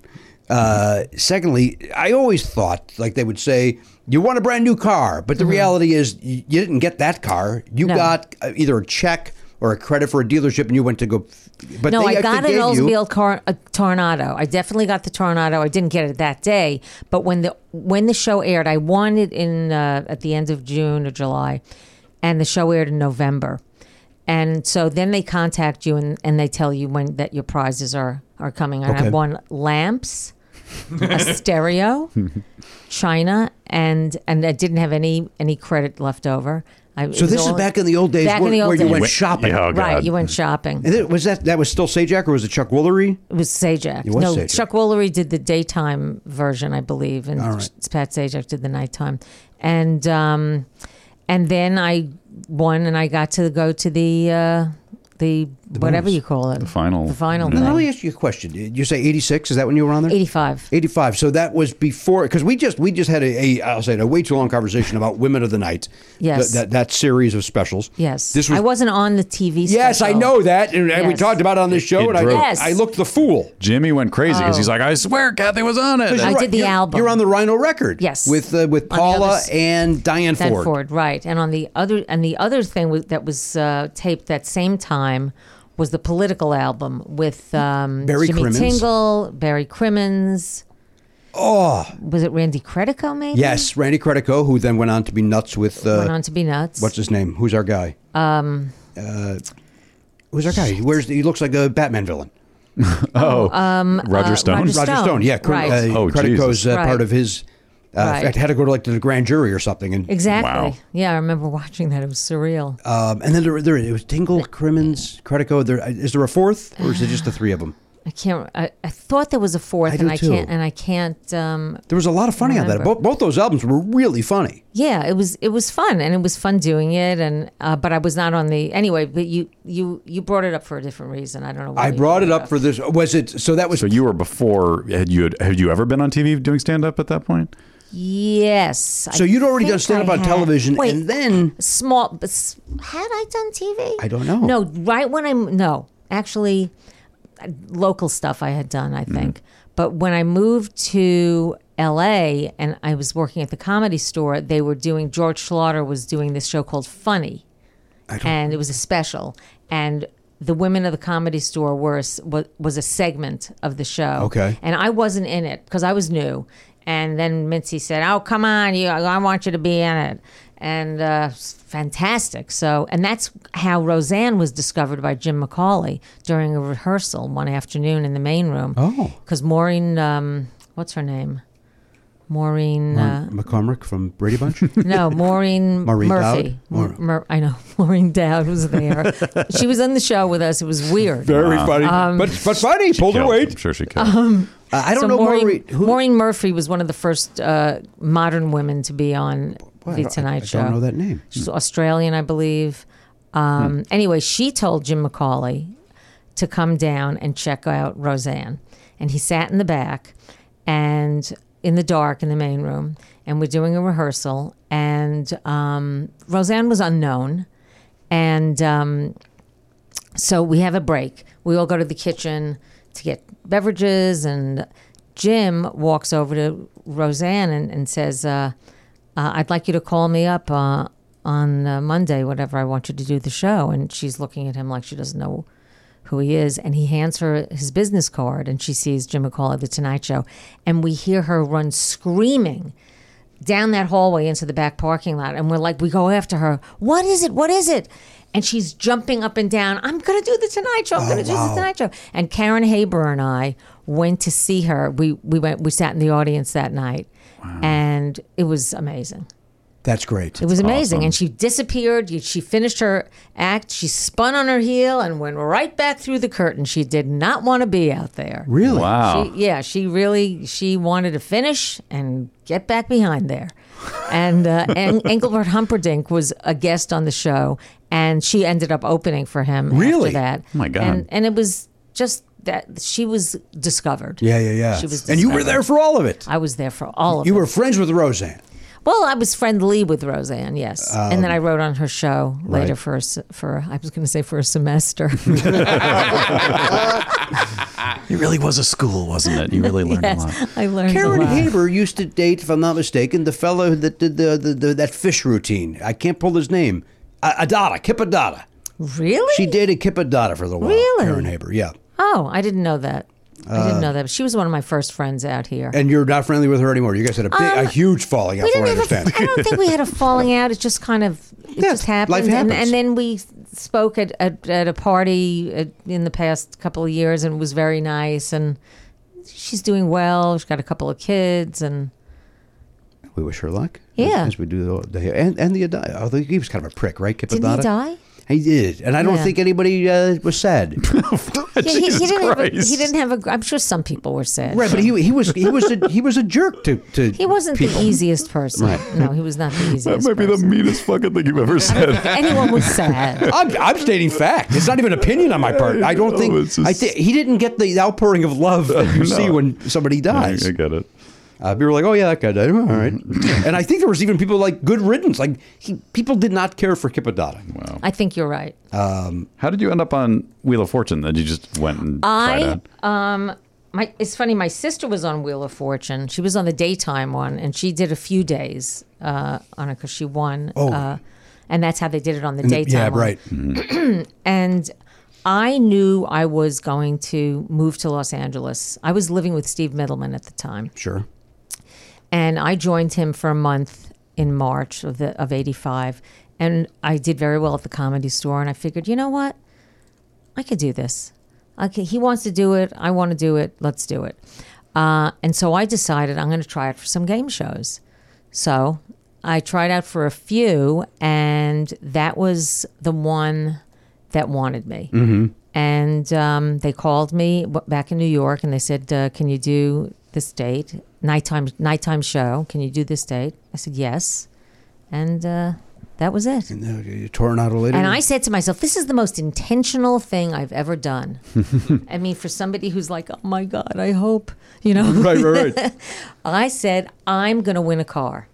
S1: Uh, secondly, I always thought, like they would say, you want a brand new car, but the reality is you, you didn't get that car. You
S9: Mm-hmm. No.
S1: got uh, either a check or a credit for a dealership, and you went to go. But
S9: no,
S1: they
S9: I
S1: actually
S9: got an
S1: gave you-
S9: Oldsmobile car, a Tornado. I definitely got the Tornado. I didn't get it that day, but when the when the show aired, I won it in uh, at the end of June or July, and the show aired in November, and so then they contact you and, and they tell you when that your prizes are are coming. And
S1: Okay.
S9: I won lamps, a stereo, China, and and I didn't have any any credit left over. I,
S1: So this is back in the old days
S9: Back in
S1: where,
S9: the old
S1: where you
S9: days.
S1: went
S9: Went-
S1: shopping.
S2: yeah. Oh,
S9: right,
S2: God.
S9: you went shopping.
S1: And it- was that that was still Sajak or was it Chuck Woolery?
S9: It was Sajak.
S1: It was
S9: no,
S1: Sajak.
S9: Chuck Woolery did the daytime version, I believe, and Pat Sajak did the nighttime. And um, and then I won, and I got to go to the uh, the whatever you call it, the
S2: final-
S9: the final
S5: Now, let me
S9: thing.
S5: ask you a question. Did you say 86? Is that when you were on there?
S9: 85.
S5: 85. So that was before, because we just we just had a, a I'll say it, a way too long conversation about Women of the Night. Th-
S9: Yes.
S5: that that series of specials.
S9: Yes,
S5: This was.
S9: I wasn't on the TV.
S5: yes, I
S9: special.
S5: know that, and, and we
S9: Yes.
S5: talked about it on this show,
S2: it
S5: and I,
S2: broke.
S9: Yes.
S5: I looked the fool.
S2: Jimmy went crazy because
S9: Oh.
S2: he's like, I swear Kathy was on it.
S9: I
S5: You're
S9: did the
S5: you're-
S9: album.
S5: You're on the Rhino record.
S9: Yes.
S5: With uh, with
S9: On the other
S5: Paula
S9: s-
S5: and Diane
S9: Then
S5: Ford.
S9: Ford, right? And on the other and the other thing was, that was uh, taped that same time was the political album with um,
S5: Barry
S9: Jimmy
S5: Crimmins.
S9: Tingle, Barry Crimmins. Oh, was it Randy Credico? Maybe
S5: Yes, Randy Credico, who then went on to be nuts with uh,
S9: went on to be nuts.
S5: what's his name? Who's our guy? Um, who's our guy? Where's the, he looks like a Batman villain?
S2: oh, Roger Stone.
S9: uh, Roger-
S5: Roger
S9: Stone.
S5: Stone. Yeah, Cre-
S9: Right.
S5: uh,
S2: Oh,
S5: Credico's
S2: Jesus.
S5: uh, part
S9: Right.
S5: of his. Uh, In
S9: Right.
S5: fact, had to go to like to the grand jury or something, and
S9: exactly?
S2: Wow.
S9: Yeah, I remember watching that. It was surreal.
S5: um, and then there, there it was Tingle, Crimmins, Credico. There uh, is there a fourth, or is it just the three of them?
S9: I can't. I, I thought there was a fourth,
S5: I do
S9: and I
S5: too.
S9: can't. And I can't. Um,
S5: There was a lot of funny on that.
S9: Remember.
S5: Both, both those albums were really funny.
S9: yeah, it was. It was fun, and it was fun doing it. And uh, but I was not on the anyway. But you you you brought it up for a different reason. I don't know. why
S5: I
S9: you
S5: brought it up for this. Was it so that was
S2: So you were before had you had you ever been on TV doing stand up at that point?
S9: Yes. I
S5: So you'd already done
S9: think
S5: stand-up
S9: I
S5: on
S9: had-
S5: television,
S9: Wait,
S5: and then
S9: small. But s- had I done TV?
S5: I don't know.
S9: No, right when I'm no, actually, uh, local stuff I had done, I
S5: Mm-hmm.
S9: think. But when I moved to L.A. and I was working at the Comedy Store, they were doing George Slaughter was doing this show called Funny, and it was a special and. The women of the comedy store were a s- wa- was a segment of the show.
S5: Okay.
S9: and I wasn't in it because I was new. And then Mitzi said, "Oh, come on, you! I want you to be in it." And uh, s- fantastic. So, and that's how Roseanne was discovered by Jim McCauley during a rehearsal one afternoon in the main room.
S5: Oh.
S9: because Maureen, um, what's her name? Maureen. Uh,
S5: McCormick from Brady Bunch?
S9: no, Maureen,
S5: Maureen
S9: Murphy.
S5: Dowd? Maur-
S9: Mur- Mur- I know Maureen Dowd was there. she was on the show with us. It was weird.
S5: Very funny, but but funny. Pulled her
S2: Killed.
S5: weight.
S2: I'm sure she killed.
S9: Oh,
S5: Uh, I don't
S9: so
S5: know
S9: Maureen,
S5: Maureen. who-
S9: Maureen Murphy was one of the first uh, modern women to be on
S5: Boy, I
S9: the
S5: don't- I-
S9: Tonight Show.
S5: I don't know that Hmm. name.
S9: She's Australian, I believe. Um, Anyway, she told Jim McCauley to come down and check out Roseanne, and he sat in the back and in the dark in the main room, and we're doing a rehearsal, and um, Roseanne was unknown, and. Um, so we have a break. We all go to the kitchen to get beverages, and Jim walks over to Roseanne and, and says, uh, uh, I'd like you to call me up uh, on uh, Monday, whatever I want you to do the show. And she's looking at him like she doesn't know who he is. And he hands her his business card, and she sees Jim McCall of The Tonight Show. And we hear her run screaming down that hallway into the back parking lot and we're like we go after her what is it what is it and she's jumping up and down i'm gonna do the tonight show i'm
S5: Oh,
S9: gonna do the tonight show and karen haber and i went to see her we we went we sat in the audience that night and it was amazing
S5: That's great.
S9: it was amazing and she disappeared You- she finished her act she spun on her heel and went right back through the curtain she did not want to be out there
S5: Really?
S2: Wow.
S9: she, yeah, she really she wanted to finish and get back behind there. And uh, Eng- Engelbert Humperdinck was a guest on the show, and she ended up opening for him.
S5: Really?
S9: After that.
S2: Oh, my God.
S9: And, and it was just that she was discovered.
S5: Yeah, yeah, yeah.
S9: She was
S5: and you were there for all of it.
S9: I was there for all of
S5: You
S9: it.
S5: were friends with Roseanne.
S9: Well, I was friendly with Roseanne, yes, and
S5: Um,
S9: then I wrote on her show later for a, se- for I was going to say for a semester.
S2: It really was a school, wasn't it? You really learned a lot.
S9: I learned
S5: Karen
S9: a lot.
S5: Haber used to date, if I'm not mistaken, the fellow that did the, the, the that fish routine. I can't pull his name. Uh, Adada, Kip Adada.
S9: Really?
S5: She dated Kip Adada for a little while.
S9: Really?
S5: Karen Haber, yeah.
S9: Oh, I didn't know that. I
S5: Uh,
S9: didn't know that. But she was one of my first friends out here.
S5: And you're not friendly with her anymore. You guys had a big, a
S9: Um,
S5: huge falling out,
S9: we
S5: from
S9: didn't
S5: what I
S9: have.
S5: understand.
S9: A, I don't think we had a falling out. It just kind of it
S5: Yeah,
S9: just happened.
S5: life
S9: And,
S5: happens.
S9: and then we spoke at, at, at a party at, in the past couple of years, and it was very nice. And she's doing well. She's got a couple of kids, and
S5: we wish her luck.
S9: Yeah.
S5: As we do the, the and, and the Adada. Although he was kind of a prick, right, Kip
S9: didn't
S5: Adada?
S9: he die?
S5: He did, and I don't
S9: Yeah.
S5: think anybody uh, was sad.
S9: Yeah, he, he
S2: Jesus
S9: didn't have a,
S2: Christ.
S9: he didn't have a. gr- I'm sure some people were sad.
S5: right, but he he was he was a, he was a jerk to to.
S9: He wasn't
S5: people.
S9: the easiest person. No, he was not the easiest.
S2: That might be the
S9: person.
S2: meanest fucking thing you've ever said.
S9: Anyone was sad.
S5: I'm, I'm stating fact. It's not even opinion on my part. I don't
S2: No,
S5: think.
S2: it's just-
S5: I think he didn't get the outpouring of love that you
S2: No.
S5: see when somebody dies.
S2: I, I get it.
S5: Uh, people were like, "Oh yeah, that guy died. All right." and I think there was even people like good riddance. Like he, people did not care for Kippadada.
S9: I think you're right.
S2: How did you end up on Wheel of Fortune? Then you just went and tried
S9: I
S2: out.
S9: um my it's funny. My sister was on Wheel of Fortune. She was on the daytime one, and she did a few days uh, on it because she won.
S5: Oh. Mm,
S9: Uh, and that's how they did it on the daytime.
S5: yeah,
S9: one.
S5: right.
S9: And I knew I was going to move to Los Angeles. I was living with Steve Middleman at the time.
S5: Mm. Sure.
S9: and I joined him for a month in March of the of '85, and I did very well at the comedy store. And I figured, you know what, I could do this. Okay, he wants to do it. I want to do it. Let's do it. Uh, and so I decided I'm going to try it for some game shows. So I tried out for a few, and that was the one that wanted me. And um, they called me w- back in New York, and they said, uh, "Can you do this date nighttime nighttime show? Can you do this date?" I said, "Yes," and uh, that was it.
S5: No, you Tornado later.
S9: And I said to myself, this is the most intentional thing I've ever done. I mean, for somebody who's like, oh my God, I hope, you know.
S5: right, right, right.
S9: I said, I'm going to win a car.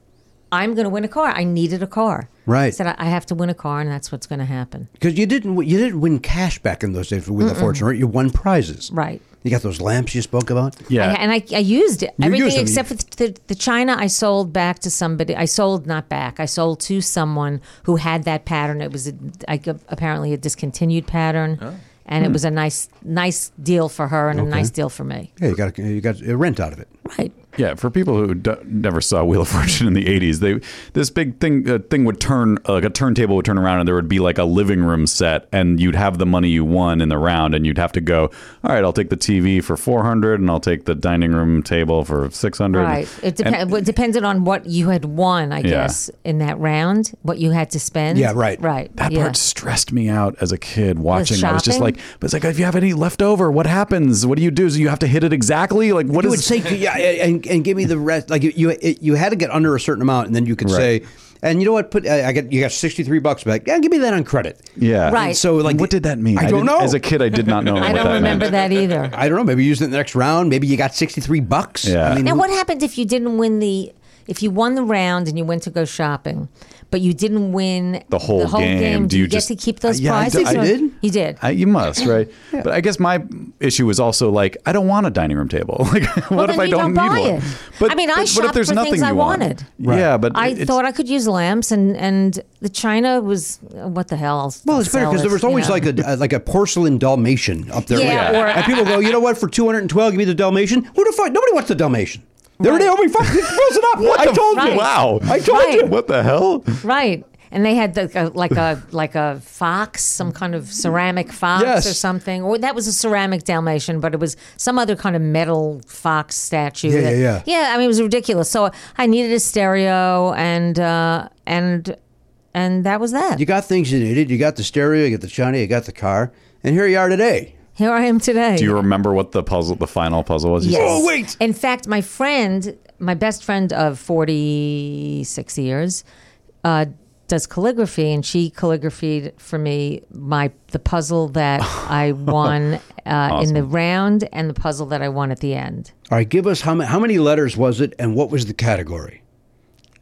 S9: I'm going to win a car. I needed a car.
S5: Right.
S9: I said, I I have to win a car, and that's what's going to happen.
S5: Because you didn't you didn't win cash back in those days with the fortune, right? You won prizes.
S9: Right.
S5: You got those lamps you spoke about.
S2: Yeah.
S9: I, and I, I used it.
S5: You
S9: Everything
S5: used them.
S9: except for the, the China, I sold back to somebody. I sold not back. I sold to someone who had that pattern. It was a, I g- apparently a discontinued pattern, and it
S5: Hmm.
S9: was a nice nice deal for her and a nice deal for me.
S5: Yeah, you got you got a rent out of it.
S9: Right.
S2: Yeah, for people who d- never saw Wheel of Fortune in the '80s, they this big thing uh, thing would turn uh, like a turntable would turn around, and there would be like a living room set, and you'd have the money you won in the round, and you'd have to go. All right, I'll take the TV for four hundred, and I'll take the dining room table for six hundred.
S9: Right. It, dep- it depended on what you had won, I guess, in that round, what you had to spend.
S5: Yeah, right.
S9: Right.
S2: That
S9: yeah.
S2: part stressed me out as a kid watching. I was just
S9: shopping?
S2: like, but it's like if you have any left over, what happens? What do you do? Do you have to hit it exactly? Like what
S5: you
S2: is?
S5: would say, yeah, and, and give me the rest. Like you, you, you had to get under a certain amount, and then you could
S2: Right.
S5: say, and you know what? Put I I get you got sixty three bucks back. Yeah, give me that on credit.
S2: yeah.
S9: Right.
S5: So like,
S2: what did that mean?
S5: I don't
S2: didn't-
S5: know.
S2: As a kid, I did not know.
S9: I
S2: what
S9: don't
S2: that
S9: remember
S2: meant.
S9: that either.
S5: I don't know. Maybe you used it in the next round. Maybe you got sixty three bucks.
S2: Yeah.
S5: I mean,
S9: Now,
S5: who-
S9: what happened if you didn't win the? If you won the round and you went to go shopping, but you didn't win
S2: The whole game, do
S9: you,
S2: you
S9: get
S2: just-
S9: to keep those
S2: Yeah, I d-
S9: prizes?
S2: I
S9: or-
S5: did.
S9: You did.
S2: I, you must, right? But I guess my issue was also like, I don't want a dining room table. Like, what
S9: Well,
S2: if
S9: then
S2: I
S9: you
S2: don't,
S9: don't buy
S2: need one?
S9: it. I mean, I
S2: what if
S9: shopped
S2: there's
S9: for
S2: nothing
S9: things I
S2: you want?
S9: wanted.
S2: Yeah, but
S9: I
S2: it's-
S9: thought I could use lamps, and and the china was what the hell? I'll
S5: well, it's better
S9: sell
S5: because there
S9: it,
S5: was
S9: you
S5: always
S9: know.
S5: like a, uh, like a porcelain Dalmatian up there.
S9: Yeah,
S5: Like-
S9: or-
S5: and people go, you know what? For two hundred and twelve, give me the Dalmatian. Who the fuck? Nobody wants the Dalmatian. There they
S9: Right.
S5: are. We fucking froze it up. I told you.
S9: Right.
S2: Wow.
S5: I told
S9: Right.
S5: you.
S2: What the hell?
S9: right. And they had like a like a, like a fox, some kind of ceramic fox
S5: Yes.
S9: or something. Or that was a ceramic Dalmatian, but it was some other kind of metal fox statue.
S5: Yeah,
S9: that-
S5: yeah, yeah.
S9: I mean, it was ridiculous. So I needed a stereo, and uh, and and that was that.
S5: You got things you needed. You got the stereo. You got the shiny. You got the car. And here you are today.
S9: Here I am today.
S2: Do you remember what the puzzle, the final puzzle was? You
S9: Yes.
S2: said-
S5: Oh, wait.
S9: In fact, my friend, my best friend of 46 years, uh, does calligraphy, and she calligraphied for me my the puzzle that I won uh, in the round and the puzzle that I won at the end.
S5: All right, give us how many, how many letters was it, and what was the category?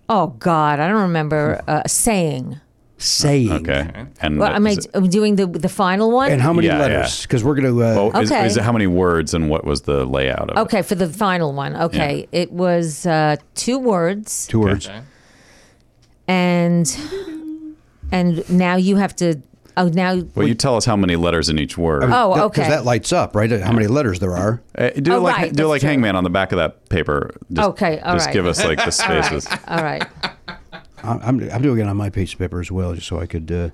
S9: Oh God, I don't remember uh, saying.
S5: Saying.
S2: Uh, Okay. And
S9: Well, I
S2: is
S9: mean,
S2: it-
S9: I'm doing the the final one.
S5: And how many
S2: Yeah,
S5: letters?
S2: yeah.
S5: Because we're going to. Uh,
S2: oh, is,
S9: Okay.
S2: is it how many words and what was the layout of it?
S9: okay, for the final one. Okay, it was uh, two words.
S5: Two words.
S9: and and now you have to oh now
S2: Well, you tell us how many letters in each word.
S9: oh
S5: Because
S9: okay
S5: that lights up, right? How many letters there are.
S2: Uh, do
S9: Oh,
S2: like
S9: right,
S2: do
S9: that's
S2: like
S9: true.
S2: Hangman on the back of that paper. Just,
S9: Okay, all
S2: just
S9: right.
S2: give us like the spaces.
S9: all right
S5: I- I'm, I'm doing it on my piece of paper as well, just so I could. Uh,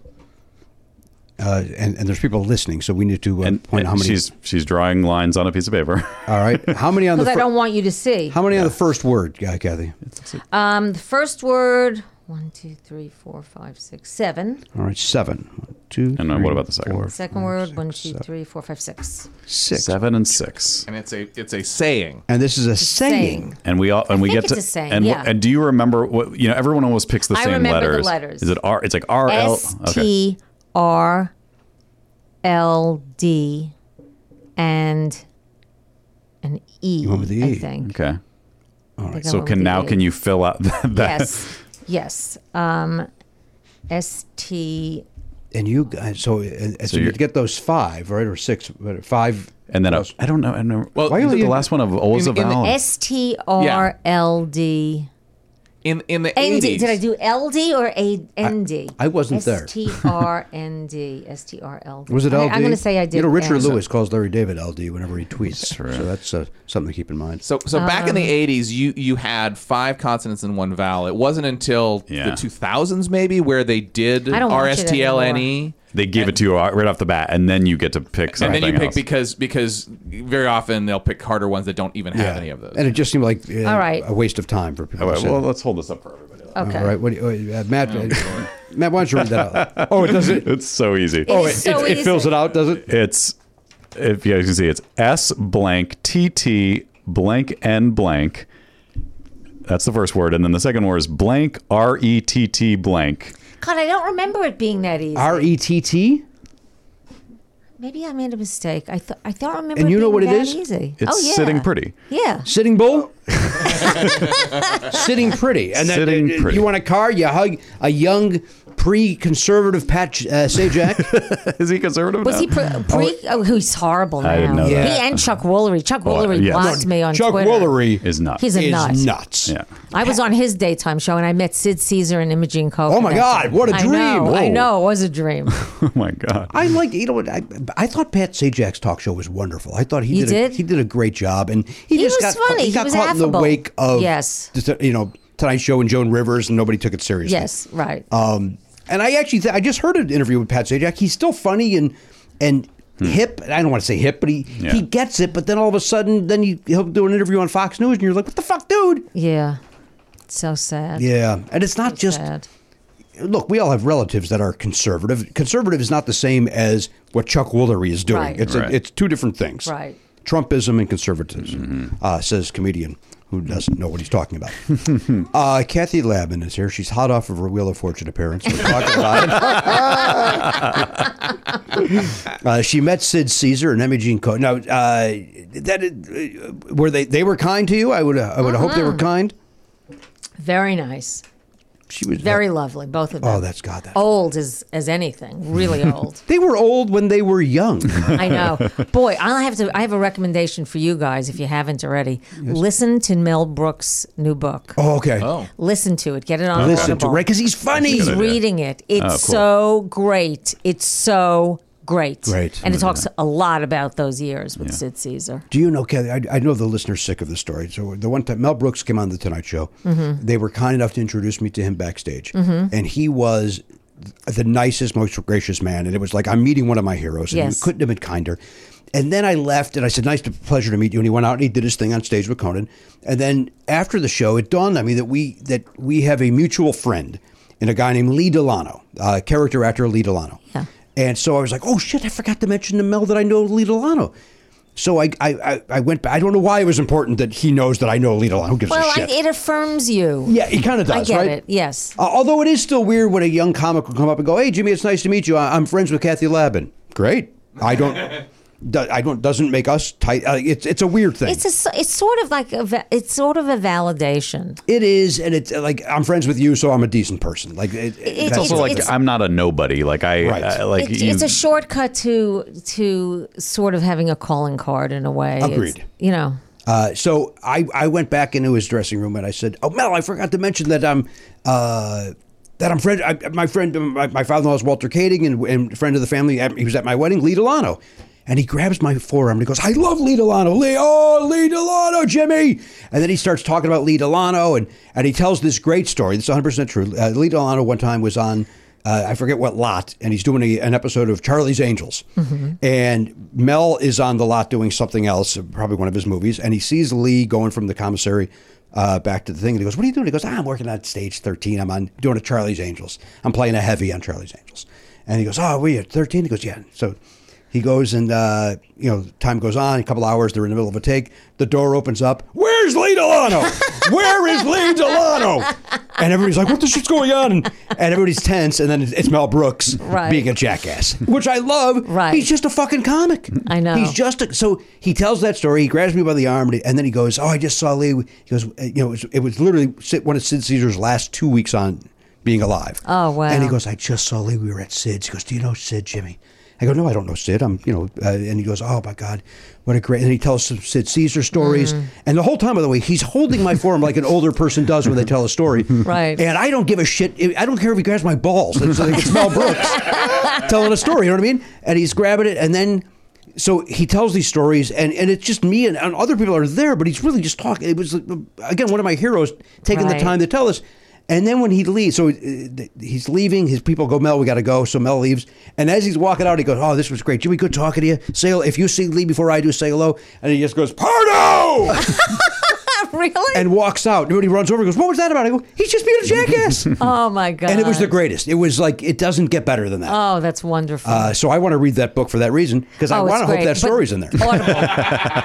S5: uh, and, and there's people listening, so we need to uh,
S2: and
S5: point
S2: and
S5: how many.
S2: she's she's drawing lines on a piece of paper.
S5: All right. How many on the
S9: because i
S5: fir-
S9: don't want you to see
S5: How many on the first word, uh, Kathy?
S9: um the first word one two three four five six seven
S5: All right, seven.
S1: two,
S2: And then what
S1: three,
S2: about the second
S1: four,
S2: word?
S9: Second word, one, two, three, four, five, six.
S1: six.
S2: Seven and six.
S6: and it's a it's a saying.
S1: And this is a saying.
S9: Saying.
S2: And we all and we
S9: think
S2: get
S9: it's
S2: to
S9: a saying,
S2: and
S9: yeah.
S2: and do you remember what you know? Everyone always picks the
S9: I
S2: same
S9: remember the
S2: letters.
S9: letters.
S2: Is it R? It's like R L.
S9: S T R L D and an E.
S1: went with the
S9: I
S1: E.
S9: think.
S2: Okay. Okay.
S9: I think I
S2: So
S9: went
S2: can
S9: with the
S2: now
S9: E.
S2: can you fill out that? that-
S9: Yes. Yes. Um, S T.
S1: And you guys,
S5: uh,
S1: so, and, and so, you
S2: you're-
S1: get those five, right? Or six, but five.
S2: And then I I don't know. I don't know. Well,
S1: Why
S2: is
S1: are
S2: it the
S1: you-
S2: last one of Olza
S6: in the
S2: Vowel?
S9: S T R L D.
S6: In in the
S9: N D.
S6: eighties,
S9: Did I do L D or A N D?
S1: I wasn't there.
S9: S T R N D. S T R L D.
S1: Was it LD?
S9: I- I'm going to say I did.
S1: You know, Richard
S9: L.
S1: Lewis calls Larry David LD whenever he tweets. So that's uh, something to keep in mind.
S6: So, so back in
S9: Oh.
S6: the '80s, you you had five consonants and one vowel. It wasn't until
S2: Yeah.
S6: the 2000s, maybe, where they did
S9: I don't
S6: R
S9: watch it
S6: S T L N E,
S2: They give it to you uh, right off the bat, and then you get to pick
S6: and
S2: something
S6: then you pick
S2: else.
S6: because because very often they'll pick harder ones that don't even have any of those.
S1: And it just seemed like uh,
S9: All right.
S1: a waste of time for people.
S2: All
S1: to
S2: right,
S1: sit.
S2: Oh, well, Oh, let's hold this up for everybody.
S9: Okay.
S1: All right, what do you, uh, Matt? uh, Matt, why don't you read that out? Oh, it doesn't.
S2: It's so easy.
S9: Oh,
S1: it,
S9: It's so
S1: it, it fills
S9: easy.
S1: it out, does it?
S2: It's if you guys can see, it's S blank T T blank N blank. That's the first word, and then the second word is blank R E T T blank.
S9: God, I don't remember it being that easy.
S1: R E T T.
S9: Maybe I made a mistake. I thought I don't remember.
S1: And you
S9: it
S1: know
S9: being
S1: what it
S9: that
S1: is?
S9: Easy.
S2: It's
S9: oh, yeah.
S2: sitting pretty.
S9: Yeah.
S1: Sitting bull. Oh. Sitting pretty. And then,
S2: Sitting
S1: uh,
S2: pretty.
S1: You want a car? You hug a young pre-conservative Pat uh, Sajak.
S2: Is he conservative?
S9: Was
S2: now?
S9: he pre? pre oh, he's horrible now.
S2: I didn't know
S1: Yeah.
S2: that.
S1: that.
S9: He and Chuck Woolery. Chuck
S2: Oh,
S9: Woolery
S2: yes.
S9: blocked me on
S1: Chuck
S9: Twitter.
S1: Woolery
S2: Is not.
S9: He's a
S1: is
S9: nut.
S1: nuts.
S2: Yeah.
S9: I was on his daytime show and I met Sid Caesar and Imogene Coke.
S1: Oh, my God, what a
S9: I
S1: dream.
S9: Know, I
S1: Whoa.
S9: know. It was a dream.
S2: Oh my god.
S1: I liked, you know what? I, I thought Pat Sajak's talk show was wonderful. I thought he
S9: You
S1: did, a,
S9: did?
S1: he did a great job, and he,
S9: He
S1: just
S9: was
S1: got caught-
S9: funny.
S1: he
S9: He
S1: got
S9: was
S1: caught in the
S9: affable.
S1: wake of
S9: Yes.
S1: just, you know Tonight Show and Joan Rivers, and nobody took it seriously.
S9: yes, right.
S1: Um, and I actually th- I just heard an interview with Pat Sajak. He's still funny and and hip. I don't want to say hip, but he
S2: Hmm. Yeah.
S1: he gets it. But then all of a sudden, then he, he'll do an interview on Fox News, and you're like, what the fuck, dude?
S9: yeah. So sad.
S1: Yeah, and it's not just
S9: Sad.
S1: look, we all have relatives that are conservative. Conservative is not the same as what Chuck Woolery is doing.
S9: Right.
S1: It's
S2: Right.
S1: A, it's two different things.
S9: Right.
S1: Trumpism and conservatism, uh, says comedian who doesn't know what he's talking about. uh, Kathy Labman is here. She's hot off of her Wheel of Fortune appearance. We're talking about it. uh, she met Sid Caesar and Emmy Jean Cohen. Now, uh, that is- uh, were they they were kind to you? I would uh, I would hope they were
S9: Mm-hmm.
S1: kind.
S9: Very nice.
S1: She was
S9: Very lovely. Both of them.
S1: Oh, that's God. That
S9: old as as anything. Really old.
S1: They were old when they were young.
S9: I know. Boy, I have to. I have a recommendation for you guys if you haven't already. Listen to Mel Brooks' new book.
S1: Oh, okay.
S9: Listen to it. Get it on
S1: Listen to
S9: Audible.
S1: Ray because he's funny.
S9: He's reading it.
S1: Oh,
S9: It's so great. It's so great.
S1: Great.
S9: And it talks a lot about those years with Sid Caesar.
S1: Do you know, Kathy? I, I know the listener's sick of the story. So the one time Mel Brooks came on the Tonight Show, they were kind enough to introduce me to him backstage, and he was the nicest, most gracious man. And it was like I'm meeting one of my heroes, and
S9: Yes.
S1: you couldn't have been kinder. And then I left, and I said, "Nice to pleasure to meet you." And he went out and he did his thing on stage with Conan. And then after the show, it dawned on me that we that we have a mutual friend in a guy named Lee Delano, uh, character actor Lee Delano.
S9: Yeah.
S1: And so I was like, "Oh shit! I forgot to mention to Mel that I know Lee Delano." So I, I, I- I went back. I don't know why it was important that he knows that I know Alita Lon. Who gives
S9: Well,
S1: a
S9: I,
S1: shit?
S9: it affirms you.
S1: yeah, he kind of does,
S9: I get
S1: right?
S9: it. Yes.
S1: Uh, although it is still weird when a young comic will come up and go, "Hey, Jimmy, it's nice to meet you. I- I'm friends with Kathy Labin." Great. I don't. do- I don't. Doesn't make us tight. Uh, it's it's a weird thing.
S9: It's a, s- it's sort of like a, va- it's sort of a validation.
S1: it is, and it's uh, like I'm friends with you, so I'm a decent person. Like it,
S9: It's
S1: that's-
S2: It's also like
S9: it's-
S2: I'm not a nobody. Like I,
S1: Right.
S2: I- like
S9: It's,
S2: you,
S9: it's a shortcut to to sort of having a calling card in a way. It's-
S1: Agreed.
S9: you know.
S1: Uh, so I, I went back into his dressing room and I said, "Oh Mel, I forgot to mention that I'm uh, that I'm friend. I, my friend, my, my father-in-law is Walter Kading and, and friend of the family. He was at my wedding, Lee Delano." And he grabs my forearm and he goes, "I love Lee Delano, Lee, oh Lee Delano, Jimmy!" And then he starts talking about Lee Delano and and he tells this great story. That's 100 percent true. Uh, Lee Delano one time was on uh, I forget what lot, and he's doing a, an episode of Charlie's Angels. And Mel is on the lot doing something else, probably one of his movies, and he sees Lee going from the commissary uh, back to the thing, and he goes, "What are you doing?" He goes, ah, "I'm working on stage 13. I'm on doing a Charlie's Angels. I'm playing a heavy on Charlie's Angels." And he goes, "Oh, we at 13?" He goes, "Yeah." So he goes and uh, you know, time goes on. A couple hours, they're in the middle of a take. The door opens up. Where's Lee Delano? Where is Lee Delano? And everybody's like, "What the shit's going on?" And, and everybody's tense. And then it's, it's Mel Brooks
S9: Right.
S1: being a jackass, which I love.
S9: Right.
S1: He's just a fucking comic.
S9: I know.
S1: He's just a, so he tells that story. He grabs me by the arm and, he- and then he goes, "Oh, I just saw Lee." He goes, uh, "You know, it was, it was literally Sid- one of Sid Caesar's last two weeks on being alive."
S9: Oh, wow.
S1: And he goes, "I just saw Lee. We were at Sid's." He goes, "Do you know Sid, Jimmy?" I go, "No, I don't know Sid. I'm, you know." Uh, and he goes, "Oh my God, what a great!" And he tells some Sid Caesar stories.
S9: Mm.
S1: And the whole time, by the way, he's holding my forearm like an older person does when they tell a story.
S9: Right.
S1: And I don't give a shit. I don't care if he grabs my balls. It's like it's Mel Brooks telling a story. You know what I mean? And he's grabbing it, and then so he tells these stories, and, and it's just me and, and other people are there, but he's really just talking. It was uh, again one of my heroes taking
S9: Right.
S1: the time to tell us. And then when he leaves, so uh, he's leaving. His people go, Mel, we got to go. So Mel leaves, and as he's walking out, he goes, "Oh, this was great, Jimmy. Good talking to you. Say hello. if you see Lee before I do, say hello." And he just goes, "Pardo!"
S9: really?
S1: and walks out. Nobody runs over. and Goes, "What was that about?" I go, "He's just being a jackass."
S9: oh my god.
S1: and it was the greatest. It was like it doesn't get better than that.
S9: Oh, that's wonderful.
S1: Uh, so I want to read that book for that reason because I
S9: Oh, it's
S1: want to hope
S9: great.
S1: that
S9: But-
S1: story's in there.
S9: Audible.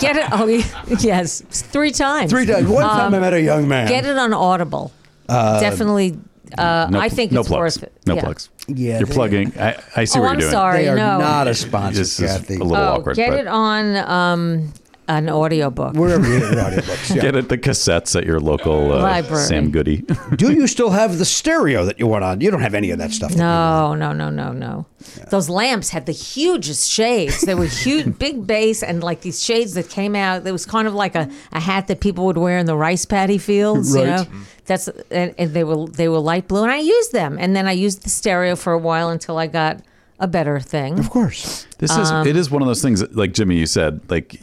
S9: get it? Oh, y- yes, three times.
S1: Three times. One time I met a young man.
S9: Um, Get it on Audible. Definitely. Uh,
S2: No,
S9: I think
S2: no
S9: it's
S2: plugs.
S9: worth it.
S2: No
S9: Yeah.
S2: plugs.
S1: Yeah,
S2: you're
S1: they-
S2: plugging. I, I see
S9: Oh,
S2: what
S9: I'm
S2: you're doing.
S9: sorry.
S1: They are
S9: no.
S1: not a
S2: This
S1: sponsor,
S2: is
S1: Kathy.
S2: a little
S9: Oh,
S2: awkward.
S9: get
S2: but
S9: it on um, an audiobook.
S1: Wherever you get your audiobooks. Yeah.
S2: Get it the cassettes at your local uh,
S9: Library.
S2: Sam Goody.
S1: Do you still have the stereo that you want on? You don't have any of that stuff.
S9: No, no, no, no, no. Those lamps had the hugest shades. They were huge, big base, and like these shades that came out. It was kind of like a, a hat that people would wear in the rice paddy fields. You know,
S1: Mm-hmm.
S9: that's and, and they were they were light blue, and I used them. And then I used the stereo for a while until I got a better thing.
S1: Of course.
S2: This is
S9: Um,
S2: it is one of those things that, like Jimmy you said like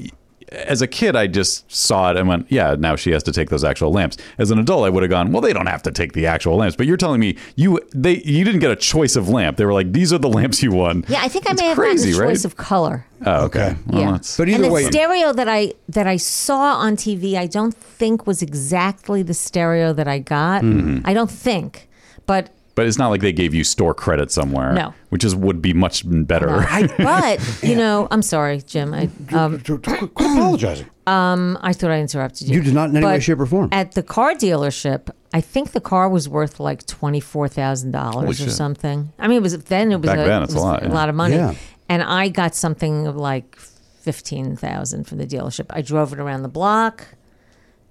S2: as a kid I just saw it and went yeah now she has to take those actual lamps as an adult I would have gone well they don't have to take the actual lamps but you're telling me you they you didn't get a choice of lamp they were like these are the lamps you won
S9: Yeah, I think I
S2: It's
S9: may have
S2: crazy
S9: gotten a
S2: right
S9: choice of color.
S2: oh okay, Well,
S9: Yeah.
S2: that's-
S1: But either
S9: and the
S1: way,
S9: stereo that I that I saw on TV, I don't think was exactly the stereo that I got.
S1: Mm-hmm.
S9: I don't think, but
S2: but it's not like they gave you store credit somewhere
S9: No.
S2: which is would be much better
S9: Uh, but you know, I'm sorry, Jim. I um,
S1: quit quit apologizing.
S9: I thought I interrupted you.
S1: You did not in any way, shape, or form.
S9: At the car dealership, I think the car was worth like twenty four thousand dollars or
S2: shit.
S9: something. I mean, it was then it was
S2: Back
S9: a,
S2: then,
S9: it
S2: it's a
S9: was
S2: lot, yeah.
S9: of money,
S1: Yeah.
S9: and I got something of like fifteen thousand from the dealership. I drove it around the block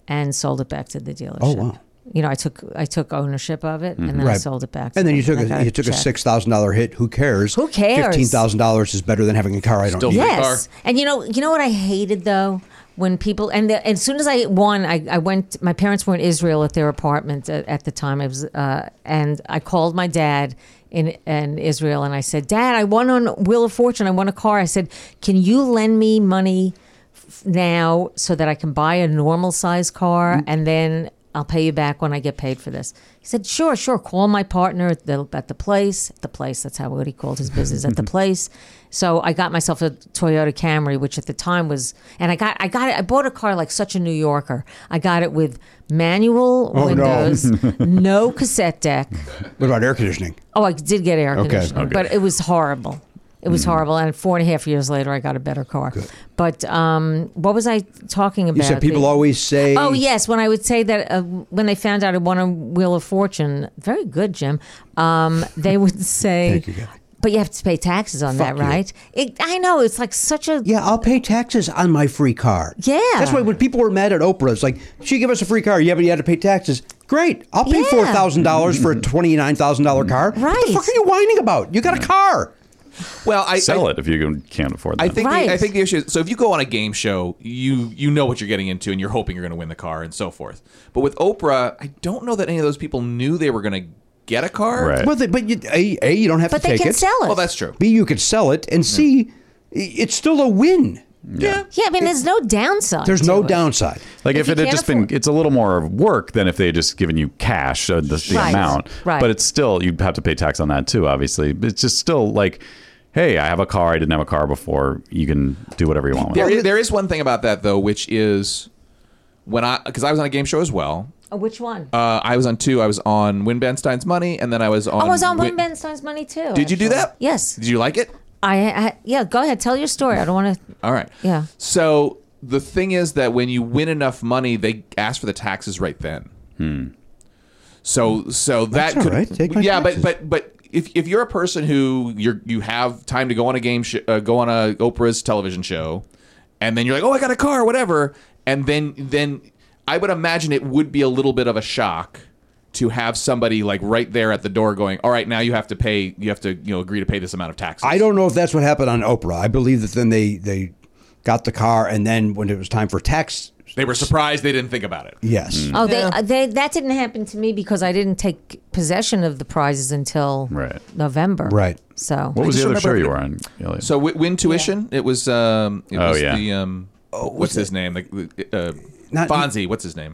S9: and sold it back to the dealership.
S1: Oh, wow. Mm-hmm.
S9: You know, I took I took ownership of it, and then I
S1: Right.
S9: sold it back. to
S1: And then you
S9: them,
S1: took
S9: I got
S1: a, you took a
S9: check.
S1: six thousand dollar hit. Who cares?
S9: Who cares?
S1: Fifteen thousand dollars is better than having a car I don't
S6: Still-
S1: need.
S6: Yeah.
S9: Yes, and you know, you know what I hated though when people and, the, and as soon as I won, I, I went. My parents were in Israel at their apartment at, at the time. I was, uh, and I called my dad in in Israel, and I said, "Dad, I won on Wheel of Fortune. I won a car." I said, "Can you lend me money f- now so that I can buy a normal size
S1: Mm.
S9: car and then?" I'll pay you back when I get paid for this. He said, "Sure, sure. Call my partner at the, at the place. At the place. That's how what he called his business at the place." So I got myself a Toyota Camry, which at the time was, and I got I got it. I bought a car like such a New Yorker. I got it with manual
S1: Oh, no.
S9: windows, no. cassette deck.
S1: What about air conditioning?
S9: Oh, I did get air
S1: Okay,
S9: conditioning,
S1: okay. Mm.
S9: but it was horrible. It was horrible, and four and a half years later, I got a better car. But um, what was I talking about?
S1: You said people
S9: The-
S1: always say.
S9: Oh yes, when I would say that uh, when they found out I won a Wheel of Fortune, very good, Jim. Um, they would say,
S1: Thank you, Kathy.
S9: "But you have to pay taxes on that,
S1: Fuck you.
S9: right?" It, I know it's like such a
S1: Yeah, I'll pay taxes on my free car.
S9: Yeah.
S1: That's why when people were mad at Oprah, it's like, she gave us a free car. Yeah, but you had to pay taxes. Great. I'll pay
S9: Yeah.
S1: $4,000 for a
S2: Mm-hmm.
S1: $29,000 car. What the
S9: Right.
S1: fuck are you whining about? You got a car.
S6: Well, I
S2: sell
S6: I,
S2: it if you can- can't afford that
S6: I think
S9: Right.
S6: the, I think the issue is so if you go on a game show, you you know what you're getting into and you're hoping you're going to win the car and so forth. But with Oprah, I don't know that any of those people knew they were going to get a car.
S2: Right.
S1: Well, they, but you, A, A, you don't have
S9: But
S1: to
S9: they
S1: take
S9: can
S1: it.
S9: sell it.
S6: Well, that's true.
S1: B, you could sell it. And C, i- it's still a win.
S6: Yeah.
S9: yeah. I mean, there's no downside.
S1: There's
S9: to
S1: no
S9: it.
S1: downside.
S2: Like if,
S9: you
S2: it had
S9: can't
S2: just
S9: afford-
S2: been, it's a little more work than if they had just given you cash, uh, the, the
S9: Right,
S2: amount.
S9: right.
S2: But it's still, you'd have to pay tax on that too, obviously. But It's just still like, hey, I have a car. I didn't have a car before. You can do whatever you want with
S6: There
S2: it.
S6: is, there is one thing about that though, which is when I because I was on a game show as well,
S9: Oh, which one?
S1: Um,
S6: Uh, I was on two. I was on Win Benstein's Money, and then I was on.
S9: Oh, I was on
S6: Wi-
S9: Win Benstein's Money too.
S6: Did you do
S9: actually.
S6: that?
S9: Yes.
S6: Did you like it?
S9: I, I yeah. Go ahead, tell your story. I don't want to.
S6: All right.
S9: Yeah.
S6: So the thing is that when you win enough money, they ask for the taxes right then. Hmm. So so that
S1: That's all
S6: could
S1: right. Take my
S6: yeah,
S1: taxes.
S6: but but but if if you're a person who you're you have time to go on a game sh- uh, go on a Oprah's television show, and then you're like, oh, I got a car, whatever, and then then I would imagine it would be a little bit of a shock to have somebody like right there at the door going, all right, now you have to pay, you have to you know agree to pay this amount of taxes.
S1: I don't know if that's what happened on Oprah. I believe that then they they got the car, and then when it was time for tax,
S6: They were surprised they didn't think about it.
S2: Mm.
S1: yes,
S9: Oh, they, uh, they that didn't happen to me because I didn't take possession of the prizes until
S2: Right.
S9: November.
S1: Right.
S9: So
S2: What was
S6: just
S2: the other show
S6: remember-
S2: you were on? Elliot?
S6: So Wi- Win Tuition, it was um, it
S2: Oh,
S6: was
S2: yeah.
S6: the um,
S1: Oh,
S6: what's his name? The, uh,
S1: Not-
S6: Fonzie, what's his name?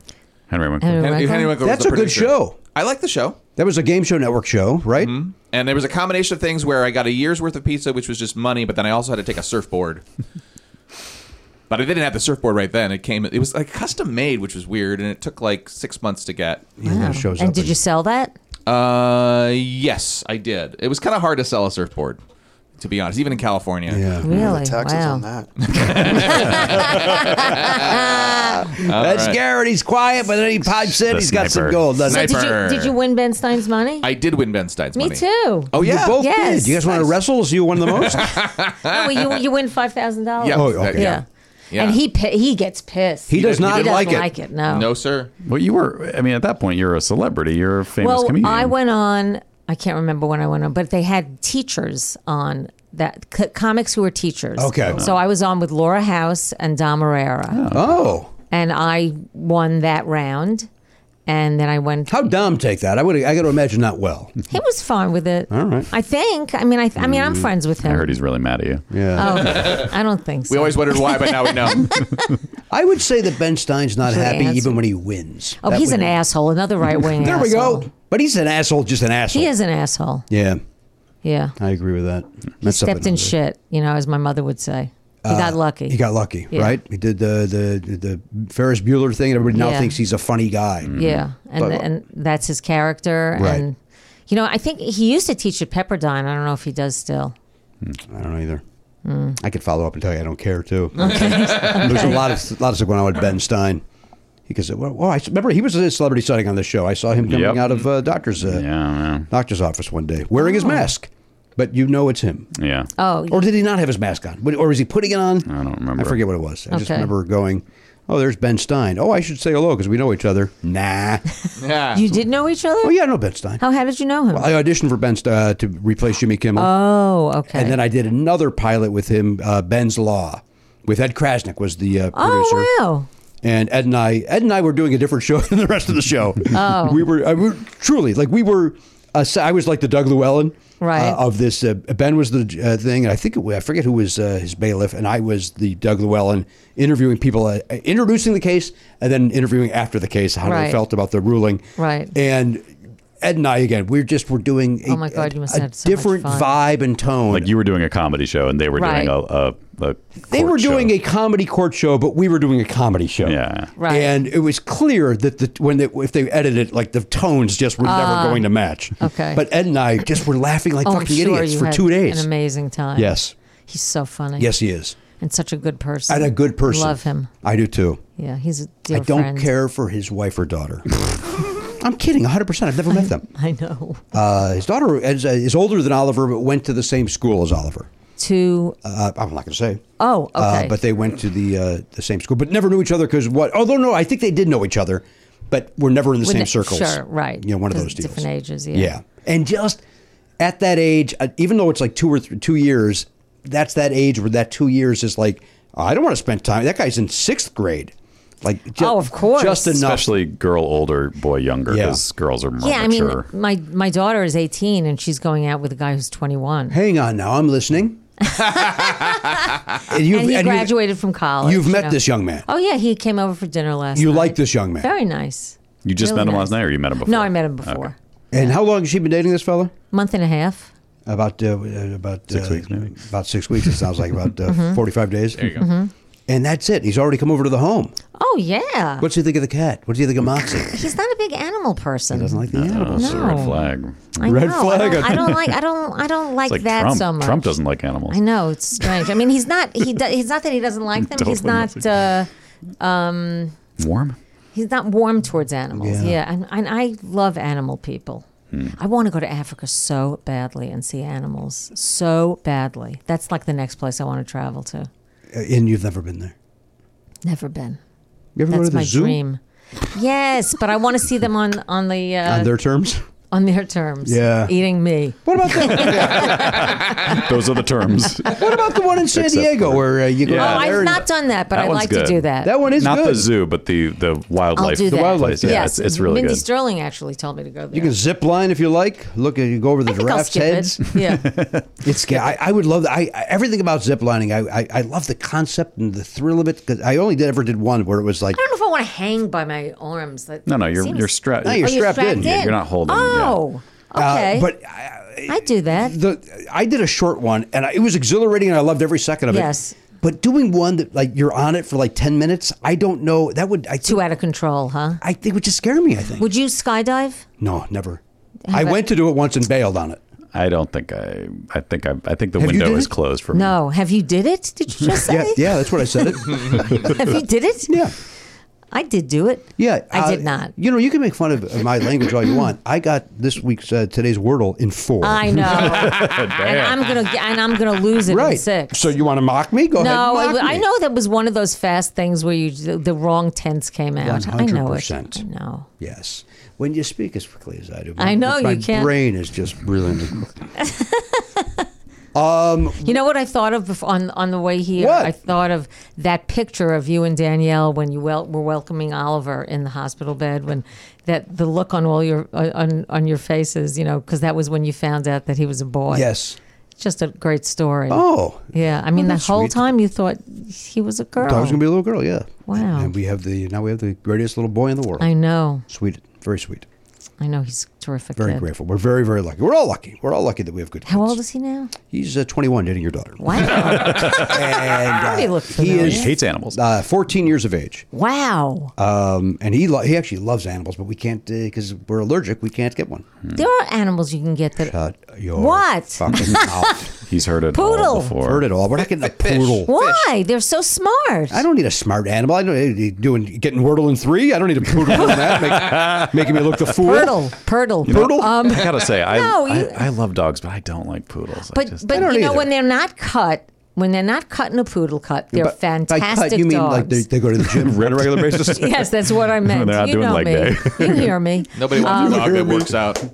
S2: Henry Winkler.
S9: Henry- Winkler?
S6: Winkler was
S1: That's
S6: the
S1: a good
S6: producer.
S1: show.
S6: I like the show.
S1: that was a game show network show, right?
S2: Mm-hmm.
S6: And there was a combination of things where I got a year's worth of pizza, which was just money, but then I also had to take a surfboard. but I didn't have the surfboard right then. It came. It was like custom made, which was weird, and it took like six months to get.
S1: Yeah, that shows
S9: and
S1: up
S9: did
S1: in-
S9: you sell that?
S6: Uh, yes, I did. It was kind of hard to sell a surfboard, to be honest, even in California.
S1: Yeah,
S9: Really?
S8: Taxes
S9: wow.
S8: on that.
S1: that's
S6: right.
S1: Garrett. He's quiet, but then he pipes in.
S2: The
S1: He's got some
S2: sniper.
S1: gold. doesn't he?
S9: Did you,
S6: Sniper.
S9: did you win Ben Stein's money?
S6: I did win Ben Stein's
S9: me
S6: money.
S9: too.
S6: Oh yeah,
S1: You both
S9: Yes.
S1: did. You guys want to wrestle? So you won the most.
S9: No, you, you win five thousand dollars.
S6: Yeah.
S1: Oh, okay.
S9: yeah.
S6: Yeah.
S9: And he pi- he gets pissed.
S1: He does
S6: He
S1: not
S9: doesn't
S1: like it.
S9: like it. No.
S6: No, sir.
S2: Well, you were. I mean, at that point, you're a celebrity. You're a famous
S9: Well,
S2: comedian.
S9: I went on. I can't remember when I went on, but they had teachers on that c- comics who were teachers.
S1: Okay.
S9: So I was on with Laura House and Dom Herrera,
S1: Oh,
S9: and I won that round. And then I went.
S1: how dumb take that? I would. I got to imagine not well.
S9: He was fine with it. All
S1: right. Mm.
S9: I think. I mean, I, I mean, I'm friends with him.
S2: I heard he's really mad at you.
S1: Yeah,
S9: Oh, I don't think so.
S6: We always wondered why, but now we know.
S1: I would say that Ben Stein's not
S9: Should I
S1: happy
S9: answer?
S1: even when he wins.
S9: oh,
S1: That
S9: he's
S1: would-
S9: an asshole. Another right wing.
S1: There we go. But he's an asshole, just an asshole.
S9: He is an asshole.
S1: Yeah,
S9: Yeah.
S1: I agree with that.
S9: He stepped in shit. You know, as my mother would say, he
S1: Uh,
S9: got lucky.
S1: He got lucky,
S9: Yeah.
S1: right? He did the the the Ferris Bueller thing, and everybody now
S9: Yeah. Mm.
S1: thinks he's a funny guy.
S9: Yeah, and and that's his character.
S1: Mm-hmm. Right.
S9: And you know, I think he used to teach at Pepperdine. I don't know if he does still.
S1: I don't know either.
S9: Mm.
S1: I could follow up and tell you I don't care too. There's a lot of lot of stuff going on with Ben Stein. Because well, well, I s- remember he was a celebrity sighting on the show. I saw him coming
S2: Yep.
S1: out of uh, doctor's uh,
S2: Yeah,
S1: doctor's office one day wearing his mask, but you know it's him.
S2: yeah, yeah.
S9: Oh,
S1: Or did he not have his mask on? What- Or was he putting it on?
S2: I don't remember.
S1: I forget what it was. I just
S9: Okay.
S1: remember going, "Oh, there's Ben Stein. Oh, I should say hello because we know each other." Nah.
S6: Yeah.
S9: you did know each other?
S1: oh yeah, I know Ben Stein.
S9: How how did you know him?
S1: I auditioned for Ben St- uh, to replace Jimmy Kimmel,
S9: oh, okay.
S1: and then I did another pilot with him, uh, Ben's Law, with Ed Krasnick was the uh, producer.
S9: oh wow.
S1: And Ed and I, Ed and I were doing a different show than the rest of the show.
S9: Oh.
S1: we were, I, we were truly like we were. Uh, so I was like the Doug Llewellyn
S9: Right.
S1: uh, of this. Uh, ben was the uh, thing, and I think it, wa- I forget who was uh, his bailiff, and I was the Doug Llewellyn interviewing people, uh, introducing the case, and then interviewing after the case how
S9: Right.
S1: they felt about the ruling.
S9: Right.
S1: And Ed and I again, we're just we're doing. A,
S9: Oh my God,
S1: a-
S9: you must
S1: a
S9: have so much
S1: different
S9: fun.
S1: vibe and tone.
S2: Like you were doing a comedy show, and they were
S9: Right.
S2: doing a. a, a
S1: they
S2: court
S1: were doing
S2: show.
S1: a comedy court show, but we were doing a comedy show.
S2: Yeah.
S9: Right.
S1: And it was clear that the when they, if they edited it, like the tones just were never going to match.
S9: Ah, okay.
S1: But Ed and I just were laughing like
S9: Oh, I'm
S1: fucking
S9: sure
S1: idiots
S9: you
S1: for
S9: had
S1: two days.
S9: An amazing time.
S1: yes.
S9: He's so funny.
S1: Yes, he is.
S9: And such a good person.
S1: And a good person.
S9: Love him.
S1: I do too.
S9: Yeah, he's a dear
S1: I don't
S9: friend.
S1: care for his wife or daughter. I'm kidding, 100%. I've never met them.
S9: I know.
S1: Uh, his daughter is, is older than Oliver, but went to the same school as Oliver.
S9: to
S1: Uh, I'm not going to say.
S9: oh, okay.
S1: Uh, but they went to the uh, the same school, but never knew each other because what? Although no, I think they did know each other, but were never in the
S9: When
S1: same
S9: they-
S1: circles.
S9: Sure, right.
S1: You know, one of
S9: 'Cause
S1: those deals.
S9: Different ages. Yeah.
S1: Yeah. and just at that age, uh, even though it's like two or th- two years, that's that age where that two years is like "Oh, I don't want to spend time. That guy's in sixth grade. Like, ju-
S9: Oh, of course.
S1: just enough.
S2: Especially girl older, boy younger,
S1: Yeah.
S2: because girls are more
S9: Yeah, I mean,
S2: mature.
S9: my my daughter is 18 and she's going out with a guy who's 21.
S1: Hang on, now I'm listening. and, you've,
S9: and he
S1: and you've-
S9: graduated from college.
S1: You've
S9: you
S1: met
S9: know.
S1: this young man.
S9: Oh yeah, he came over for dinner last.
S1: You
S9: night.
S1: like this young man.
S9: Very nice.
S2: you just
S9: really
S2: met him last
S9: nice.
S2: night, or you met him before?
S9: No, I met him before.
S1: And how long has she been dating this fella?
S9: Month and a half.
S1: About uh, uh, about
S2: Six
S1: uh,
S2: weeks, maybe.
S9: Mm-hmm.
S1: Mm-hmm. About six weeks. It sounds like about uh, forty-five days. There you go. And that's it. He's already come over to the home.
S9: Oh Oh yeah.
S1: What do you think of the cat? What do you think of Moxie?
S9: He's not a big animal person.
S1: Doesn't like the animals.
S2: That's a red
S9: No.
S2: flag.
S9: I
S2: red
S9: know.
S2: flag.
S9: I don't, I don't like. I don't. I don't like,
S2: It's like
S9: that
S2: Trump.
S9: so much.
S2: Trump doesn't like animals.
S9: I know it's strange. I mean, he's not. He. Do, he's not that he doesn't like them. he's
S2: Totally
S9: not. Uh,
S2: Warm.
S9: he's not warm towards animals.
S1: Yeah.
S9: Yeah, and, and I love animal people. I want to go to Africa so badly and see animals so badly. That's like the next place I want to travel to.
S1: Uh, And you've never been there.
S9: Never been.
S5: You ever go to
S9: That's
S5: the
S9: my
S5: zoo
S9: dream. Yes, but I want to see them on on the uh,
S5: on their terms?
S9: on their terms.
S5: Yeah. Ah,
S9: eating me.
S5: What about the
S2: Those are the terms.
S5: What about the one in San
S2: Except
S5: Diego
S2: for-
S5: where uh, you go
S2: Yeah.
S5: out
S9: Oh,
S5: there?
S9: I've
S5: and-
S9: not done that, but
S2: That
S9: I'd
S2: one's
S9: like
S2: good.
S9: to do that.
S5: that one is
S2: Not
S5: good.
S2: the zoo, but the the wildlife.
S9: I'll do that.
S5: The wildlife,
S2: place. Yeah,
S9: Yes,
S2: it's, it's really
S9: Mindy
S2: good.
S9: Sterling actually told me to go there.
S5: You can zip line if you like. Look, you go over the
S9: I think I'll
S5: giraffes'
S9: skip
S5: heads.
S9: it. Yeah,
S1: It's sca- I, I would love I, I everything about ziplining. I, I I love the concept and the thrill of it because I only did, ever did one where it was like
S9: I don't know if I want to hang by my arms. That
S2: No, no, you're
S9: seems-
S2: you're strapped.
S5: No, you're
S9: Oh, you're
S5: strapped in.
S2: Yeah, you're not holding, yeah.
S9: Oh,
S1: uh,
S9: okay.
S1: but
S9: I do that.
S1: the I did a short one and I, it was exhilarating and I loved every second of
S9: Yes.
S1: it. But doing one that like you're on it for like ten minutes, I don't know that would I
S9: Too
S1: think,
S9: out of control, huh?
S1: I think would just scare me. I think
S9: Would you skydive?
S1: no, never. I
S9: about-
S1: went to do it once and bailed on it.
S2: I don't think I. I think I. I think the
S1: Have you
S2: window
S1: did
S2: is
S1: it?
S2: closed for me.
S9: No. Have you did it? Did you just say?
S1: Yeah, yeah, that's what I said. It.
S9: Have you did it?
S1: yeah.
S9: I did do it.
S1: Yeah,
S9: I
S1: uh,
S9: did not.
S1: You know, you can make fun of my language all you want. I got this week's uh, today's Wordle in four.
S9: I know. and
S2: Damn.
S9: I'm gonna get- and I'm gonna lose it in
S1: right.
S9: six.
S1: So you want to mock me? Go ahead.
S9: no, it
S1: and
S9: wa-
S1: mock
S9: I
S1: me.
S9: know that was one of those fast things where you the, the wrong tense came out. I know it.
S1: 100%.
S9: I know.
S1: Yes. When you speak as quickly as I do,
S9: I
S1: my-
S9: know,
S1: my
S9: you can't-
S1: brain is just brilliant.
S9: You know what I thought of bef- on on the way here?
S1: What?
S9: I thought of that picture of you and Danielle when you wel- were welcoming Oliver in the hospital bed. When that the look on all your uh, on on your faces, you know, because that was when you found out that he was a boy.
S1: yes.
S9: just a great story.
S1: Oh,
S9: yeah. I mean, the
S1: that's
S9: whole
S1: sweet.
S9: time you thought he was a girl.
S1: I was going to be a little girl. Yeah.
S9: Wow.
S1: And we have the now we have the greatest little boy in the world.
S9: I know.
S1: sweet, very sweet,
S9: I know he's a terrific.
S1: very
S9: kid.
S1: grateful. We're very very lucky. We're all lucky. We're all lucky that we have good.
S9: How
S1: kids.
S9: old is he now?
S1: He's uh, 21, dating your daughter.
S9: Wow.
S1: And uh,
S9: He looked
S1: he
S9: familiar.
S2: He
S1: is
S2: hates animals.
S1: uh, 14 years of age.
S9: wow.
S1: Um, and he lo- he actually loves animals, but we can't because we're allergic. We can't get one.
S9: There are animals you can get that.
S1: Shut your
S9: What?
S1: fucking mouth.
S2: He's heard it all
S9: Poodle.
S2: before.
S1: Heard it all. We're not getting a
S6: Fish.
S1: poodle.
S9: Why? They're so smart.
S1: I don't need a smart animal. I don't need doing getting Wordle in three. I don't need a poodle in that, make, making me look the fool.
S9: Purtle. Purtle.
S2: You know,
S9: Purtle. Um,
S2: I gotta say, I,
S9: no, you-
S2: I I love dogs, but I don't like poodles. I
S9: but
S2: just,
S9: but you
S1: don't
S9: know
S1: either.
S9: when they're not cut, when they're not cut in a poodle cut, they're
S1: But by
S9: fantastic
S1: cut, you mean
S9: dogs.
S1: like they, they go to the gym?
S2: on a regular basis,
S9: yes, that's what I meant.
S2: They're not
S9: you
S2: doing
S9: know
S2: leg
S9: me.
S2: day.
S9: you hear me.
S6: Nobody wants a dog that works out.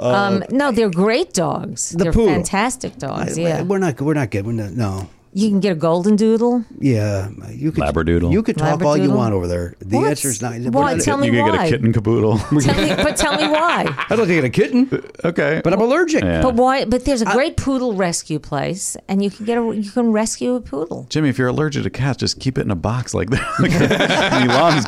S9: Um, no, they're great dogs. they're
S1: Uh, poodle.
S9: fantastic dogs. yeah,
S1: We're not. We're not good. We're not. No.
S9: you can get a golden doodle.
S1: Yeah. You could.
S2: Labradoodle.
S1: You could talk all you
S9: Labradoodle?
S1: want over there. The
S9: What?
S1: answer's not. we're
S9: Why?
S1: not-
S9: Tell me
S2: you could get
S9: why.
S2: a kitten caboodle.
S9: Tell me, but tell me why.
S1: I'd like to get a kitten,
S2: okay,
S1: but I'm
S9: Oh.
S1: allergic.
S9: But why? But there's a great poodle rescue place, and you can get a you can rescue a poodle.
S2: Jimmy, if you're allergic to cats, just keep it in a box like that. Like Elon's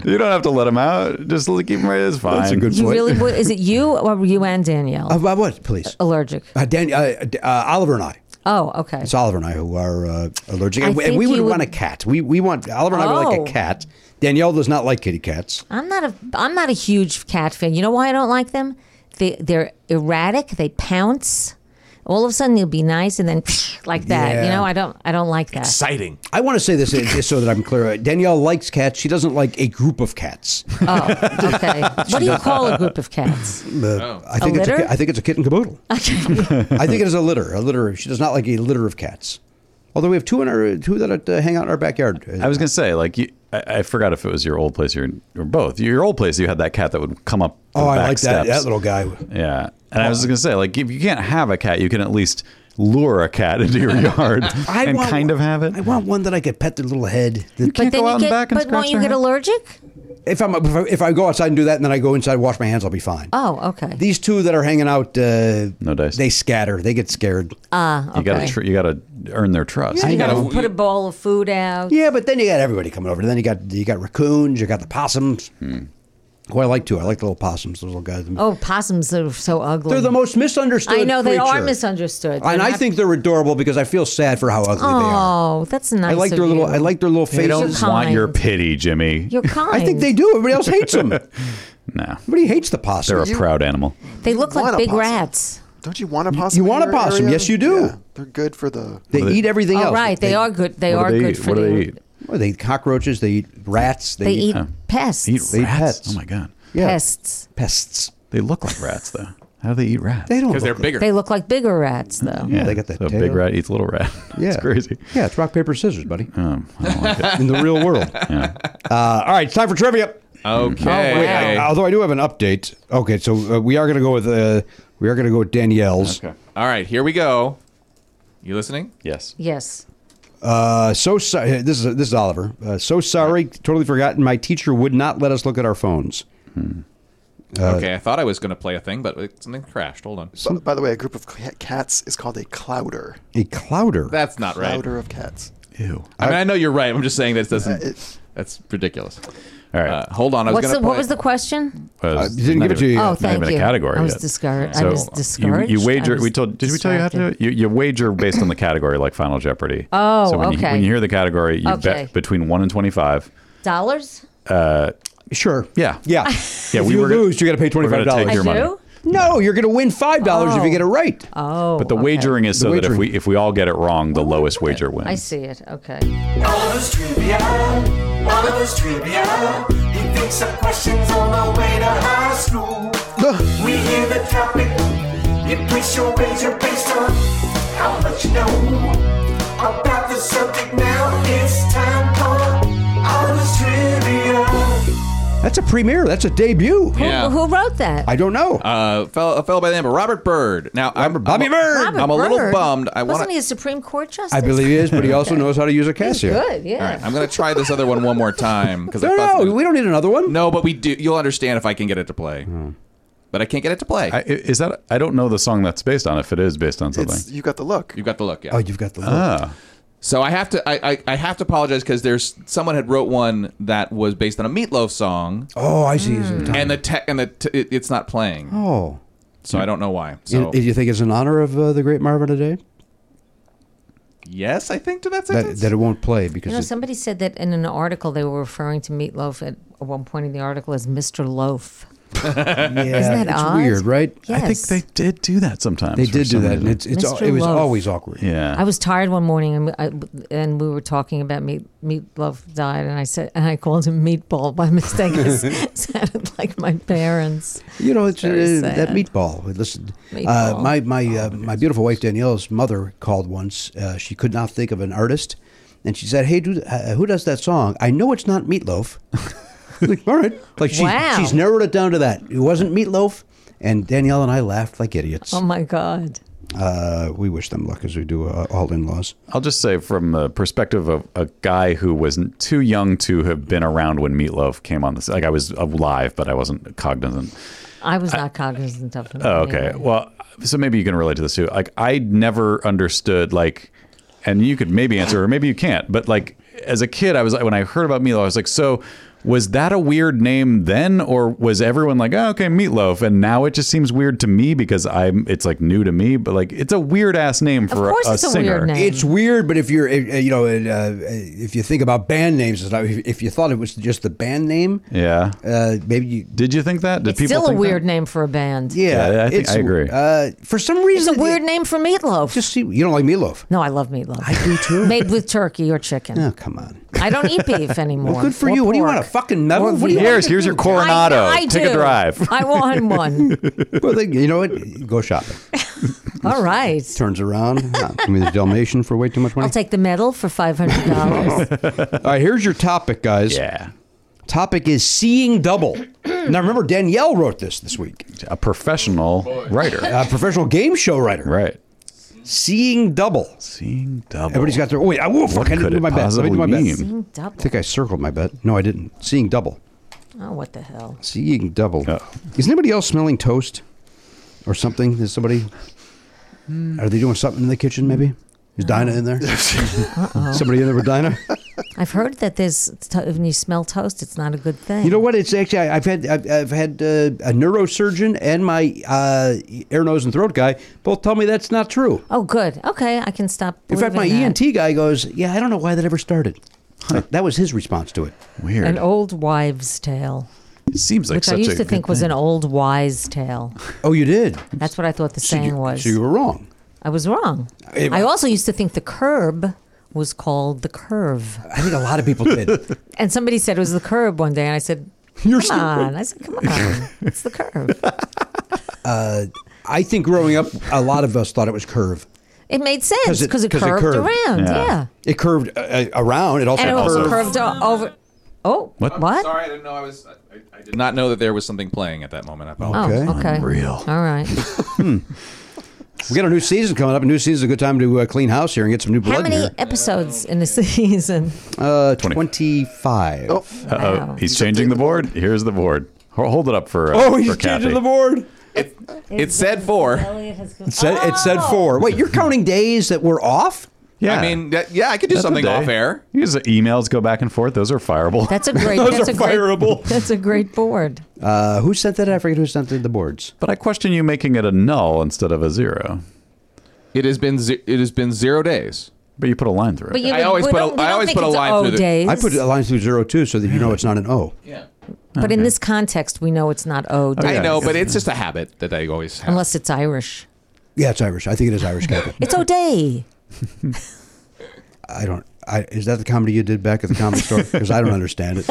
S2: doing. you don't have to let him out. Just keep him right. It's fine.
S1: That's a good
S9: You
S1: point.
S9: really would? Is it you or you and Danielle
S1: Uh, what- what? Please.
S9: allergic?
S1: Uh, Dan, uh, uh, Oliver and I.
S9: Oh, okay.
S1: It's Oliver and I who are uh, allergic,
S9: I
S1: and, we- and
S9: think
S1: we would,
S9: you would-
S1: want a cat. We we want Oliver and I would like
S9: Oh.
S1: a cat. Danielle does not like kitty cats.
S9: I'm not a I'm not a huge cat fan. You know why I don't like them? They they're erratic. They pounce. All of a sudden, they'll be nice, and then like that. You
S1: Yeah.
S9: know, I don't I don't like that.
S6: Exciting.
S1: I want to say this uh, just so that I'm clear. Danielle likes cats. She doesn't like a group of cats.
S9: Oh, okay. what do you call a group of cats?
S2: Oh.
S1: Uh, I think
S9: A
S1: it's
S9: litter?
S1: A, I think it's a kitten caboodle.
S9: Okay.
S1: I think it is a litter. A litter. She does not like a litter of cats. Although we have two in our two that uh, hang out in our backyard.
S2: I was gonna say, like, you, I, I forgot if it was your old place or, or both. Your old place, you had that cat that would come up. the
S1: oh, I
S2: back
S1: like that,
S2: steps.
S1: that little guy.
S2: Yeah, and I was just gonna say, like, if you can't have a cat, you can at least lure a cat into your yard
S1: I
S2: and
S1: want-
S2: kind of have it.
S1: I want one that I could pet their little head. That-
S2: can't go
S9: you
S2: out and
S9: get,
S2: back and
S9: but won't
S2: scratch
S9: you
S2: their
S9: get
S2: head?
S9: allergic?
S1: if I'm if I, if I go outside and do that, and then I go inside and wash my hands, I'll be fine.
S9: Oh, okay.
S1: These two that are hanging out, uh,
S2: No dice.
S1: They scatter. They get scared.
S9: Ah, okay.
S2: you gotta tr- you gotta earn their trust.
S9: you gotta
S6: know.
S9: put a bowl of food out.
S2: Hmm.
S1: yeah, but then you got everybody coming over. Then you got you got raccoons. You got the possums. who I like too. I like the little possums, those little guys.
S9: Oh, possums are so ugly.
S1: They're the most misunderstood.
S9: I know they are
S1: creature.
S9: misunderstood.
S1: And
S9: They're
S1: I
S9: not-
S1: think they're adorable because I feel sad for how ugly they are.
S9: Oh, that's nice.
S1: I like
S9: of
S1: their little.
S9: you.
S1: I like their little faces.
S2: They don't
S9: You're
S2: want your
S9: kind.
S2: pity, Jimmy.
S9: You're kind.
S1: I think they do. Everybody else hates them.
S2: no,
S1: Everybody hates the
S2: they're
S1: possum.
S2: a proud animal.
S9: They look
S8: want
S9: like
S8: a
S9: big
S8: possum.
S9: rats.
S8: Don't you want a possum?
S1: you
S8: in
S1: want a
S8: your
S1: possum.
S8: area?
S1: Yes, you do.
S8: Yeah, they're good for the.
S1: They eat everything
S9: Oh,
S1: else.
S9: right. They, are good. They
S2: what
S9: are
S2: do they
S9: good
S2: eat?
S9: for
S2: What do
S9: the-
S2: they eat?
S1: Well, they eat cockroaches. They eat rats. They,
S9: They eat pests.
S2: They eat
S1: They eat
S2: rats.
S1: pets.
S2: Oh my god,
S1: yeah,
S9: Pests.
S1: pests.
S2: they look like rats though. How do they eat rats?
S1: They don't.
S6: because they're
S1: look-
S6: bigger.
S9: They look like bigger rats, though.
S2: Yeah,
S1: they got that
S2: So
S1: tail.
S2: big rat eats little rat.
S1: Yeah,
S2: it's crazy.
S1: Yeah, it's rock paper scissors, buddy.
S2: Um, I don't like it.
S1: In the real world. Uh, all right, it's time for trivia.
S6: Oh,
S9: Oh,
S6: okay.
S1: Wait, uh, although I do have an update. Okay, so uh, we are going to go with uh, we are going to go with Danielle's.
S6: All right, here we go. You listening?
S2: yes.
S9: Yes.
S1: Uh, so sorry. This is this is Oliver. Uh, so sorry, totally forgotten. My teacher would not let us look at our phones.
S6: okay, I thought I was going to play a thing, but it- something crashed. Hold on.
S8: By, by the way, a group of ca- cats is called a clouder.
S1: A clouder.
S6: That's not right.
S8: Clouder of cats.
S2: Ew.
S6: I mean, I know you're right. I'm just saying that doesn't.
S8: it-
S6: that's ridiculous.
S2: All right.
S6: Uh, hold on. I was
S9: What's
S6: going
S9: the,
S6: to play.
S9: what was the question?
S2: Well,
S1: I
S2: it's
S1: didn't
S2: not
S1: give it to
S2: even-
S1: you.
S9: Oh,
S2: it's not
S9: thank
S2: even
S9: you.
S2: a category.
S9: I was
S2: yet.
S9: discouraged.
S2: So
S9: I was
S2: you-
S9: discouraged.
S2: You,
S9: I
S2: wager.
S9: was
S2: We told. Did we tell you how to do it? You, you wager based on the category, like Final Jeopardy.
S9: Oh,
S2: so when You,
S9: okay.
S2: when you hear the category, you
S9: Okay.
S2: bet between one and twenty-five.
S9: Dollars?
S1: Sure.
S2: Yeah.
S1: Yeah.
S2: Yeah,
S1: if
S2: we
S1: you
S2: were gonna-
S1: lose, you got to pay
S2: we're
S1: twenty
S2: gonna
S1: five
S2: take
S1: dollars.
S9: I
S2: your
S9: do?
S2: money.
S1: No, you're going to win five dollars if you get it right.
S9: Oh.
S2: But the
S9: okay. Oh,
S2: wagering is so that if
S1: wagering.
S2: we if we all get it wrong, the lowest wager wins.
S9: I see it. Okay.
S3: Oliver's trivia. Oliver's trivia. He thinks up questions on the way to high school. we hear the topic. You place your wager based on how much you know about the subject. Now it's time for Oliver's trivia.
S1: That's a premiere. That's a debut.
S6: Yeah.
S9: Who, who wrote that?
S1: I don't know.
S6: uh, fellow, a fellow by the name of Robert Bird. Now, I'm,
S1: Bobby Bird.
S9: Robert
S6: I'm a little
S9: Byrd?
S6: bummed. I want
S9: Wasn't he
S6: to.
S9: a Supreme Court justice?
S1: I believe he is, but he also knows how to use a casio.
S9: Good. Yeah.
S6: All right, I'm going to try this other one one more time because I
S1: No,
S6: thought
S1: no, we don't need another one.
S6: No, but we do. You'll understand if I can get it to play. But I can't get it to play.
S2: I, is that I don't know the song that's based on. If it is based on something,
S8: It's you got the look.
S6: You've got the look. Yeah.
S1: Oh, you've got the. look.
S2: Uh.
S6: So I have to I, I, I have to apologize because there's someone had wrote one that was based on a Meatloaf song
S1: oh, I see.
S9: Hmm.
S6: and the tech and the t- it, it's not playing.
S1: Oh,
S6: So I don't know why. So
S1: Do you think it's in honor of uh, the great Marvin today
S6: yes, I think to that
S1: that
S6: sentence.
S1: that it won't play
S9: You know,
S1: because it-
S9: somebody said that in an article they were referring to Meatloaf at one point in the article as Mr. Loaf.
S1: yeah,
S9: Isn't that
S1: it's
S9: odd?
S1: weird, right?
S2: I think
S9: Yes.
S2: they did do that sometimes.
S1: They
S2: for
S1: did do
S2: some
S1: that, and
S2: reason.
S1: it's, it's al-
S9: Mr.
S1: it was
S9: Love.
S1: always awkward.
S2: yeah.
S9: I was tired one morning and I, and we were talking about meat meatloaf diet and I said and I called him meatball by mistake. It sounded like my parents.
S1: You know, it's uh,
S9: Very
S1: that
S9: sad.
S1: meatball. Listen, Uh,
S9: Meatball. Oh,
S1: my my uh, my beautiful wife Danielle's mother called once. Uh, she could not think of an artist, and she said, "Hey, dude, uh, who does that song? I know it's not Meatloaf." like, all right, like she,
S9: Wow.
S1: she's narrowed it down to that. It wasn't Meatloaf, and Danielle and I laughed like idiots.
S9: Oh my god!
S1: Uh, we wish them luck as we do uh, all in-laws.
S2: I'll just say from the perspective of a guy who was n- too young to have been around when Meatloaf came on this. Like I was alive, but I wasn't cognizant.
S9: I was not cognizant of him.
S2: Oh, okay.
S9: anyway.
S2: Well, so maybe you can relate to this too. Like I never understood like, and you could maybe answer or maybe you can't. But like as a kid, I was like when I heard about Meatloaf, I was like, so was that a weird name then, or was everyone like, oh, okay, Meatloaf, and now it just seems weird to me because I'm it's like new to me. But like it's a weird ass name for
S9: course
S2: a,
S9: it's a weird
S2: singer.
S9: name.
S1: It's weird, but if you're, uh, you know, uh, if you think about band names, it's not- if if you thought it was just the band name,
S2: Yeah.
S1: uh, maybe you
S2: Did you think that? Did
S9: It's
S2: people
S9: still a
S2: think that?
S9: weird name for a band.
S1: Yeah,
S2: Yeah, I think- I agree.
S1: Uh, for some reason,
S9: It's a
S1: it-
S9: weird name for meatloaf.
S1: Just see, you don't like meatloaf.
S9: no, I love meatloaf. I
S1: do too.
S9: Made with turkey or chicken.
S1: Oh, come on.
S9: I don't eat beef anymore.
S1: Well, good for
S9: Or
S1: you. What do you
S9: pork.
S1: want, a fucking medal?
S9: Or
S1: What do you
S9: veal.
S2: Here's here's your Coronado.
S9: I, I
S2: Take a
S9: do.
S2: drive.
S9: I want one.
S1: Well, then, you know what? Go shopping.
S9: All right.
S1: Turns around. Ah, Give me the Dalmatian for way too much money.
S9: I'll take the medal for five hundred dollars.
S1: All right, here's your topic, guys.
S2: Yeah.
S1: Topic is seeing double. now, remember, Danielle wrote this this week.
S2: A professional writer.
S1: A professional game show writer.
S2: Right.
S1: Seeing double.
S2: Seeing double.
S1: Everybody's got their. Oh, wait. I, whoa, fuck, I didn't
S2: could
S1: do
S2: it
S1: my bet. Let me do my
S2: possibly
S1: bet.
S2: mean?
S9: Seeing
S1: I
S9: double.
S1: think I circled my bet. No, I didn't. Seeing double.
S9: Oh, what the hell?
S1: Seeing double.
S2: Uh-oh.
S1: Is anybody else smelling toast or something? Is somebody? Are they doing something in the kitchen? Maybe is Dinah in there? somebody in there with Dinah?
S9: I've heard that there's to- when you smell toast, it's not a good thing.
S1: You know what? It's actually I- I've had I've, I've had uh, a neurosurgeon and my uh, ear, nose, and throat guy both tell me that's not true.
S9: oh, good. Okay, I can stop.
S1: In fact, my E
S9: believing that.
S1: ENT guy goes, "Yeah, I don't know why that ever started." That was his response to it.
S2: Weird.
S9: An old wives' tale,
S2: it seems like
S9: which I
S2: such
S9: used
S2: a
S9: to
S2: good
S9: think was
S2: thing.
S9: an old wise tale.
S1: Oh, you did.
S9: That's what I thought the saying was.
S1: So you were wrong.
S9: I was wrong.
S1: It-
S9: I also used to think the curb was called the curve,
S1: I think a lot of people did.
S9: and somebody said it was the curb one day, and I said, "Come
S1: stupid."
S9: on!" I said, "Come on, it's the curve."
S1: I think growing up, a lot of us thought it was curve.
S9: It made sense
S1: 'Cause it-
S9: because it,
S1: 'cause it
S9: curved
S1: curved.
S9: around,
S2: Yeah.
S9: yeah,
S1: It curved uh, uh, around. It also
S9: and it was
S1: curved.
S9: curved o- over. Oh, what?
S6: Sorry, I didn't know I was. I, I did not know that there was something playing at that moment. I apologize.
S9: Oh,
S1: Okay.
S9: okay.
S2: Unreal.
S9: All right.
S1: We got a new season coming up. A new season is a good time to uh, clean house here and get some new
S9: How
S1: blood in
S9: many
S1: here.
S9: episodes in a season?
S1: Uh, Twenty-five.
S8: Oh,
S2: Uh-oh,
S9: Wow.
S2: he's changing the board. Here's the board. Ho- Hold it up for. Uh,
S6: Oh,
S1: oh,
S2: for Kathy.
S1: board.
S6: It, it said four.
S1: It said,
S9: Ah!
S1: it said
S9: Oh.
S1: four. Wait, you're counting days that we're off?
S2: Yeah.
S6: I mean, that, yeah, I could do
S2: That's a
S6: something
S2: day.
S6: off air.
S2: You guys, uh, emails go back and forth. Those are fireable.
S9: That's a great. that's a great, That's a great board.
S1: Uh, who sent that? I forget who sent the the boards.
S2: but I question you making it a null instead of a zero.
S6: It has been. ze- It has been zero days.
S2: But you put a line through it.
S9: But you,
S6: I always
S9: we
S6: put a-
S9: don't, we
S6: I
S9: don't
S6: always
S9: think
S6: put a
S9: it's
S6: line
S9: O
S6: through the-
S9: days.
S1: I put a line through zero two so that you know it's not an O.
S6: Yeah.
S9: but in this context, we know it's not O days.
S6: I know, but it's just a habit that I always have.
S9: unless it's Irish.
S1: Yeah, it's Irish. I think it is Irish capital.
S9: It's O'Day.
S1: I don't. I, is that the comedy you did back at the comedy store? Because I don't understand it.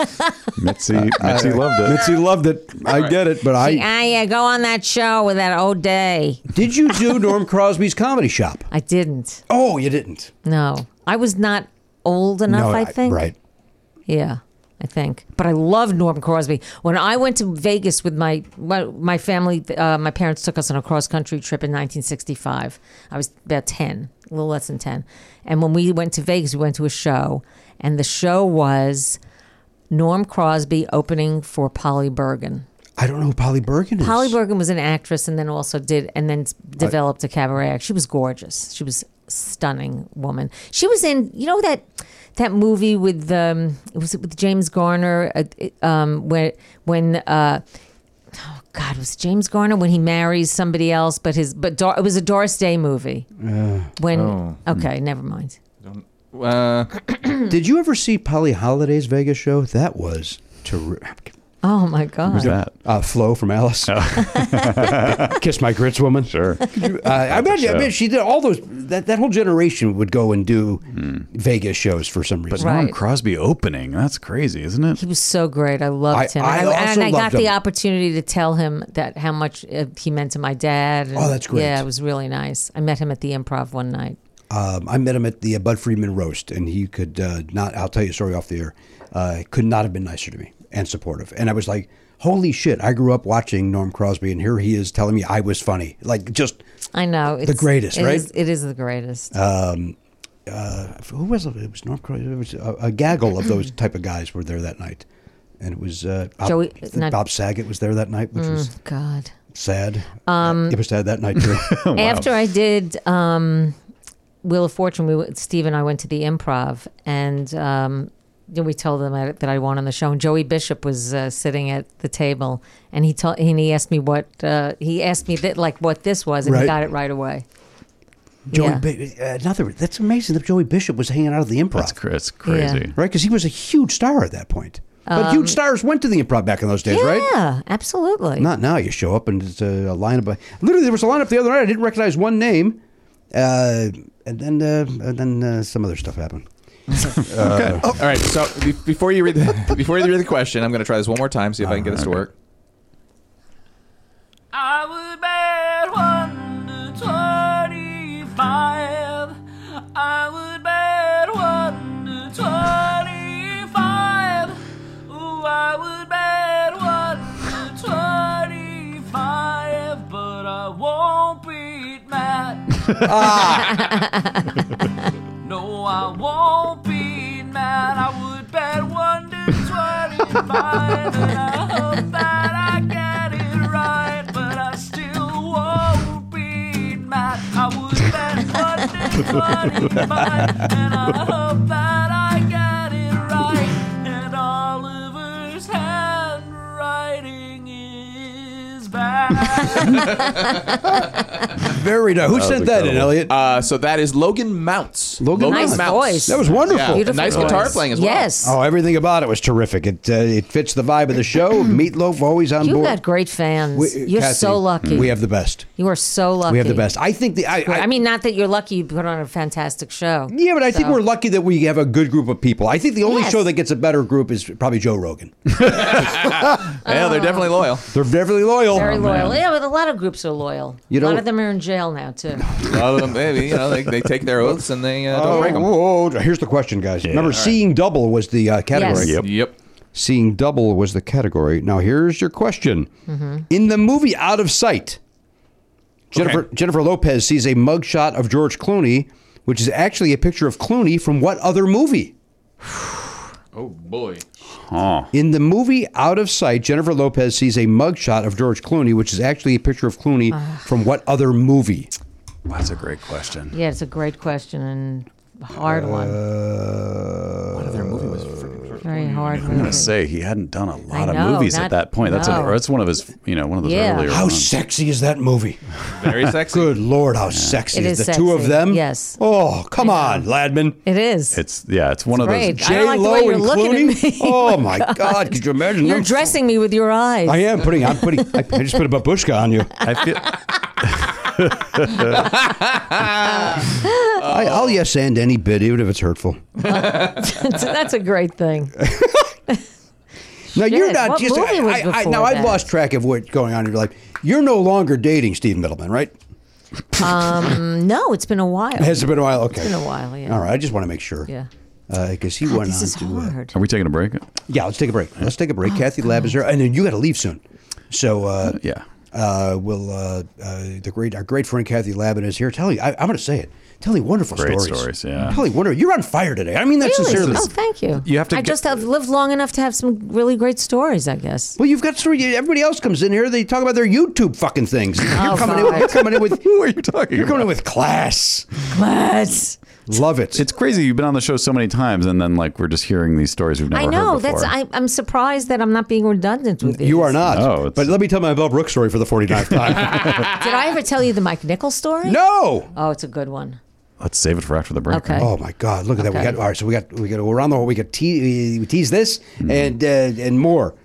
S2: Mitzi, Mitzi
S9: Uh,
S2: loved it.
S1: Mitzi loved it. I get it, but I
S9: I uh, go on that show with that O'Day.
S1: did you do Norm Crosby's comedy shop?
S9: I didn't.
S1: Oh, you didn't.
S9: No, I was not old enough. I think.
S1: right.
S9: Yeah, I think. But I love Norm Crosby. When I went to Vegas with my my, my family, uh, my parents took us on a cross country trip in 1965. I was about 10, a little less than 10. And when we went to Vegas, we went to a show, and the show was Norm Crosby opening for Polly Bergen.
S1: I don't know who Polly Bergen is.
S9: Polly Bergen was an actress, and then also did, and then s- developed a cabaret act. She was gorgeous. She was a stunning woman. She was in, you know that that movie with um, it was with James Garner, uh, it- um, when when uh, oh God, was it James Garner when he marries somebody else, but his but Dor- it was a Doris Day movie. when okay, never mind.
S6: Uh,
S1: Did you ever see Polly Holiday's Vegas show? That was terrific.
S9: Oh my God,
S2: Who's that?
S1: Uh, Flo from Alice. Kiss My Grits woman.
S2: Oh. Sure.
S1: Uh, I, imagine, I imagine she did all those. That, that whole generation would go and do Vegas shows for some reason.
S2: Hmm. Norm
S9: Right.
S2: Crosby opening. That's crazy, isn't it?
S9: He was so great. I loved
S1: I-
S9: him.
S1: I
S9: and,
S1: also
S9: and I got
S1: loved
S9: the
S1: him.
S9: opportunity to tell him that how much uh, he meant to my dad. and-
S1: Oh, that's great.
S9: Yeah, it was really nice. I met him at the improv one night.
S1: Um, I met him at the uh, Bud Friedman roast, and he could uh, not. I'll tell you a story off the air. Uh, could not have been nicer to me and supportive. And I was like, "Holy shit!" I grew up watching Norm Crosby, and here he is telling me I was funny. Like, just
S9: I know. It's,
S1: greatest,
S9: it
S1: right? Uh,
S9: is- it is the greatest.
S1: who was it? It was Norm Crosby. It was a, a gaggle of those type of guys were there that night, and it was uh, Bob,
S9: Joey-
S1: I think
S9: not- Mm.
S1: Bob Saget was there that night, which was
S9: God.
S1: sad. Um, it was sad that night too.
S9: After I did um, Wheel of Fortune, we w- Steve and I went to the improv, and um, then we told them I, that I won on the show. And Joey Bishop was uh, sitting at the table, and he told and he asked me what uh, he asked me that like what this was, and
S1: Right.
S9: he got it right away.
S1: Joey,
S9: Yeah.
S1: Bi- another. That's amazing that Joey Bishop was hanging out of the improv.
S2: That's cr- it's crazy.
S1: right? Because he was a huge star at that point. But huge stars went to the improv back in those days, right?
S9: Um, Yeah, absolutely.
S1: Not now. You show up and it's a, a lineup. Of, literally, there was a lineup the other night. I didn't recognize one name, uh, and then uh, and then uh, some other stuff happened.
S6: all right. So be- before you read the before you read the question, I'm going to try this one more time. See if I can get this to work.
S3: I would bet one to twenty-five. I would bet one to twenty-five. Ooh, I would bet one to twenty-five, but I won't beat Matt. No, I won't be mad. I would bet one to twenty-five, and I hope that I get it right. But I still won't be mad. I would bet one to twenty-five, and I hope that I get it
S1: Very nice. Who
S6: That was
S1: sent that in,
S6: incredible.
S1: Elliot?
S6: Uh, so that is Logan Mounts.
S1: Logan Mounts. Nice voice. That was wonderful.
S6: Yeah,
S1: Beautiful
S6: Nice guitar
S1: voice.
S6: playing as well.
S9: Yes.
S1: Oh, everything about it was terrific. It uh, it fits the vibe of the show. Meatloaf always on
S9: You've
S1: board.
S9: got great fans.
S1: We-
S9: you're
S1: Kathy,
S9: so lucky.
S1: We have the best.
S9: you are so lucky.
S1: We have the best. I think the I,
S9: Great.
S1: I,
S9: I mean, not that you're lucky. You put on a fantastic show.
S1: yeah, but I think
S9: So-
S1: we're lucky that we have a good group of people. I think the only
S9: Yes.
S1: show that gets a better group is probably Joe Rogan.
S6: Yeah,
S1: Uh-huh.
S6: they're definitely loyal.
S1: They're definitely loyal.
S9: Very loyal. Yeah, but a lot of groups are loyal.
S1: Oh, You
S9: a lot
S1: know-
S9: of them are in jail now too.
S6: Love them, baby. You know, they, they take their oaths and they uh, don't
S1: Oh,
S6: break them.
S1: whoa, whoa. Here's the question, guys. Remember, seeing double was the uh, category.
S9: Yes.
S6: Yep.
S1: Seeing double was the category. Now, here's your question.
S6: Mm-hmm.
S1: In the movie Out of Sight, Jennifer, Jennifer Lopez sees a mugshot of George Clooney, which is actually a picture of Clooney from what other movie?
S6: Oh boy.
S1: In the movie Out of Sight, Jennifer Lopez sees a mugshot of George Clooney, which is actually a picture of Clooney from what other movie?
S2: That's a great question.
S9: Yeah, it's a great question and a
S1: Uh,
S9: hard one. Uh,
S6: What other movie was freaking George
S9: Very hard.
S2: I'm
S9: movie.
S2: gonna say he hadn't done a lot of
S9: I know,
S2: movies
S9: not-
S2: at that point. That's a,
S9: no.
S2: that's one of his you know one of those
S9: Yeah. Oh,
S2: earlier.
S1: How
S2: ones.
S1: sexy is that movie?
S6: Very sexy.
S1: Good Lord, how sexy
S9: It
S1: is,
S9: is
S1: the two of
S9: sexy,
S1: them?
S9: yes.
S1: Oh, come on, Ladman.
S9: It is.
S2: It's yeah, it's one of
S9: great.
S2: those.
S9: I don't
S1: J
S9: like the
S1: Lo
S9: way you're
S1: and
S9: looking at
S1: Clooney.
S9: me.
S1: Oh my God! Could you imagine?
S9: you're
S1: them?
S9: dressing me with your eyes.
S1: I am putting. I'm putting. I, I just put a babushka on you.
S2: I feel
S1: I,
S6: Oh.
S1: I'll yes and any bit, even if it's hurtful.
S9: That's a great thing.
S1: Now you're
S9: Shit,
S1: not
S9: what
S1: just.
S9: movie was
S1: I, I, I, now
S9: before
S1: I've
S9: that?
S1: lost track of what's going on in your life. You're no longer dating Steve Middleman, right?
S9: Um, no, it's been a while.
S1: Has it been a while? Okay.
S9: been a while, yeah.
S1: All right. I just want to make sure.
S9: Yeah.
S1: Because he went
S9: This
S1: on
S9: is
S1: to. uh,
S9: hard. Oh,
S2: are we taking a break?
S1: yeah, let's take a break. Let's take a break. Kathy Lab is there, and then you got to leave soon. So. Uh,
S2: Yeah.
S1: Uh, will uh, uh, the great our great friend Kathy Labin is here telling you? I, I'm going to say it, telling wonderful
S2: Great
S1: stories.
S2: stories, yeah.
S1: telling wonderful. You're on fire today. I mean that
S9: Really?
S1: sincerely.
S9: Oh, thank you.
S2: You have to
S9: I
S2: get-
S9: just have lived long enough to have some really great stories, I guess.
S1: Well, you've got story. Everybody else comes in here. They talk about their YouTube fucking things. You're coming in.
S9: Oh, God.
S1: You're coming in with.
S2: Who are you talking
S1: You're coming in
S2: about?
S1: with class.
S9: Class.
S1: Love it.
S2: It's crazy. You've been on the show so many times, and then like we're just hearing these stories we've never
S9: I know.
S2: heard before.
S9: That's I, I'm surprised that I'm not being redundant with these.
S1: you are not.
S2: No, Oh, it's-
S1: but let me tell my Bob Rook story for the 49th time.
S9: Did I ever tell you the Mike Nichols story?
S1: no.
S9: Oh, it's a good one.
S2: Let's save it for after the break.
S9: Okay.
S1: Oh my God! Look at that. We
S9: Okay.
S1: got all right. So we got we got we're on the whole. We got te- we tease this and uh, and more.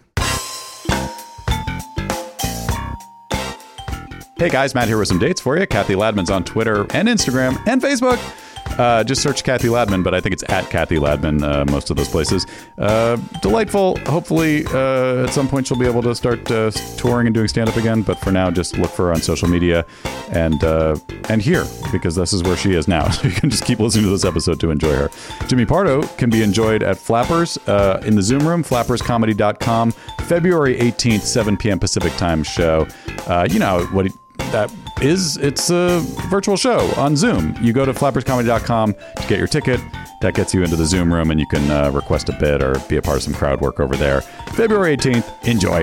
S2: Hey guys, Matt here with some dates for you. Kathy Ladman's on Twitter and Instagram and Facebook. Uh, just search Kathy Ladman, but I think it's at Kathy Ladman uh, most of those places. Uh, delightful. Hopefully, uh, at some point she'll be able to start uh, touring and doing stand up again. But for now, just look for her on social media and uh, and here because this is where she is now. So you can just keep listening to this episode to enjoy her. Jimmy Pardo can be enjoyed at Flappers uh, in the Zoom Room, flapperscomedy.com, February 18th, 7 p.m. Pacific time show. Uh, you know what? He, that is it's a virtual show on zoom you go to flapperscomedy.com to get your ticket that gets you into the zoom room and you can uh, request a bid or be a part of some crowd work over there february 18th enjoy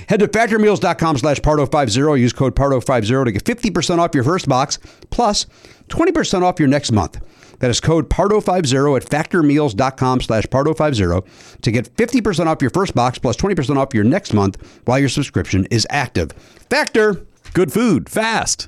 S1: Head to factormeals.com slash part050. Use code part050 to get 50% off your first box plus 20% off your next month. That is code part050 at factormeals.com slash part050 to get 50% off your first box plus 20% off your next month while your subscription is active. Factor!
S2: Good food, fast.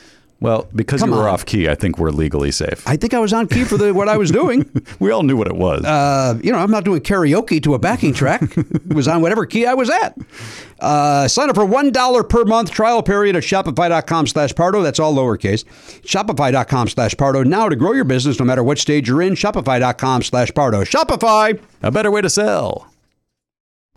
S2: Well, because
S1: Come
S2: you were
S1: on.
S2: off key, I think we're legally safe.
S1: I think I was on key for the, what I was doing.
S2: we all knew what it was.
S1: uh, you know, I'm not doing karaoke to a backing track. it was on whatever key I was at. Uh, sign up for $1 per month trial period at Shopify.com slash Pardo. That's all lowercase. Shopify.com slash Pardo. Now to grow your business, no matter what stage you're in, Shopify.com slash Pardo. Shopify.
S2: a better way to sell.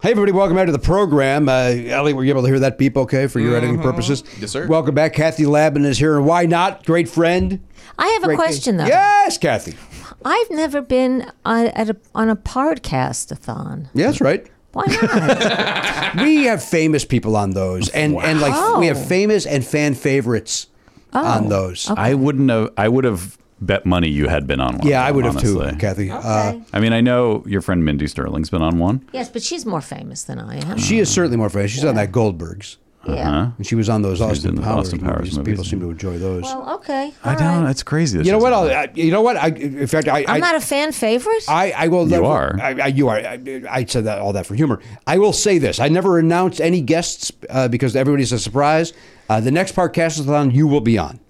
S1: Hey, everybody, welcome back to the program. Uh, Ellie, were you able to hear that beep okay for your editing purposes?
S6: Mm-hmm. Yes, sir.
S1: Welcome back. Kathy Labin is here. And why not? Great friend.
S9: I have a
S1: Great-
S9: question though.
S1: Yes, Kathy.
S9: I've never been on, at a, on a podcastathon.
S1: Yeah, that's right.
S9: Why not?
S1: we have famous people on those, and and like
S9: Wow. Oh,
S1: we have famous and fan favorites on those.
S2: I wouldn't have. I would have bet money you had been on one.
S1: Yeah,
S2: of
S1: I
S2: them,
S1: would have too,
S2: honestly.
S1: Kathy. Uh,
S2: I mean, I know your friend Mindy Sterling's been on one.
S9: yes, but she's more famous than I am.
S1: she is certainly more famous. She's on that Goldbergs,
S2: uh-huh.
S9: yeah.
S1: and she was on those Austin
S2: in the
S1: Powers,
S2: Austin
S1: movies.
S2: Powers movies,
S1: People seem to enjoy those.
S9: Well, okay.
S2: I
S9: all
S2: don't.
S9: right.
S2: It's crazy. that
S1: you know
S2: she's
S1: what?
S2: on
S1: I'll,
S2: that.
S1: I, you know what? I, in fact, I
S9: I'm
S1: I,
S9: not a fan favorite.
S1: I, I will.
S2: You
S1: never-
S2: are.
S1: I, I, you are. I, I said that all that for humor. I will say this: I never announced any guests uh, because everybody's a surprise. Uh, the next part, Castathon, you will be on.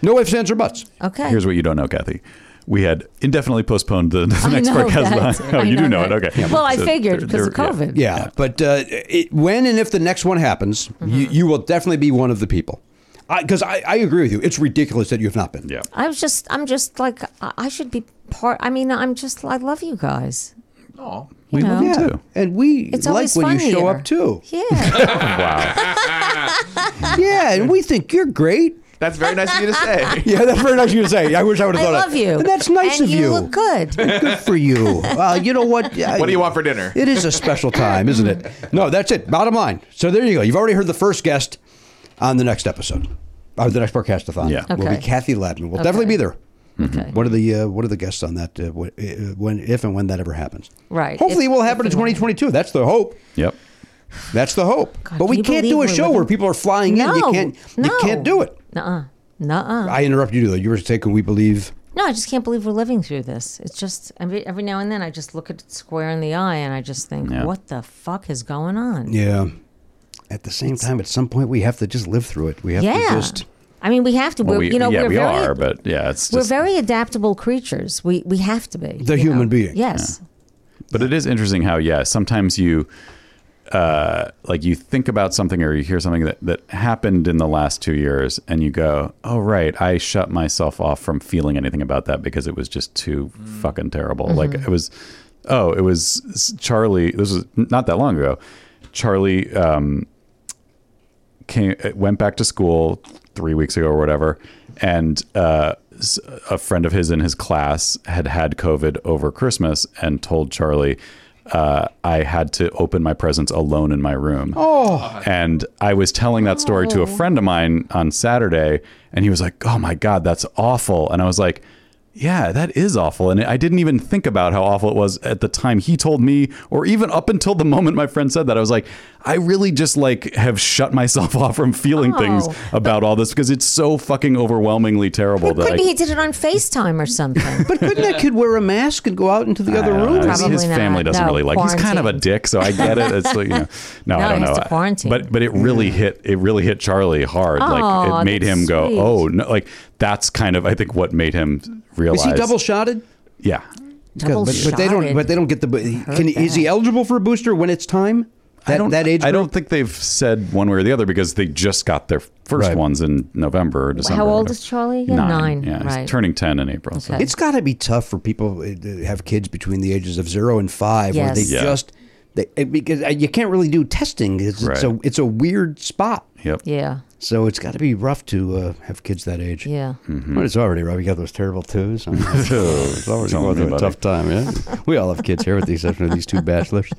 S1: No ifs, ands, or buts.
S9: okay.
S2: Here's what you don't know, Kathy. We had indefinitely postponed the, the
S9: I
S2: next
S9: know
S2: podcast.
S9: that.
S2: Oh,
S9: I
S2: you do know
S9: that.
S2: it. Okay.
S9: Well, I
S2: So
S9: figured
S2: there-
S9: because of
S2: there- yeah.
S9: COVID.
S1: Yeah, but uh, it, when and if the next one happens,
S6: Mm-hmm.
S1: you, you will definitely be one of the people. Because I, I, agree with you. It's ridiculous that you have not been.
S2: Yeah.
S9: I was just, I'm just like, I I should be part. I mean, I'm just, I love you guys.
S6: Oh,
S2: We love you
S9: know.
S2: too.
S1: And we
S9: It's
S1: like
S9: always
S1: when you
S9: fun
S1: show
S9: here.
S1: up too.
S9: Yeah.
S2: Wow.
S1: yeah, and we think you're great.
S6: that's very nice of you to say.
S1: Yeah, that's very nice of you to say. I wish I would have
S9: I
S1: thought
S9: love
S1: of
S9: you.
S1: uh, And that's nice
S9: And
S1: of you.
S9: You look good.
S1: Good for you. Uh, you know what?
S6: What do you want for dinner?
S1: It is a special time, isn't it? No, that's it. Bottom line. So there you go. You've already heard the first guest on the next episode, or the next podcastathon.
S2: Yeah.
S1: will be
S9: Okay.
S1: Kathy Labman. We'll definitely be there.
S9: Okay.
S1: What are the uh, what are the guests on that? Uh, what, uh, when if and when that ever happens?
S9: Right.
S1: Hopefully,
S9: If-
S1: it will happen in
S9: if and when.
S1: 2022. That's the hope.
S2: Yep.
S1: That's the hope.
S9: God,
S1: but
S9: can
S1: we
S9: you
S1: can't
S9: believe
S1: do a
S9: we're
S1: show
S9: living-
S1: where people are flying
S9: no.
S1: in. You can't.
S9: No.
S1: You can't do it.
S9: Nuh-uh. Nuh-uh.
S1: I interrupted you though. You were taking. We believe.
S9: No, I just can't believe we're living through this. It's just every every now and then I just look at it square in the eye and I just think,
S2: Yeah.
S9: what the fuck is going on?
S1: Yeah. At the same time, at some point, we have to just live through it. We have to
S9: Yeah.
S1: just.
S9: I mean, we have to.
S2: Well,
S9: we're,
S2: we,
S9: you know,
S2: yeah,
S9: we're
S2: we
S9: very,
S2: are, but yeah, it's
S9: we're
S2: just
S9: very adaptable creatures. We we have to be.
S1: They're
S9: you know?
S1: human beings.
S9: Yes.
S2: But it is interesting how, yeah, sometimes you, uh, like you think about something or you hear something that, that happened in the last two years and you go, oh, right, I shut myself off from feeling anything about that because it was just too fucking terrible. Like it was, oh, it was Charlie, this was not that long ago. Charlie, um, came went back to school three weeks ago or whatever, and uh, s- a friend of his in his class had had COVID over Christmas and told Charlie. Uh, I had to open my presents alone in my room.
S1: Oh.
S2: And I was telling that story
S9: Oh.
S2: to a friend of mine on Saturday, and he was like, Oh my God, that's awful. And I was like, yeah, that is awful. And I didn't even think about how awful it was at the time he told me, or even up until the moment my friend said that. I was like, I really just like have shut myself off from feeling
S9: Oh.
S2: things about all this because it's so fucking overwhelmingly terrible that
S9: Could be
S2: I,
S9: he did it on FaceTime or something.
S1: But couldn't that kid wear a mask and go out into the other
S2: I don't
S1: room?
S2: know. His- his
S9: Probably not.
S2: family doesn't
S9: No,
S2: really like. He's kind of a
S9: quarantine.
S2: dick, so I get it. It's like, you know, no,
S9: No,
S2: I don't
S9: he has
S2: know.
S9: to quarantine.
S2: But but it really hit. It really hit Charlie hard. like
S9: Aw,
S2: it made
S9: that's
S2: him go,
S9: sweet.
S2: oh no! Like that's kind of I think what made him realize.
S1: Is he double shotted?
S2: Yeah,
S1: Good, but, but they don't.
S9: Double-shotted.
S1: But they don't get the. bo- Can,
S9: that.
S1: is he eligible for a booster when it's time? That,
S2: I don't.
S1: that age.
S2: I
S1: group?
S2: don't think they've said one way or the other because they just got their first
S1: Right.
S2: ones in November or December.
S9: How
S2: or
S9: old
S2: whatever.
S9: is Charlie again? Nine,
S2: Yeah, he's
S9: right.
S2: turning ten in April. So.
S9: Okay.
S1: It's got to be tough for people uh, to have kids between the ages of zero and five, where they
S9: Yes. Yeah.
S1: just they, it- because uh, you can't really do testing. It's, it's a
S2: Right.
S1: it's a weird spot.
S2: Yep.
S9: Yeah,
S1: So it's got to be rough to uh, have kids that age.
S9: yeah.
S1: Mm-hmm.
S5: But it's already right. We got those terrible twos. I mean, it's it's already
S2: Tell
S5: going
S2: me
S5: through a
S2: about it.
S5: tough time. Yeah, we all have kids here, with the exception of these two bachelors.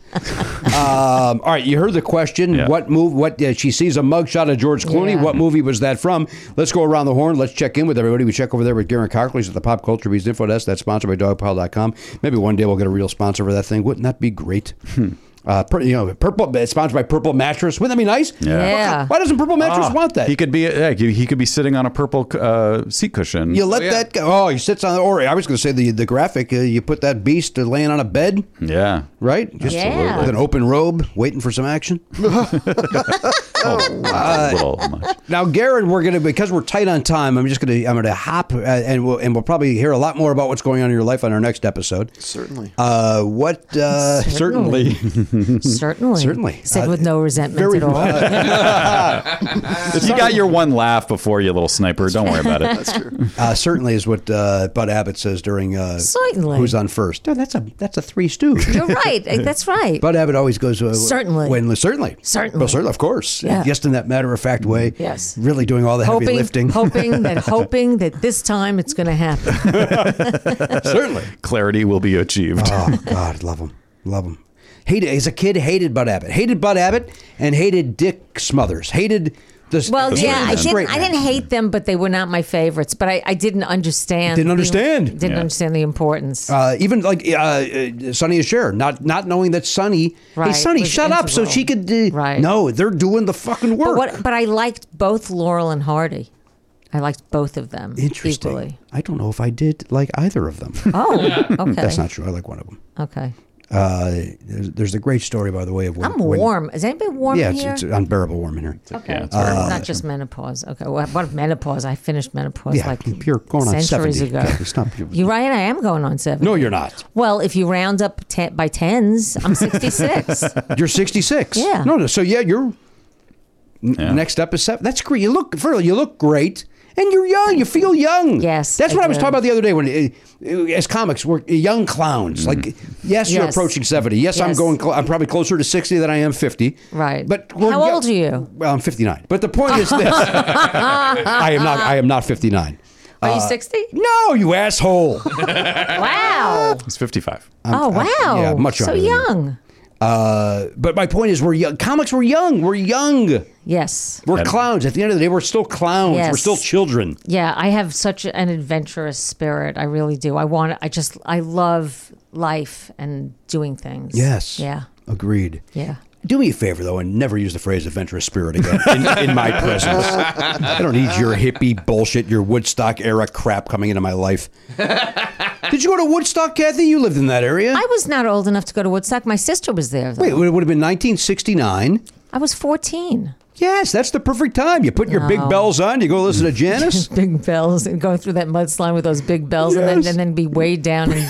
S1: Um, all right, you heard the question.
S2: Yeah.
S1: What move? What uh, she sees a mugshot of George Clooney.
S9: Yeah.
S1: What movie was that from? Let's go around the horn. Let's check in with everybody. We check over there with Garen Cockley's at the Pop Culture Bees Info Desk. That's sponsored by DogPile.com. Maybe one day we'll get a real sponsor for that thing. Wouldn't that be great?
S5: Hmm.
S1: Uh, pur- you know, purple. It's sponsored by Purple Mattress. Wouldn't that be nice?
S9: Yeah.
S1: Why doesn't Purple Mattress
S2: Ah,
S1: want that?
S2: He could be. Yeah, he he could be sitting on a purple uh, seat cushion.
S1: you let
S12: Oh, yeah.
S1: that go. Oh, he sits on. Or I was going to say the the graphic. Uh, you put that beast uh, laying on a bed,
S2: yeah.
S1: right? Just
S9: Yeah.
S1: with an open robe, waiting for some action.
S2: Oh,
S1: Uh,
S2: that's a little much.
S1: Now, Garrett, we're gonna because we're tight on time. I'm just gonna I'm gonna hop uh, and we'll and we'll probably hear a lot more about what's going on in your life on our next episode.
S8: Certainly.
S1: Uh, what uh,
S5: Certainly,
S9: Certainly.
S1: Certainly.
S9: Said
S1: Uh,
S9: with no resentment
S1: very
S9: at all.
S2: You got your one laugh before you little sniper. Don't worry about it.
S8: That's true.
S1: uh, certainly is what uh, Bud Abbott says during uh,
S9: Certainly.
S1: who's on first. No, that's a that's a three stew.
S9: You're right. eh, That's right.
S1: Bud Abbott always goes uh,
S9: Certainly.
S1: when certainly
S9: Certainly.
S1: well certainly of course
S9: Yeah. Mm,
S1: just in that matter of fact way
S9: Yes.
S1: really doing all the heavy lifting
S9: hoping, hoping that hoping that this time it's going to happen.
S1: certainly
S2: Clarity will be achieved.
S1: Oh God, love him, love him. Hated as a kid, hated Bud Abbott, hated Bud Abbott, and hated Dick Smothers, hated the
S9: Well,
S1: the
S9: yeah, I
S1: straight
S9: didn't.
S1: man.
S9: I didn't hate them, but they were not my favorites. But I, I didn't understand.
S1: Didn't
S9: the-
S1: understand.
S9: didn't
S2: Yeah.
S9: understand the importance.
S1: Uh, even like uh, uh, Sonny and Cher, not not knowing that Sonny, hey
S9: Right,
S1: Sonny,
S9: was
S1: shut up, so
S9: integral.
S1: she could. Uh,
S9: Right.
S1: No, they're doing the fucking work.
S9: but what? But I liked both Laurel and Hardy. I liked both of them
S1: Interesting.
S9: equally.
S1: I don't know if I did like either of them.
S9: Oh, okay.
S1: That's not true. I like one of them.
S9: okay.
S1: Uh, there's, there's a great story, by the way, of when
S9: I'm
S1: when-
S9: warm. Is anybody warm
S1: Yeah,
S9: in
S1: it's,
S9: here?
S1: it's unbearable warm in here.
S9: okay.
S2: Yeah, it's very
S9: It's not just menopause. Okay. Well, what menopause? I finished menopause
S1: Yeah,
S9: like
S1: you're going on
S9: centuries
S1: 70.
S9: ago.
S1: Okay, stop. You're-
S9: You're right. I am going on seven.
S1: No, you're not.
S9: Well, if you round up ten, by tens, I'm 66.
S1: You're 66.
S9: Yeah.
S1: No, no. So yeah, you're. n- Next up is seven. That's great. You look, Fertile. You look great, and you're young. You feel young.
S9: Yes,
S1: That's
S9: I
S1: what I was
S9: do.
S1: talking about the other day when, uh, as comics, we're young clowns. Like, yes, you're
S9: Yes.
S1: approaching seventy. Yes, I'm
S9: Yes.
S1: going. Cl- I'm probably closer to sixty than I am fifty.
S9: Right.
S1: But we're
S9: How
S1: young-
S9: old are you?
S1: Well, I'm fifty nine. But the point is this: I am not. I am not fifty nine.
S9: Are
S1: Uh,
S9: you 60?
S1: No, you asshole.
S9: Wow.
S2: He's 55.
S9: oh, wow.
S1: yeah, much younger
S9: so
S1: than you.
S9: young.
S1: uh, but my point is, we're young. Comics, we're young. We're young.
S9: Yes.
S1: We're
S2: And-
S1: clowns. At the end of the day, we're still clowns. We're
S9: Yes.
S1: still children.
S9: Yeah, I have such an adventurous spirit. I really do. I want I just I love life and doing things.
S1: Yes.
S9: Yeah.
S1: Agreed.
S9: Yeah.
S1: Do me a favor though, and never use the phrase "adventurous spirit" again in, in my presence. I don't need your hippie bullshit, your Woodstock era crap coming into my life. Did you go to Woodstock, Kathy? You lived in that area.
S9: I was not old enough to go to Woodstock. My sister was there. Though.
S1: Wait, it would have been 1969.
S9: I was 14.
S1: Yes, that's the perfect time. You put your big
S9: No.
S1: bells on. You go listen to Janis.
S9: Big bells and going through that mudslide with those big bells and,
S1: Yes.
S9: then, and then be weighed down and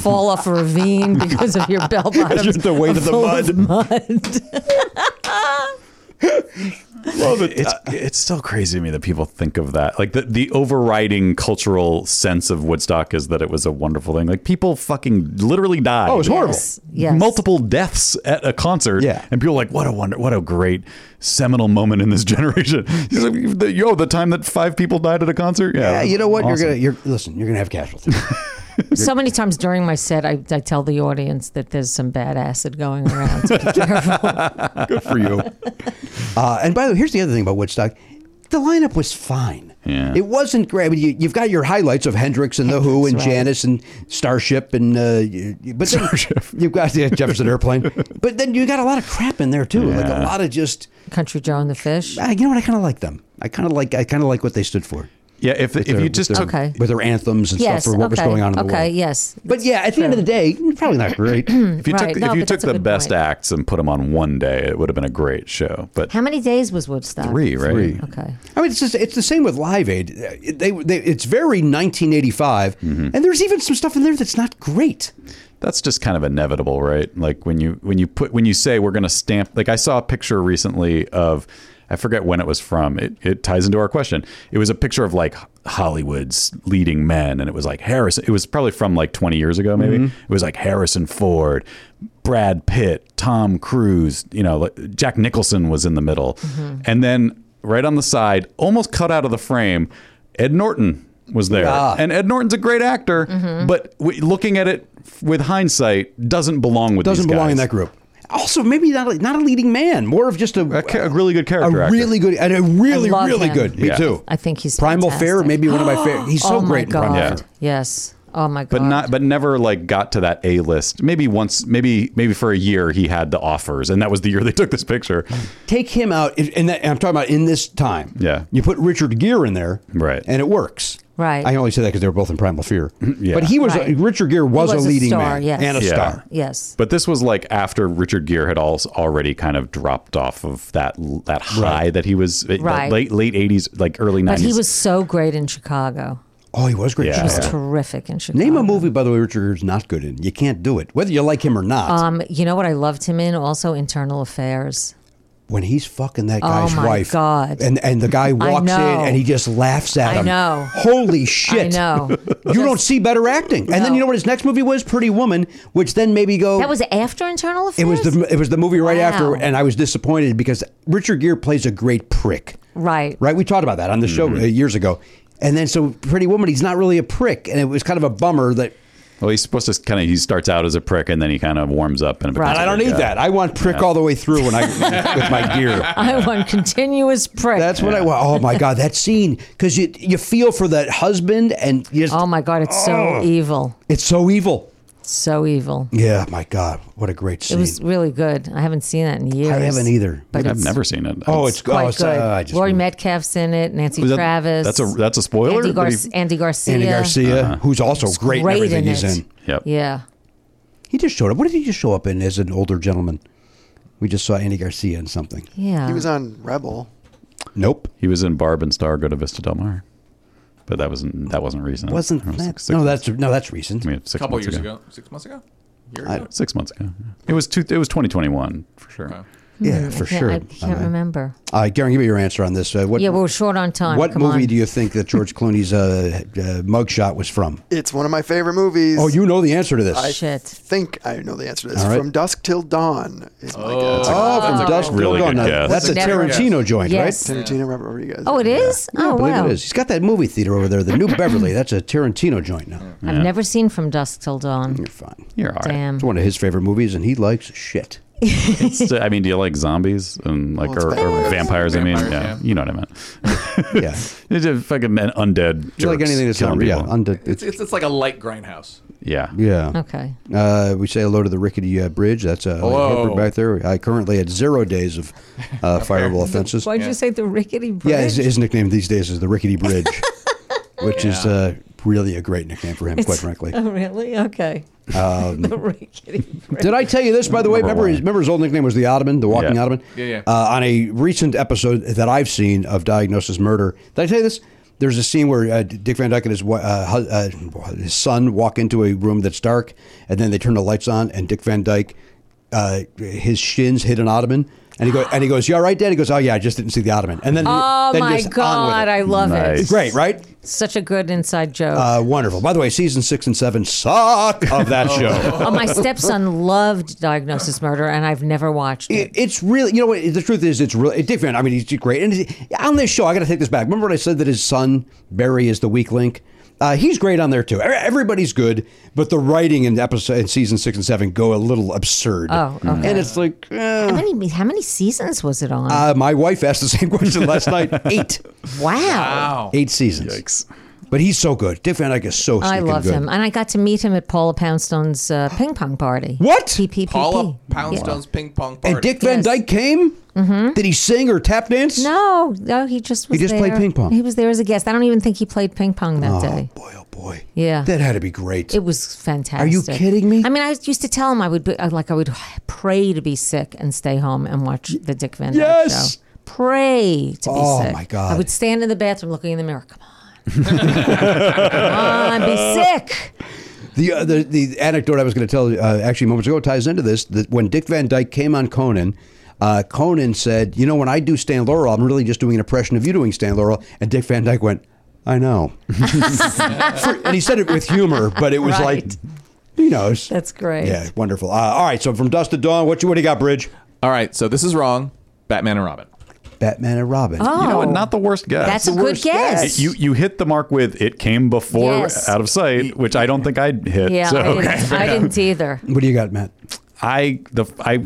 S9: fall off a ravine because of your bell bottoms.
S1: the weight
S9: are
S1: of the
S9: full of mud.
S2: love it. It's, uh, it's still crazy to me that people think of that. Like the, the overriding cultural sense of Woodstock is that it was a wonderful thing. Like people fucking literally died.
S5: Oh, it was horrible.
S9: Yes, yes.
S2: Multiple deaths at a concert.
S5: Yeah.
S2: And people are like, what a wonder, what a great seminal moment in this generation. He's like, the- yo, the time that five people died at a concert. Yeah. it
S5: Yeah,
S2: was
S5: uh, you know what?
S2: awesome.
S5: You're gonna you're listen. You're gonna have casualties.
S9: So many times during my set, I, I tell the audience that there's some bad acid going around. So be careful.
S5: Good for you. Uh, and by the way, here's the other thing about Woodstock. The lineup was fine.
S2: Yeah.
S5: It wasn't great. I mean, you, you've got your highlights of Hendrix and the Who and
S9: Hendrix, right.
S5: Janis and Starship and uh, you, you- but then you've got the Jefferson Airplane. But then you got a lot of crap in there too, like a
S2: Yeah.
S5: lot of just.
S9: Country Joe and the Fish.
S5: ah, you know what? I kind of like them. I kind of like. I kind of like what they stood for.
S2: Yeah. If, if
S5: Their-
S2: you
S5: with
S2: just
S5: their-
S2: took
S9: Okay.
S5: with their anthems and
S9: Yes.
S5: stuff for what was
S9: okay,
S5: going on in the
S9: Okay.
S5: world.
S9: Yes.
S5: But yeah, at the end of the day, probably not great.
S2: If you
S9: Right.
S2: took
S9: No,
S2: if you took
S9: but that's a
S2: the
S9: good
S2: best
S9: point.
S2: acts and put them on one day, it would have been a great show. But
S9: How many days was Woodstock?
S2: three, right?
S5: Three.
S9: Okay.
S5: I mean, it's just, it's the same with Live Aid. It- They, they it's very 1985,
S2: Mm-hmm.
S5: and there's even some stuff in there that's not great.
S2: That's just kind of inevitable, right? Like when you when you put when you say we're going to stamp. Like I saw a picture recently of I forget when it was from. It it ties into our question. It was a picture of like Hollywood's leading men, and it was like Harrison. It was probably from like 20 years ago, maybe. It was like Harrison Ford, Brad Pitt, Tom Cruise. You know, like Jack Nicholson was in the middle, and then right on the side, almost cut out of the frame, Ed Norton was there.
S5: Yeah.
S2: And Ed Norton's a great actor,
S9: Mm-hmm.
S2: but w- looking at it f- with hindsight, doesn't belong with
S5: Doesn't
S2: these
S5: belong in
S2: guys.
S5: that group. Also, maybe not a, not a leading man, more of just a
S2: A, ca- a really good
S5: a
S2: character. actor.
S5: really good and a really
S9: I love
S5: really
S9: him.
S5: good. Me
S2: Yeah.
S5: too.
S9: I think he's
S5: Primal
S9: fantastic.
S5: Fear, maybe one of my favorite. He's so
S9: oh
S5: great.
S9: my
S5: in Primal
S9: god.
S5: Fear.
S2: Yeah.
S9: Yes. Oh my god.
S2: but not but never like got to that A list. Maybe once, maybe maybe for a year he had the offers, and that was the year they took this picture.
S5: Take him out, if- and, that, and I'm talking about in this time.
S2: Yeah.
S5: you put Richard Gere in there,
S2: Right.
S5: and it works.
S9: Right.
S5: I only say that because they were both in Primal Fear.
S2: Yeah.
S5: But he was
S9: Right.
S5: Richard Gere was,
S9: was
S5: a
S9: a
S5: leading
S9: star,
S5: man
S9: yes.
S5: and a
S2: Yeah.
S5: star.
S9: Yes.
S2: But this was like after Richard Gere had also already kind of dropped off of that l- that high that he was eh, that
S9: Right.
S2: late late eighties, like early
S9: But
S2: nineties.
S9: he was so great in Chicago.
S5: Oh, he was great.
S2: Yeah.
S9: He was
S2: Yeah.
S9: terrific in Chicago.
S5: Name a movie, by the way, Richard Gere's not good in. You can't do it, whether you like him or not.
S9: Um, you know what I loved him in? Also, Internal Affairs.
S5: when he's fucking that guy's
S9: oh my
S5: wife,
S9: God.
S5: and and the guy walks in
S9: know.
S5: and he just laughs at
S9: I
S5: him.
S9: know.
S5: Holy shit!
S9: I know.
S5: You don't see better acting. And then
S9: No.
S5: you know what his next movie was? Pretty Woman, which then maybe go.
S9: That was after Internal Affairs.
S5: Oh. it was the it was the movie right
S9: Wow.
S5: after, and I was disappointed because Richard Gere plays a great prick.
S9: right.
S5: Right, we talked about that on the show uh, years ago, and then so Pretty Woman, he's not really a prick, and it was kind of a bummer that.
S2: well, he's supposed to kind of he starts out as a prick, and then he kind of warms up and.
S9: Right.
S2: becomes
S5: I
S2: a
S5: don't
S2: good
S5: need
S2: guy.
S5: that. I want prick all the way through when I with my gear.
S9: I want continuous prick.
S5: That's what I want. Oh my god, that scene because you you feel for that husband and you just,
S9: oh my god, it's so evil.
S5: it's so evil.
S9: So evil.
S5: Yeah, my god, what a great
S9: It
S5: scene.
S9: was really good. I haven't seen that in years.
S5: haven't either.
S9: But
S2: I've
S9: it's
S2: never seen it.
S5: oh, it's
S9: quite
S5: oh, it's,
S9: good.
S5: uh, I just-
S9: Lori Metcalf's in it. Nancy
S2: Was that-
S9: Travis.
S2: that's a- that's a spoiler?
S9: Andy, Gar-
S2: What do you-
S9: Andy Garcia.
S5: Andy Garcia,
S2: Uh-huh.
S5: who's also great, in everything he's
S9: it.
S5: in.
S2: Yep.
S9: Yeah.
S5: He just showed up. What did he just show up in as an older gentleman? We just saw Andy Garcia in something.
S9: Yeah.
S8: He was on Rebel.
S5: Nope.
S2: He was in Barb and Star Go to Vista Del Mar, but that wasn't that wasn't recent.
S5: Wasn't
S2: was
S5: that?
S2: six-
S5: no, that's no, that's recent.
S2: I mean, six
S6: a couple
S2: months
S6: years ago. six months ago, year ago.
S2: Six months ago. It was two. It was 2021 for sure.
S5: yeah, for
S9: I can't,
S5: sure.
S9: I can't
S5: All right.
S9: remember.
S5: Uh, Gary, give me your answer on this. Uh, what
S9: Yeah, we're short on time.
S5: what
S9: Come
S5: movie
S9: on.
S5: do you think that George Clooney's uh, uh, mugshot was from?
S8: It's one of my favorite movies.
S5: Oh, you know the answer to this.
S9: Shit.
S8: think I know the answer to this.
S5: All right.
S8: From Dusk Till Dawn is my guess.
S5: Oh, from Dusk Till
S2: really
S5: Dawn.
S2: good
S5: Now,
S2: guess.
S5: That's a
S9: That's a good
S5: Tarantino joint,
S9: Yes.
S5: right?
S8: Tarantino, remember over you guys.
S9: Oh, it is.
S5: I
S9: oh
S5: believe
S9: wow.
S5: it is. He's got that movie theater over there, the New Beverly. That's a Tarantino joint now.
S9: I've never seen From Dusk Till Dawn.
S5: You're fine.
S2: You're all right.
S9: Damn.
S5: It's one of his favorite movies, and he likes shit.
S2: It's, I mean, do you like zombies and like
S8: Well,
S2: or,
S8: it's
S2: or vampires? I mean,
S6: Vampires,
S2: yeah,
S6: yeah.
S2: you know what I meant.
S5: Yeah,
S2: It's just fucking men- undead.
S5: It's like
S2: jerks
S5: anything that's
S2: killing
S5: on, yeah,
S2: people.
S5: under,
S6: It's, it's it's like a light grindhouse.
S2: yeah.
S5: yeah.
S9: Okay.
S5: Uh, we say hello to the rickety uh, bridge. That's uh,
S6: Hello.
S5: Hilbert back there. I currently had zero days of uh, fireable offenses.
S9: Why'd you say the rickety bridge?
S5: Yeah, his, his nickname these days is the rickety bridge, which is uh, really a great nickname for him, quite frankly.
S9: Oh, really? Okay. the rickety bridge.
S5: Did I tell you this, by the way?
S2: Number
S5: Remember, his,
S2: one.
S5: remember his old nickname was the Ottoman, the Walking
S2: Yeah.
S5: Ottoman?
S6: Yeah, yeah.
S5: Uh, on a recent episode that I've seen of Diagnosis Murder, did I tell you this? There's a scene where uh, Dick Van Dyke and his, wi- uh, hu- uh, his son walk into a room that's dark, and then they turn the lights on, and Dick Van Dyke, uh, his shins hit an ottoman,
S1: And he goes, and he goes, you all right, Dad? He goes, oh yeah, I just didn't see the ottoman. And then,
S9: Oh
S1: then
S9: my
S1: just on with
S9: God,
S1: it.
S9: I love
S2: Nice.
S9: it.
S1: Great, right?
S9: Such a good inside joke.
S1: Uh, wonderful. By the way, season six and seven suck of that show.
S9: oh, my stepson loved Diagnosis Murder, and I've never watched it.
S1: It- It's really, you know what? The truth is, it's really different. I mean, he's great. And he- on this show, I got to take this back. Remember what I said that his son Barry is the weak link. Uh, he's great on there too. E- Everybody's good, but the writing in episode in season six and seven go a little absurd.
S9: Oh, okay.
S1: And it's like, eh.
S9: How many how many seasons was it on?
S1: uh, my wife asked the same question last night. Eight,
S9: wow.
S1: eight seasons. But he's so good. Dick Van Dyke is so.
S9: I
S1: stinking
S9: love
S1: good.
S9: him, and I got to meet him at Paula Poundstone's uh, ping pong party.
S1: What?
S9: PPPP.
S6: Paula
S9: Yeah.
S6: Poundstone's ping pong party.
S1: And Dick Van
S9: Yes.
S1: Dyke came. Mm-hmm. Did he sing or tap dance?
S9: No, no, he just was.
S1: just
S9: there.
S1: played ping pong.
S9: He was there as a guest. I don't even think he played ping pong that day.
S1: Boy, oh boy.
S9: Yeah.
S1: That had to be great.
S9: It was fantastic.
S1: kidding me?
S9: I mean, I used to tell him I would be, I- like I would pray to be sick and stay home and watch the Dick Van Dyke
S1: Yes!
S9: show. Pray to be
S1: Oh,
S9: sick.
S1: my God.
S9: I would stand in the bathroom looking in the mirror. Come on, come on, be sick.
S1: The, uh, the the anecdote I was going to tell uh, actually moments ago ties into this. That when Dick Van Dyke came on Conan, uh, Conan said, "You know, when I do Stan Laurel, I'm really just doing an impression of you doing Stan Laurel." And Dick Van Dyke went, "I know," For- and he said it with humor, but it was like,
S9: Right.
S1: he knows.
S9: That's great.
S1: yeah, wonderful. Uh, all right, so from dusk to dawn, what you what do you got, Bridge?
S6: All right, so this is wrong. Batman and Robin.
S1: Batman and Robin.
S9: Oh,
S2: You know what? Not the worst guess.
S9: that's a good
S1: worst
S9: guess.
S1: guess.
S2: you you hit the mark with it came before
S9: Yes.
S2: out of sight, which I don't think I'd hit.
S9: yeah,
S2: so.
S9: I, didn't, I didn't either.
S1: What do you got, Matt?
S2: I the I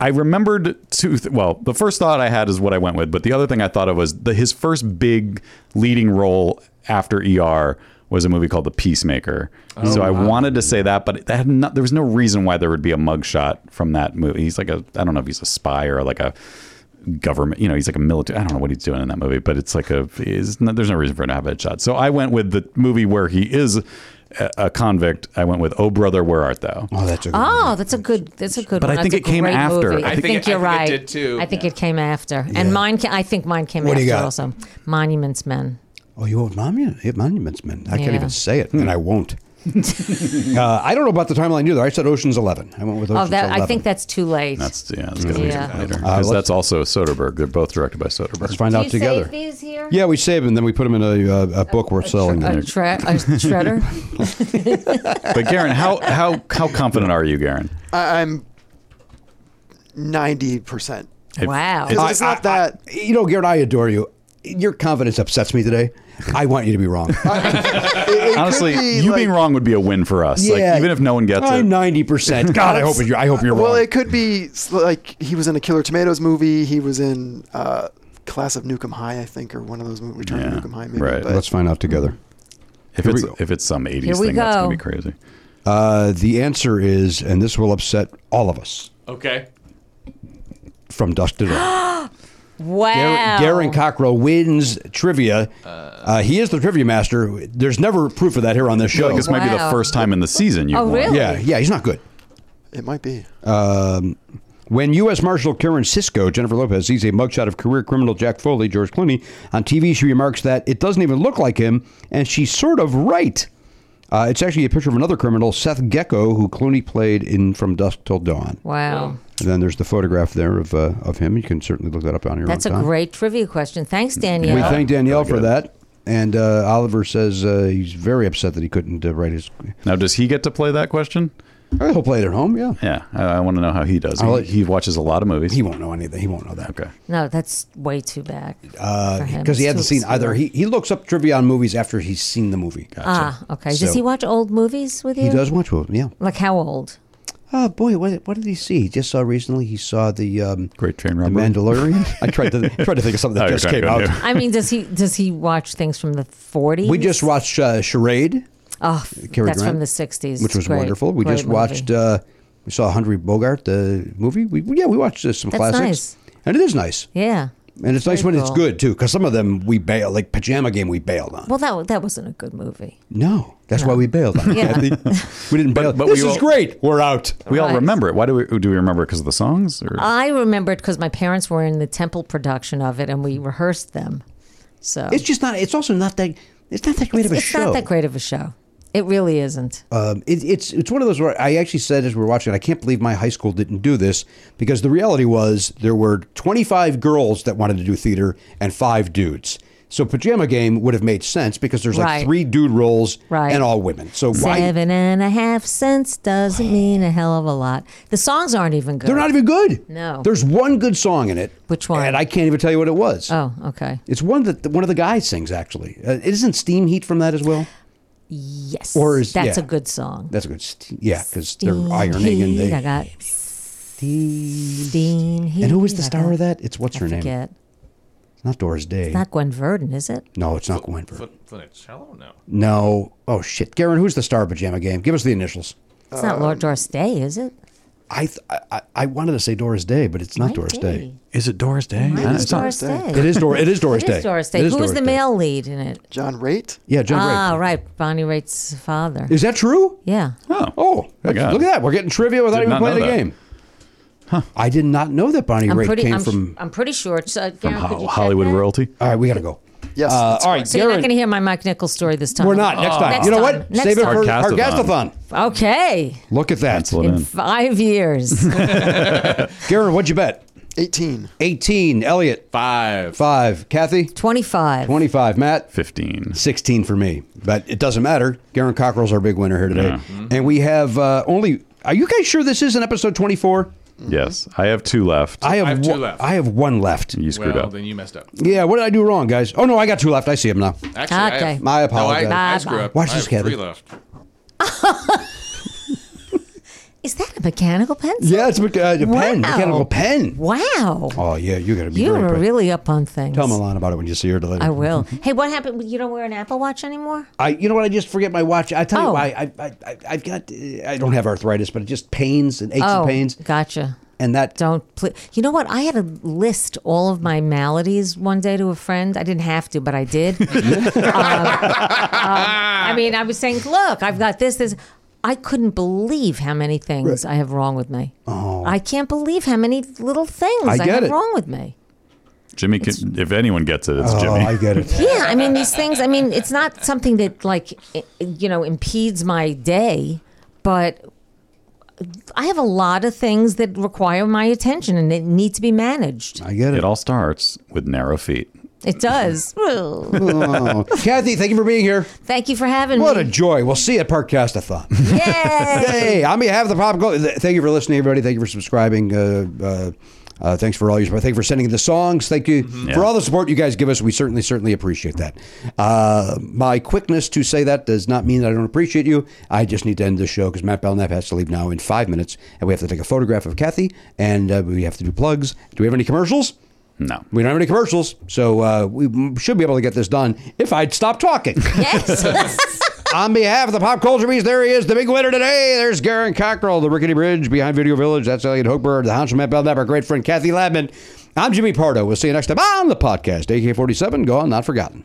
S2: I remembered two. Th- well, the first thought I had is what I went with, but the other thing I thought of was the, his first big leading role after ER was a movie called The Peacemaker. so I wanted to say that, but that had not, there was no reason why there would be a mugshot from that movie. He's like a I don't know if he's a spy or like a government. You know, he's like a military. I don't know what he's doing in that movie, but it's like a. He's not, there's no reason for him to have a headshot. So I went with the movie where he is a, a convict. I went with Oh Brother, Where Art Thou?
S1: Oh, that's a good one.
S9: Oh, that's a good. That's a good.
S2: But I
S9: one.
S2: think
S9: That's
S2: it
S9: a
S2: came
S9: great
S2: after.
S9: movie.
S2: I
S9: I,
S6: think
S9: think,
S6: it-
S9: you're
S6: I
S9: right.
S6: think it did too.
S9: I think it came after, and mine. Ca- I think mine came
S1: What do
S9: after
S1: you got?
S9: also. Monuments Men.
S1: Oh, you owe monument, yeah, monuments, man. I can't
S9: Yeah.
S1: even say it, and I won't. uh, I don't know about the timeline either. I said Ocean's Eleven. I went with
S9: Oh,
S1: Ocean's
S9: that.
S1: Eleven.
S9: I think that's too late.
S2: That's yeah. That's gonna
S9: Yeah.
S2: be later
S1: Uh,
S2: because
S1: let's-
S2: that's also Soderbergh. They're both directed by Soderbergh.
S1: Let's find
S9: Do
S1: out
S9: you
S1: together.
S9: save these here?
S1: Yeah, we save them, then we put them in a, uh, a book we're selling.
S9: A, tre- a shredder.
S2: But Garen, how how how confident are you, Garen?
S8: I, I'm 90%.
S9: wow.
S8: Because it's not that.
S1: you know, Garrett, I adore you. Your confidence upsets me today. I want you to be wrong.
S8: it- it
S2: Honestly,
S8: could be,
S2: you
S8: like-
S2: being wrong would be a win for us.
S1: Yeah.
S2: Like even if no one gets it.
S1: I'm ninety percent. God, I hope you're. I hope you're wrong.
S8: Well, it could be s- like he was in a Killer Tomatoes movie. He was in uh, Class of Nukem High, I think, or one of those movies. Return
S2: Yeah,
S8: of Nukem High, maybe.
S2: right.
S8: But
S1: Let's find out together.
S2: if it's
S1: we go.
S2: if it's some
S9: Here
S2: '80s
S9: we
S2: thing, that's gonna
S9: go.
S2: be crazy.
S1: Uh, the answer is, and this will upset all of us
S6: Okay.
S1: from dusk to dawn.
S9: wow.
S1: Darren Cockrell wins trivia. Uh, he is the trivia master. There's never proof of that here on this
S2: I feel
S1: show.
S2: like this might be the
S9: Wow.
S2: first time in the season you
S9: Oh,
S2: won.
S9: really?
S1: yeah, yeah, he's not good.
S8: It might be.
S1: Um, when U.S. Marshal Karen Sisko, Jennifer Lopez, sees a mugshot of career criminal Jack Foley, George Clooney, on TV, she remarks that it doesn't even look like him, and she's sort of right. Uh, it's actually a picture of another criminal, Seth Gecko, who Clooney played in From Dusk Till Dawn.
S9: Wow.
S1: And then there's the photograph there of uh, of him. You can certainly look that up on your
S9: That's a
S1: own time.
S9: great trivia question. Thanks, Danielle.
S1: We thank Danielle for that. And uh, Oliver says uh, he's very upset that he couldn't uh, write his.
S2: Now, does he get to play that question?
S1: Oh, He'll play it at home, yeah.
S2: Yeah, I, I want to know how he does.
S1: I'll
S2: He,
S1: let-
S2: he watches a lot of movies.
S1: He won't know anything. He won't know that.
S2: Okay.
S9: no, that's way too bad.
S1: Because Uh, he hasn't seen either. He, he looks up trivia on movies after he's seen the movie.
S9: ah, okay.
S1: So-
S9: Does he watch old movies with you?
S1: He does watch movies, yeah.
S9: Like how old?
S1: Oh, boy, what, what did he see? He just saw recently, he saw the um,
S2: Great Train
S1: the
S2: Robbery.
S1: Mandalorian. I tried to tried to think of something
S2: Oh,
S1: that
S2: you're
S1: just came
S2: trying to go
S1: out.
S2: new.
S9: I mean, does he does he watch things from the 40s?
S1: We just watched uh, Charade,
S9: Oh,
S1: Cary
S9: that's
S1: Grant,
S9: from the 60s.
S1: which
S9: It's
S1: was
S9: great,
S1: wonderful. We
S9: great
S1: just
S9: movie.
S1: watched, uh, we saw Hungry Bogart, the movie. We, yeah, we watched uh, some
S9: That's
S1: classics.
S9: nice.
S1: And it is nice.
S9: yeah.
S1: And it's nice
S9: Very
S1: when it's
S9: cool.
S1: good too, because some of them we bail, like Pajama Game, we bailed on.
S9: Well, that that wasn't a good movie.
S1: no, that's why we bailed on. it.
S9: Yeah.
S1: we didn't bail.
S2: but
S1: this
S2: we
S1: is
S2: all-
S1: great. We're out.
S2: We all
S9: Right. Uh,
S2: remember it. Why do we do we remember it because of the songs? Or?
S9: I remember it because my parents were in the Temple production of it, and we rehearsed them. So
S1: It's just not. It's also not that. It's not that great of a
S9: it's
S1: show.
S9: not that great of a show. It really isn't.
S1: Um, it, it's it's one of those where I actually said as we were watching, it, I can't believe my high school didn't do this because the reality was there were 25 girls that wanted to do theater and five dudes. So pajama game would have made sense because there's like
S9: Right.
S1: three dude roles
S9: Right.
S1: and all women. So why
S9: Seven and a half cents doesn't mean a hell of a lot. The songs aren't even good.
S1: they're not even good?
S9: No.
S1: There's one good song in it.
S9: Oh. Which one?
S1: And I can't even tell you what it was.
S9: oh, okay.
S1: It's one that one of the guys sings actually. Uh, isn't Steam Heat from that as well?
S9: Yes.
S1: Or is-
S9: that's
S1: yeah.
S9: a good song.
S1: That's a good. st- Yeah, because they're ironing and
S9: Heat, I
S1: they.
S9: got steam. Heat,
S1: And who was the
S9: I
S1: star
S9: got-
S1: of that? It's what's
S9: I
S1: her name?
S9: forget.
S1: It's not Doris Day.
S9: It's not Gwen Verdon, is it?
S1: No, it's not Gwen Verdon.
S6: Funicello? No.
S1: No. Oh shit, Garen, who's the star of pajama game? Give us the initials.
S9: It's not Lord Doris Day, is it?
S1: I th- I, I- I wanted to say Doris Day, but it's not
S9: Might
S1: Doris
S9: be.
S1: Day.
S2: Is it Doris Day?
S9: Might
S2: I-
S9: be
S2: it's not-
S9: Doris Day.
S1: It is Dor- It is Doris
S9: It
S1: Day.
S9: is Doris Day.
S1: It is
S9: Who was
S1: Doris
S9: the
S1: Day.
S9: male lead in it?
S8: John Raitt?
S1: Yeah, John Gray.
S9: Ah, right. Bonnie Raitt's father.
S1: Is that true?
S9: yeah.
S2: Oh,
S1: Oh,
S2: My God.
S1: look at that. We're getting trivia without
S2: Did
S1: even
S2: not
S1: playing the
S2: know that.
S1: game. Huh. I did not know that Bonnie
S9: I'm
S1: Raitt
S9: pretty.
S1: came
S9: I'm,
S1: from.
S9: I'm pretty sure. It's, uh,
S2: From
S9: Darren, could
S2: Ho-
S9: you check
S2: Hollywood
S9: that?
S2: royalty.
S1: All right, we got to go.
S8: Yes.
S1: Uh, all right,
S9: So you're not
S1: Garen.
S9: going to hear my Mike Nichols story this time. Oh.
S1: We're not next time.
S9: Next
S1: you know
S9: time.
S1: what?
S9: Next
S1: Save it
S9: time.
S1: for our
S2: Hardcastathon.
S1: gastathon.
S9: Okay.
S1: Look at that,
S2: Cancel it in.
S9: Five years.
S1: Garen. What'd you bet?
S8: 18.
S1: Eighteen. Elliot
S6: Five.
S1: five. Kathy
S9: 25.
S1: twenty-five. Matt
S2: 15.
S1: 16 for me, but it doesn't matter. Garen Cockrell's our big winner here today.
S2: Yeah. Mm-hmm.
S1: And we have uh, only. Are you guys sure this isn't episode 24?
S2: Yes. I have two left.
S1: have,
S6: I have two
S1: one,
S6: left.
S1: I have one left.
S2: you screwed
S6: Well,
S2: up.
S6: then you messed up.
S1: Yeah, what did I do wrong, guys? Oh, no, I got two left. I see them now.
S6: Actually, I
S9: Okay.
S6: have-
S1: My apologies.
S6: No, I, I
S9: Bye-bye.
S6: screw up.
S1: Watch
S6: I
S1: this,
S6: have
S1: Kevin.
S6: Three left.
S9: Is that a mechanical pencil?
S1: Yeah, it's a, mecha- uh, a pen,
S9: Wow.
S1: mechanical pen.
S9: Wow.
S1: Oh, yeah, you got to be
S9: You
S1: very
S9: were
S1: proud.
S9: really up on things.
S1: Tell Milan about it when you see her later.
S9: I will. hey, what happened? You don't wear an Apple Watch anymore?
S1: I, you know what? I just forget my watch. I tell you
S9: Oh.
S1: why. I, I, I, I've got, uh, I don't have arthritis, but it just pains and aches
S9: oh,
S1: and pains.
S9: gotcha.
S1: And that,
S9: Don't pl- You know what? I had to list all of my maladies one day to a friend. I didn't have to, but I did. Um, um, I mean, I was saying, look, I've got this, this. I couldn't believe how many things I have wrong with me. Oh. I can't believe how many little things I,
S1: get
S9: have
S1: it.
S9: wrong with me.
S2: Jimmy, can, if anyone gets it, it's
S1: oh,
S2: Jimmy.
S1: I get it.
S9: Yeah, I mean these things. I mean, it's not something that like i- you know impedes my day, but I have a lot of things that require my attention and they need to be managed.
S1: I get it.
S2: It all starts with narrow feet.
S9: It does.
S1: Oh. Kathy, thank you for being here.
S9: Thank you for having
S1: What a
S9: me.
S1: joy. We'll see you at Parkcastathon.
S9: Yay!
S1: Hey, on behalf of the Pop Go, th- thank you for listening, everybody. Thank you for subscribing. Uh, uh, uh, thanks for all your support. Thank you for sending the songs. Thank you for
S2: Yeah.
S1: all the support you guys give us. We certainly, certainly appreciate that. Uh, my quickness to say that does not mean that I don't appreciate you. I just need to end this show because Matt Belknap has to leave now in five minutes, and we have to take a photograph of Kathy, and uh, we have to do plugs. Do we have any commercials?
S2: No.
S1: We don't have any commercials, so uh, we should be able to get this done if I'd stop talking.
S9: yes.
S1: On behalf of the Pop Culture Beast, there he is, the big winner today. There's Garen Cockrell, the Rickety Bridge, behind Video Village. That's Elliot Hochberg, the Hans from Matt Belknap, our great friend Kathy Labman. I'm Jimmy Pardo. We'll see you next time on the podcast. AK 47, Gone Not Forgotten.